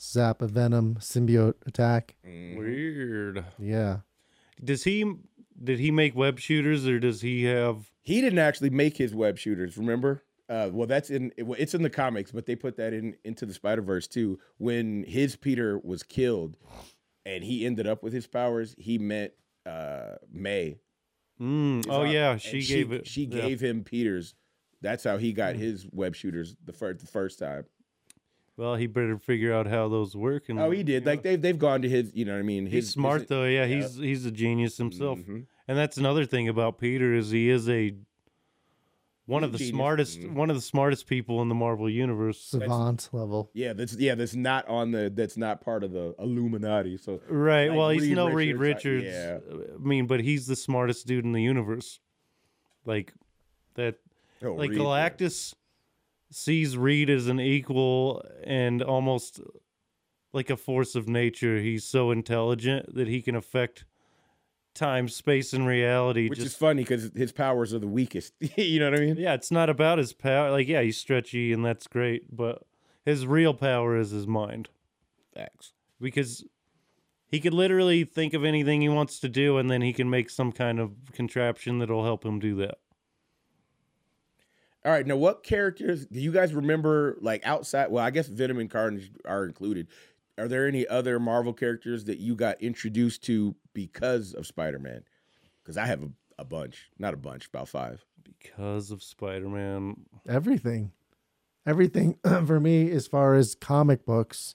[SPEAKER 3] zap a venom symbiote attack.
[SPEAKER 4] Mm-hmm.
[SPEAKER 2] Weird.
[SPEAKER 3] Yeah,
[SPEAKER 2] Mm-hmm. Does he did he make web shooters or does he have
[SPEAKER 4] He didn't actually make his web shooters. Remember? Uh, well, that's in it- well, it's in the comics, but they put that in into the Spider Verse too. When his Peter was killed, and he ended up with his powers, he met uh, May,
[SPEAKER 2] Mm,
[SPEAKER 4] is
[SPEAKER 2] oh
[SPEAKER 4] on-
[SPEAKER 2] yeah,
[SPEAKER 4] and
[SPEAKER 2] she, gave it. Mm.
[SPEAKER 4] She
[SPEAKER 2] yeah.
[SPEAKER 4] gave him Peters. That's how he got his web shooters the first the first time.
[SPEAKER 2] Well, he better figure out how those work. And
[SPEAKER 4] Oh, he did.
[SPEAKER 2] you know,
[SPEAKER 4] Like they've they've gone to his. You know what I mean?
[SPEAKER 2] Mm. he's
[SPEAKER 4] his,
[SPEAKER 2] smart
[SPEAKER 4] his-
[SPEAKER 2] though. Yeah,
[SPEAKER 4] yeah.
[SPEAKER 2] he's he's a genius himself.
[SPEAKER 4] Mhm.
[SPEAKER 2] And that's another thing about Peter is he is a one
[SPEAKER 4] He's
[SPEAKER 2] of the
[SPEAKER 4] a genius.
[SPEAKER 2] smartest
[SPEAKER 4] Mhm.
[SPEAKER 2] one of the smartest people in the Marvel universe.
[SPEAKER 3] savant level.
[SPEAKER 4] Yeah, that's yeah, that's not on the that's not part of the Illuminati. So
[SPEAKER 2] Right.
[SPEAKER 4] Like
[SPEAKER 2] well, he's
[SPEAKER 4] Reed
[SPEAKER 2] no Reed
[SPEAKER 4] Richards,
[SPEAKER 2] Richards.
[SPEAKER 4] I-
[SPEAKER 2] I mean, but he's the smartest dude in the universe. Like that
[SPEAKER 4] oh,
[SPEAKER 2] like
[SPEAKER 4] Reed,
[SPEAKER 2] Galactus sees Reed as an equal and almost like a force of nature. He's so intelligent that he can affect time, space, and reality.
[SPEAKER 4] which
[SPEAKER 2] just
[SPEAKER 4] is funny because his powers are the weakest. you know what I mean?
[SPEAKER 2] yeah, it's not about his power. Like yeah, he's stretchy and that's great, but his real power is his mind.
[SPEAKER 4] Facts.
[SPEAKER 2] because he could literally think of anything he wants to do and then he can make some kind of contraption that'll help him do that.
[SPEAKER 4] All right, now what characters do you guys remember? Like outside, well, I guess Venom and Carnage are included. Are there any other Marvel characters that you got introduced to because of Spider Man? Because I have a, a bunch, not a bunch, about five.
[SPEAKER 2] Because of Spider Man.
[SPEAKER 3] Everything, everything for me as far as comic books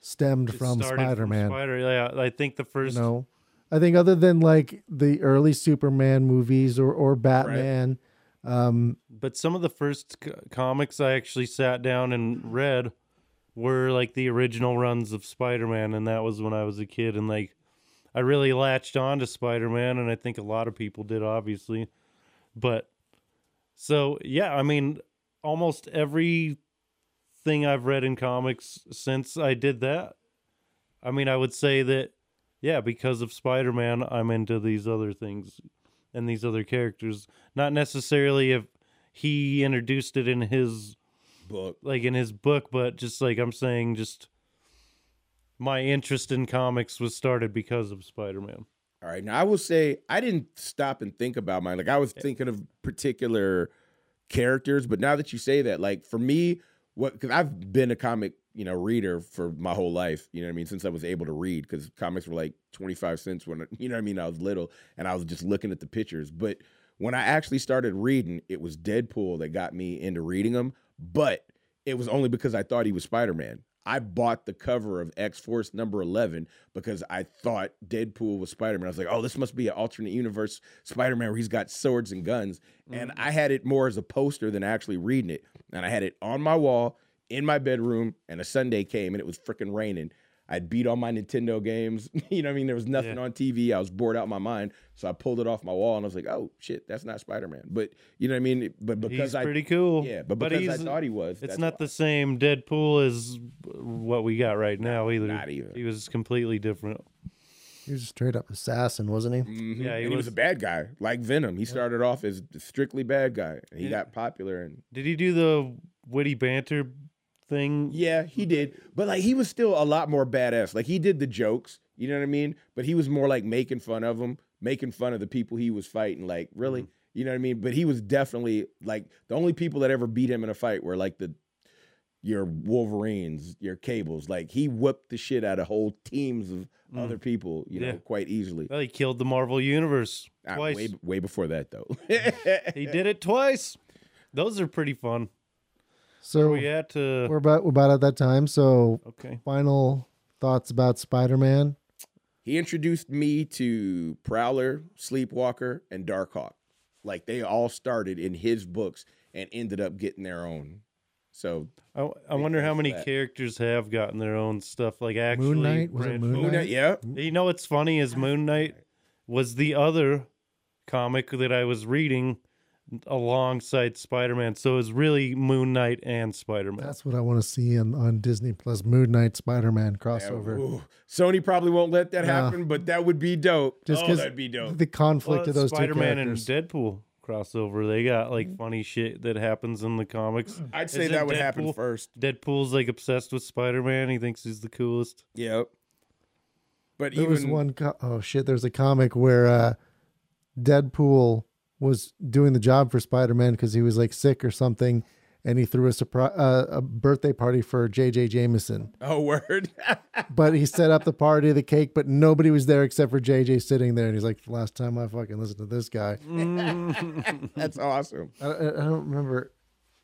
[SPEAKER 3] stemmed from Spider Man.
[SPEAKER 2] Spider, yeah. I think the first
[SPEAKER 3] you know i think other than like the early superman movies or or batman um
[SPEAKER 2] but some of the first c- comics I actually sat down and read were like the original runs of Spider-Man, and that was when I was a kid, and like I really latched on to Spider-Man, and I think a lot of people did, obviously. But so yeah, I mean, almost every thing I've read in comics since I did that, I mean, I would say that yeah, because of Spider-Man, I'm into these other things and these other characters not necessarily if he introduced it in his
[SPEAKER 4] Book.
[SPEAKER 2] like in his book but just like i'm saying just my interest in comics was started because of spider-man
[SPEAKER 4] All right, now I will say I didn't stop and think about mine. Like I was thinking of particular characters, but now that you say that, like for me, what because I've been a comic, you know, reader for my whole life. You know what I mean? Since I was able to read, because comics were like twenty five cents when you know what I mean. I was little, and I was just looking at the pictures. But when I actually started reading, it was Deadpool that got me into reading them. But it was only because I thought he was Spider Man. I bought the cover of X Force number 11 because I thought Deadpool was Spider Man. I was like, oh, this must be an alternate universe Spider Man where he's got swords and guns. And
[SPEAKER 2] Mm-hmm.
[SPEAKER 4] I had it more as a poster than actually reading it. And I had it on my wall in my bedroom. And a Sunday came and it was freaking raining. I'd beat all my Nintendo games. you know what I mean? There was nothing
[SPEAKER 2] Yeah.
[SPEAKER 4] on TV. I was bored out of my mind. So I pulled it off my wall and I was like, oh, shit, that's not Spider Man. But you know what I mean? But because
[SPEAKER 2] he's
[SPEAKER 4] I.
[SPEAKER 2] pretty cool
[SPEAKER 4] yeah, but because I
[SPEAKER 2] he's
[SPEAKER 4] thought he was.
[SPEAKER 2] it's
[SPEAKER 4] that's
[SPEAKER 2] not the same deadpool as what we got right now either
[SPEAKER 4] not even.
[SPEAKER 2] he was completely different
[SPEAKER 3] he was a straight up assassin wasn't he
[SPEAKER 4] Mhm.
[SPEAKER 2] Yeah, he
[SPEAKER 4] and he was
[SPEAKER 2] was-
[SPEAKER 4] a bad guy, like Venom. He started off as strictly bad guy, and he
[SPEAKER 2] Yeah.
[SPEAKER 4] got popular. And
[SPEAKER 2] did he do the witty banter thing
[SPEAKER 4] yeah, he did, but like he was still a lot more badass. Like he did the jokes, you know what I mean? But he was more like making fun of them, making fun of the people he was fighting. Like really, you know what I mean? But he was definitely like the only people that ever beat him in a fight were like the your Wolverines, your Cables. Like he whipped the shit out of whole teams of
[SPEAKER 2] Mm.
[SPEAKER 4] other people, you
[SPEAKER 2] Yeah.
[SPEAKER 4] know, quite easily.
[SPEAKER 2] well, he killed the marvel universe
[SPEAKER 4] Ah,
[SPEAKER 2] twice
[SPEAKER 4] way, way before that though.
[SPEAKER 2] he did it twice those are pretty fun
[SPEAKER 3] so
[SPEAKER 2] we had to
[SPEAKER 3] we're about we're about at that time so
[SPEAKER 2] okay
[SPEAKER 3] final thoughts about spider-man
[SPEAKER 4] He introduced me to Prowler, Sleepwalker, and Darkhawk. Like they all started in his books and ended up getting their own. So
[SPEAKER 2] I, I
[SPEAKER 4] Big
[SPEAKER 2] wonder how
[SPEAKER 4] thanks for
[SPEAKER 2] many
[SPEAKER 4] that.
[SPEAKER 2] characters have gotten their own stuff. Like actually,
[SPEAKER 3] Knight? Was it
[SPEAKER 2] branched-
[SPEAKER 3] Moon
[SPEAKER 4] Moon Knight,
[SPEAKER 3] Knight?
[SPEAKER 4] yeah.
[SPEAKER 2] You know what's funny is Moon Knight was the other comic that I was reading alongside Spider Man. So it was really Moon Knight and Spider Man.
[SPEAKER 3] that's what i want to see on, on disney plus moon knight spider-man crossover
[SPEAKER 4] Ooh, Sony probably won't let that
[SPEAKER 3] No.
[SPEAKER 4] happen, but that would be dope.
[SPEAKER 3] Just
[SPEAKER 4] oh,
[SPEAKER 3] 'cause
[SPEAKER 4] that'd be dope.
[SPEAKER 3] the conflict of those
[SPEAKER 2] Spider Man
[SPEAKER 3] two
[SPEAKER 2] and
[SPEAKER 3] characters
[SPEAKER 2] Deadpool crossover. They got like funny shit that happens in the comics.
[SPEAKER 4] I'd say
[SPEAKER 2] Isn't
[SPEAKER 4] that would happen
[SPEAKER 2] Deadpool-
[SPEAKER 4] first.
[SPEAKER 2] Deadpool's like obsessed with Spider Man. He thinks he's the coolest.
[SPEAKER 4] Yep. But
[SPEAKER 3] There
[SPEAKER 4] even
[SPEAKER 3] was one. Co- oh shit! There's a comic where uh, Deadpool was doing the job for Spider Man because he was like sick or something, and he threw a surprise uh, a birthday party for J.J. Jameson.
[SPEAKER 4] oh word.
[SPEAKER 3] But he set up the party, the cake, but nobody was there except for J.J. sitting there, and he's like, "Last time I fucking listened to this guy."
[SPEAKER 4] That's awesome.
[SPEAKER 3] I, I I don't remember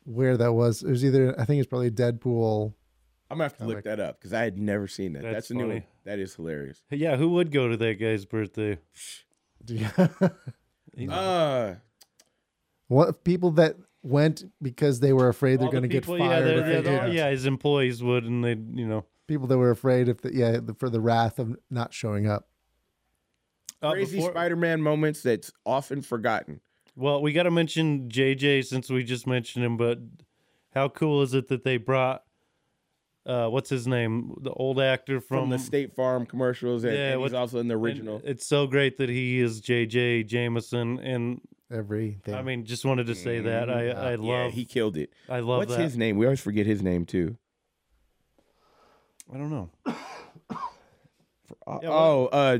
[SPEAKER 3] where that was. It was either I think it's probably Deadpool.
[SPEAKER 4] I'm gonna have to look that up because I had never seen that. That's,
[SPEAKER 2] That's
[SPEAKER 4] a new one.
[SPEAKER 2] funny.
[SPEAKER 4] That is hilarious.
[SPEAKER 2] Yeah, who would go to that guy's birthday?
[SPEAKER 4] Uh
[SPEAKER 3] what people that went because they were afraid they're
[SPEAKER 2] All the
[SPEAKER 3] going to get
[SPEAKER 2] people-
[SPEAKER 3] fired.
[SPEAKER 2] yeah, they're-
[SPEAKER 3] if they
[SPEAKER 2] yeah,
[SPEAKER 3] did
[SPEAKER 2] they're- yeah, his employees would, and they, would you know,
[SPEAKER 3] people that were afraid if the, yeah the, for the wrath of not showing up.
[SPEAKER 2] Uh,
[SPEAKER 4] crazy
[SPEAKER 2] before-
[SPEAKER 4] Spider-Man moments that's often forgotten.
[SPEAKER 2] Well, we got to mention JJ since we just mentioned him, but how cool is it that they brought uh, what's his name, the old actor
[SPEAKER 4] from,
[SPEAKER 2] from,
[SPEAKER 4] the State Farm commercials, and,
[SPEAKER 2] Yeah,
[SPEAKER 4] and he's
[SPEAKER 2] what-
[SPEAKER 4] also in the
[SPEAKER 2] and uh,
[SPEAKER 4] original.
[SPEAKER 2] It's so great that he is JJ Jameson, and
[SPEAKER 3] Everything.
[SPEAKER 2] I mean, just wanted to say that I I love
[SPEAKER 4] yeah, he killed it.
[SPEAKER 2] I love
[SPEAKER 4] What's
[SPEAKER 2] that.
[SPEAKER 4] his name? We always forget his name too.
[SPEAKER 2] I don't know.
[SPEAKER 4] Uh,
[SPEAKER 2] Yeah, what-
[SPEAKER 4] oh, uh,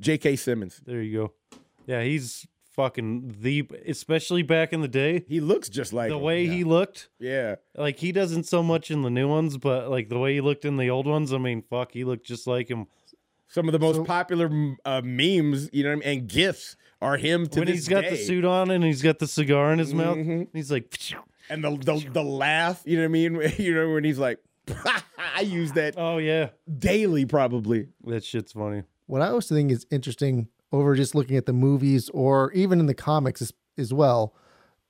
[SPEAKER 4] J.K. Simmons.
[SPEAKER 2] There you go. Yeah, he's fucking the especially back in the day.
[SPEAKER 4] He looks just like
[SPEAKER 2] the
[SPEAKER 4] him.
[SPEAKER 2] way he looked,
[SPEAKER 4] Yeah,
[SPEAKER 2] like he doesn't so much in the new ones, but like the way he looked in the old ones, I mean, fuck, he looked just like him.
[SPEAKER 4] some of the most
[SPEAKER 3] So-
[SPEAKER 4] popular mm, uh, memes, you know, what I mean, and gifs are him to
[SPEAKER 2] when
[SPEAKER 4] this
[SPEAKER 2] he's got the
[SPEAKER 4] day.
[SPEAKER 2] suit on and he's got the cigar in his mouth,
[SPEAKER 4] Mhm.
[SPEAKER 2] and he's like,
[SPEAKER 4] and the, the the laugh. You know what I mean? you know when he's like, I use that
[SPEAKER 2] "Oh yeah,
[SPEAKER 4] daily, probably.
[SPEAKER 2] that shit's funny."
[SPEAKER 3] What I also think is interesting over just looking at the movies or even in the comics as, as well,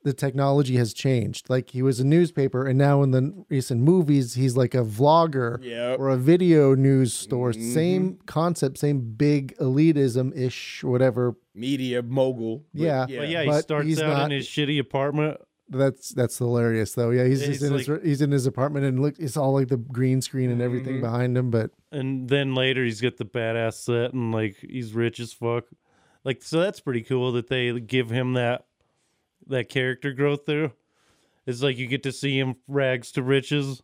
[SPEAKER 3] the technology has changed. Like he was a newspaper, and now in the recent movies, he's like a vlogger
[SPEAKER 4] Yep.
[SPEAKER 3] or a video news store.
[SPEAKER 2] Mm-hmm.
[SPEAKER 3] Same concept, same big elitism ish or whatever.
[SPEAKER 4] Media mogul. but
[SPEAKER 3] Yeah.
[SPEAKER 4] yeah.
[SPEAKER 2] But yeah, he
[SPEAKER 3] But
[SPEAKER 2] starts
[SPEAKER 3] he's
[SPEAKER 2] out
[SPEAKER 3] not-
[SPEAKER 2] in his shitty apartment.
[SPEAKER 3] That's that's hilarious though. Yeah, he's
[SPEAKER 2] Yeah,
[SPEAKER 3] just
[SPEAKER 2] he's
[SPEAKER 3] in his he's in his apartment and look, it's all like the green screen and everything
[SPEAKER 2] Mm-hmm.
[SPEAKER 3] behind him. But
[SPEAKER 2] and then later he's got the badass set and like he's rich as fuck like so that's pretty cool that they give him that that character growth there it's like you get to see him rags to riches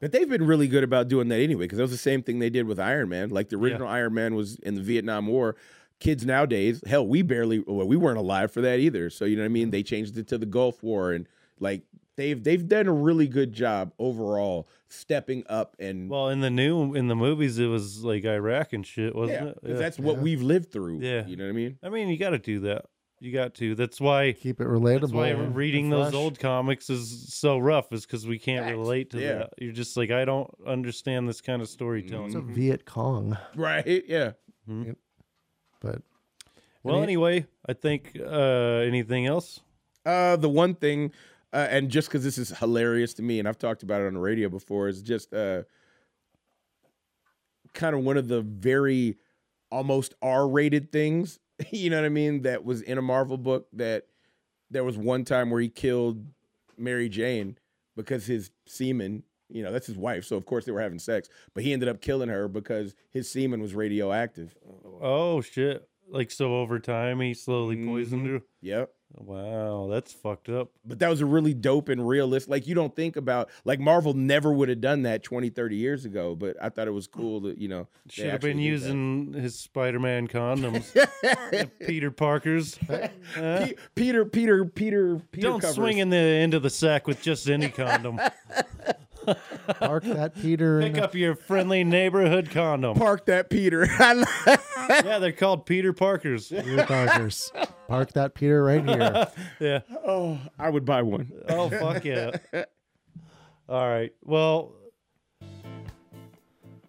[SPEAKER 4] But they've been really good about doing that anyway, because that was the same thing they did with Iron Man. Like the original Iron Man was in the Vietnam War. Kids nowadays, hell, we barely, well, we weren't alive for that either. So you know what I
[SPEAKER 2] Mm-hmm.
[SPEAKER 4] mean? They changed it to the Gulf War, and like they've they've done a really good job overall stepping up and
[SPEAKER 2] well in the new in the movies it was like iraq and shit wasn't
[SPEAKER 4] yeah,
[SPEAKER 2] it
[SPEAKER 4] 'cause that's what
[SPEAKER 3] Yeah.
[SPEAKER 4] we've lived through.
[SPEAKER 2] Yeah.
[SPEAKER 4] you know what I mean?
[SPEAKER 2] i mean you gotta do that you got to that's why
[SPEAKER 3] keep it relatable.
[SPEAKER 2] that's why
[SPEAKER 3] and
[SPEAKER 2] reading
[SPEAKER 3] fresh.
[SPEAKER 2] those old comics is so rough is because we can't
[SPEAKER 4] Facts.
[SPEAKER 2] relate to
[SPEAKER 4] Yeah.
[SPEAKER 2] that you're just like i don't understand this kind of storytelling
[SPEAKER 3] It's a Viet Cong,
[SPEAKER 4] Right? Yeah.
[SPEAKER 3] but
[SPEAKER 2] well anyway i think uh anything else
[SPEAKER 4] Uh, the one thing, uh, and just because this is hilarious to me, and I've talked about it on the radio before, is just uh, kind of one of the very almost R-rated things. You know what I mean? That was in a Marvel book. That there was one time where he killed Mary Jane because his semen. You know, that's his wife. So of course they were having sex, but he ended up killing her because his semen was radioactive.
[SPEAKER 2] Oh shit! Like so, over time he slowly
[SPEAKER 4] Mm-hmm.
[SPEAKER 2] poisoned her.
[SPEAKER 4] Yep.
[SPEAKER 2] Wow, that's fucked up.
[SPEAKER 4] but that was a really dope and realistic like you don't think about like marvel never would have done that 20 30 years ago but i thought it was cool that you know they
[SPEAKER 2] Should have
[SPEAKER 4] actually
[SPEAKER 2] been
[SPEAKER 4] did
[SPEAKER 2] using his Spider-Man condoms, Peter Parker's.
[SPEAKER 4] that.
[SPEAKER 2] Uh,
[SPEAKER 4] Pe- peter peter peter peter
[SPEAKER 2] don't
[SPEAKER 4] covers.
[SPEAKER 2] swing in the end of the sack with just any condom.
[SPEAKER 3] park that Peter.
[SPEAKER 2] Pick
[SPEAKER 3] and
[SPEAKER 2] up your friendly neighborhood condom.
[SPEAKER 4] park that peter i
[SPEAKER 2] Yeah, they're called Peter Parkers.
[SPEAKER 3] Peter Parkers. Park that Peter right here.
[SPEAKER 2] Yeah.
[SPEAKER 4] would buy one
[SPEAKER 2] Oh fuck yeah. All right. Well,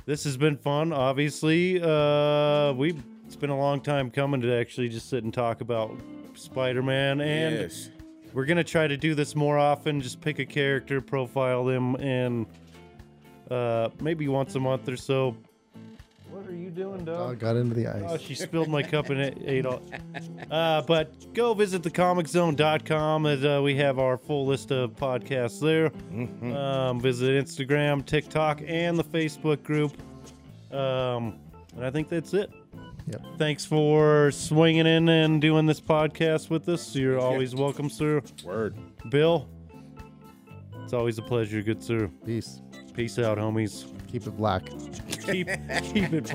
[SPEAKER 2] this has been fun. Obviously, uh, we it's been a long time coming to actually just sit and talk about Spider-Man, and
[SPEAKER 4] yes
[SPEAKER 2] we're gonna try to do this more often. Just pick a character, profile them, and uh, maybe once a month or so. What are you doing,
[SPEAKER 3] Oh,
[SPEAKER 2] dog?
[SPEAKER 3] got into the ice.
[SPEAKER 2] Oh, she spilled my cup and it ate all. Uh, but go visit thecomiczone.com as uh, we have our full list of podcasts there. Um, visit Instagram, TikTok, and the Facebook group. Um, and I think that's it.
[SPEAKER 3] Yep.
[SPEAKER 2] Thanks for swinging in and doing this podcast with us. You're always welcome, sir.
[SPEAKER 4] word
[SPEAKER 2] Bill, it's always a pleasure, good sir.
[SPEAKER 3] Peace.
[SPEAKER 2] Peace out, homies.
[SPEAKER 3] Keep it black.
[SPEAKER 2] Keep, keep it.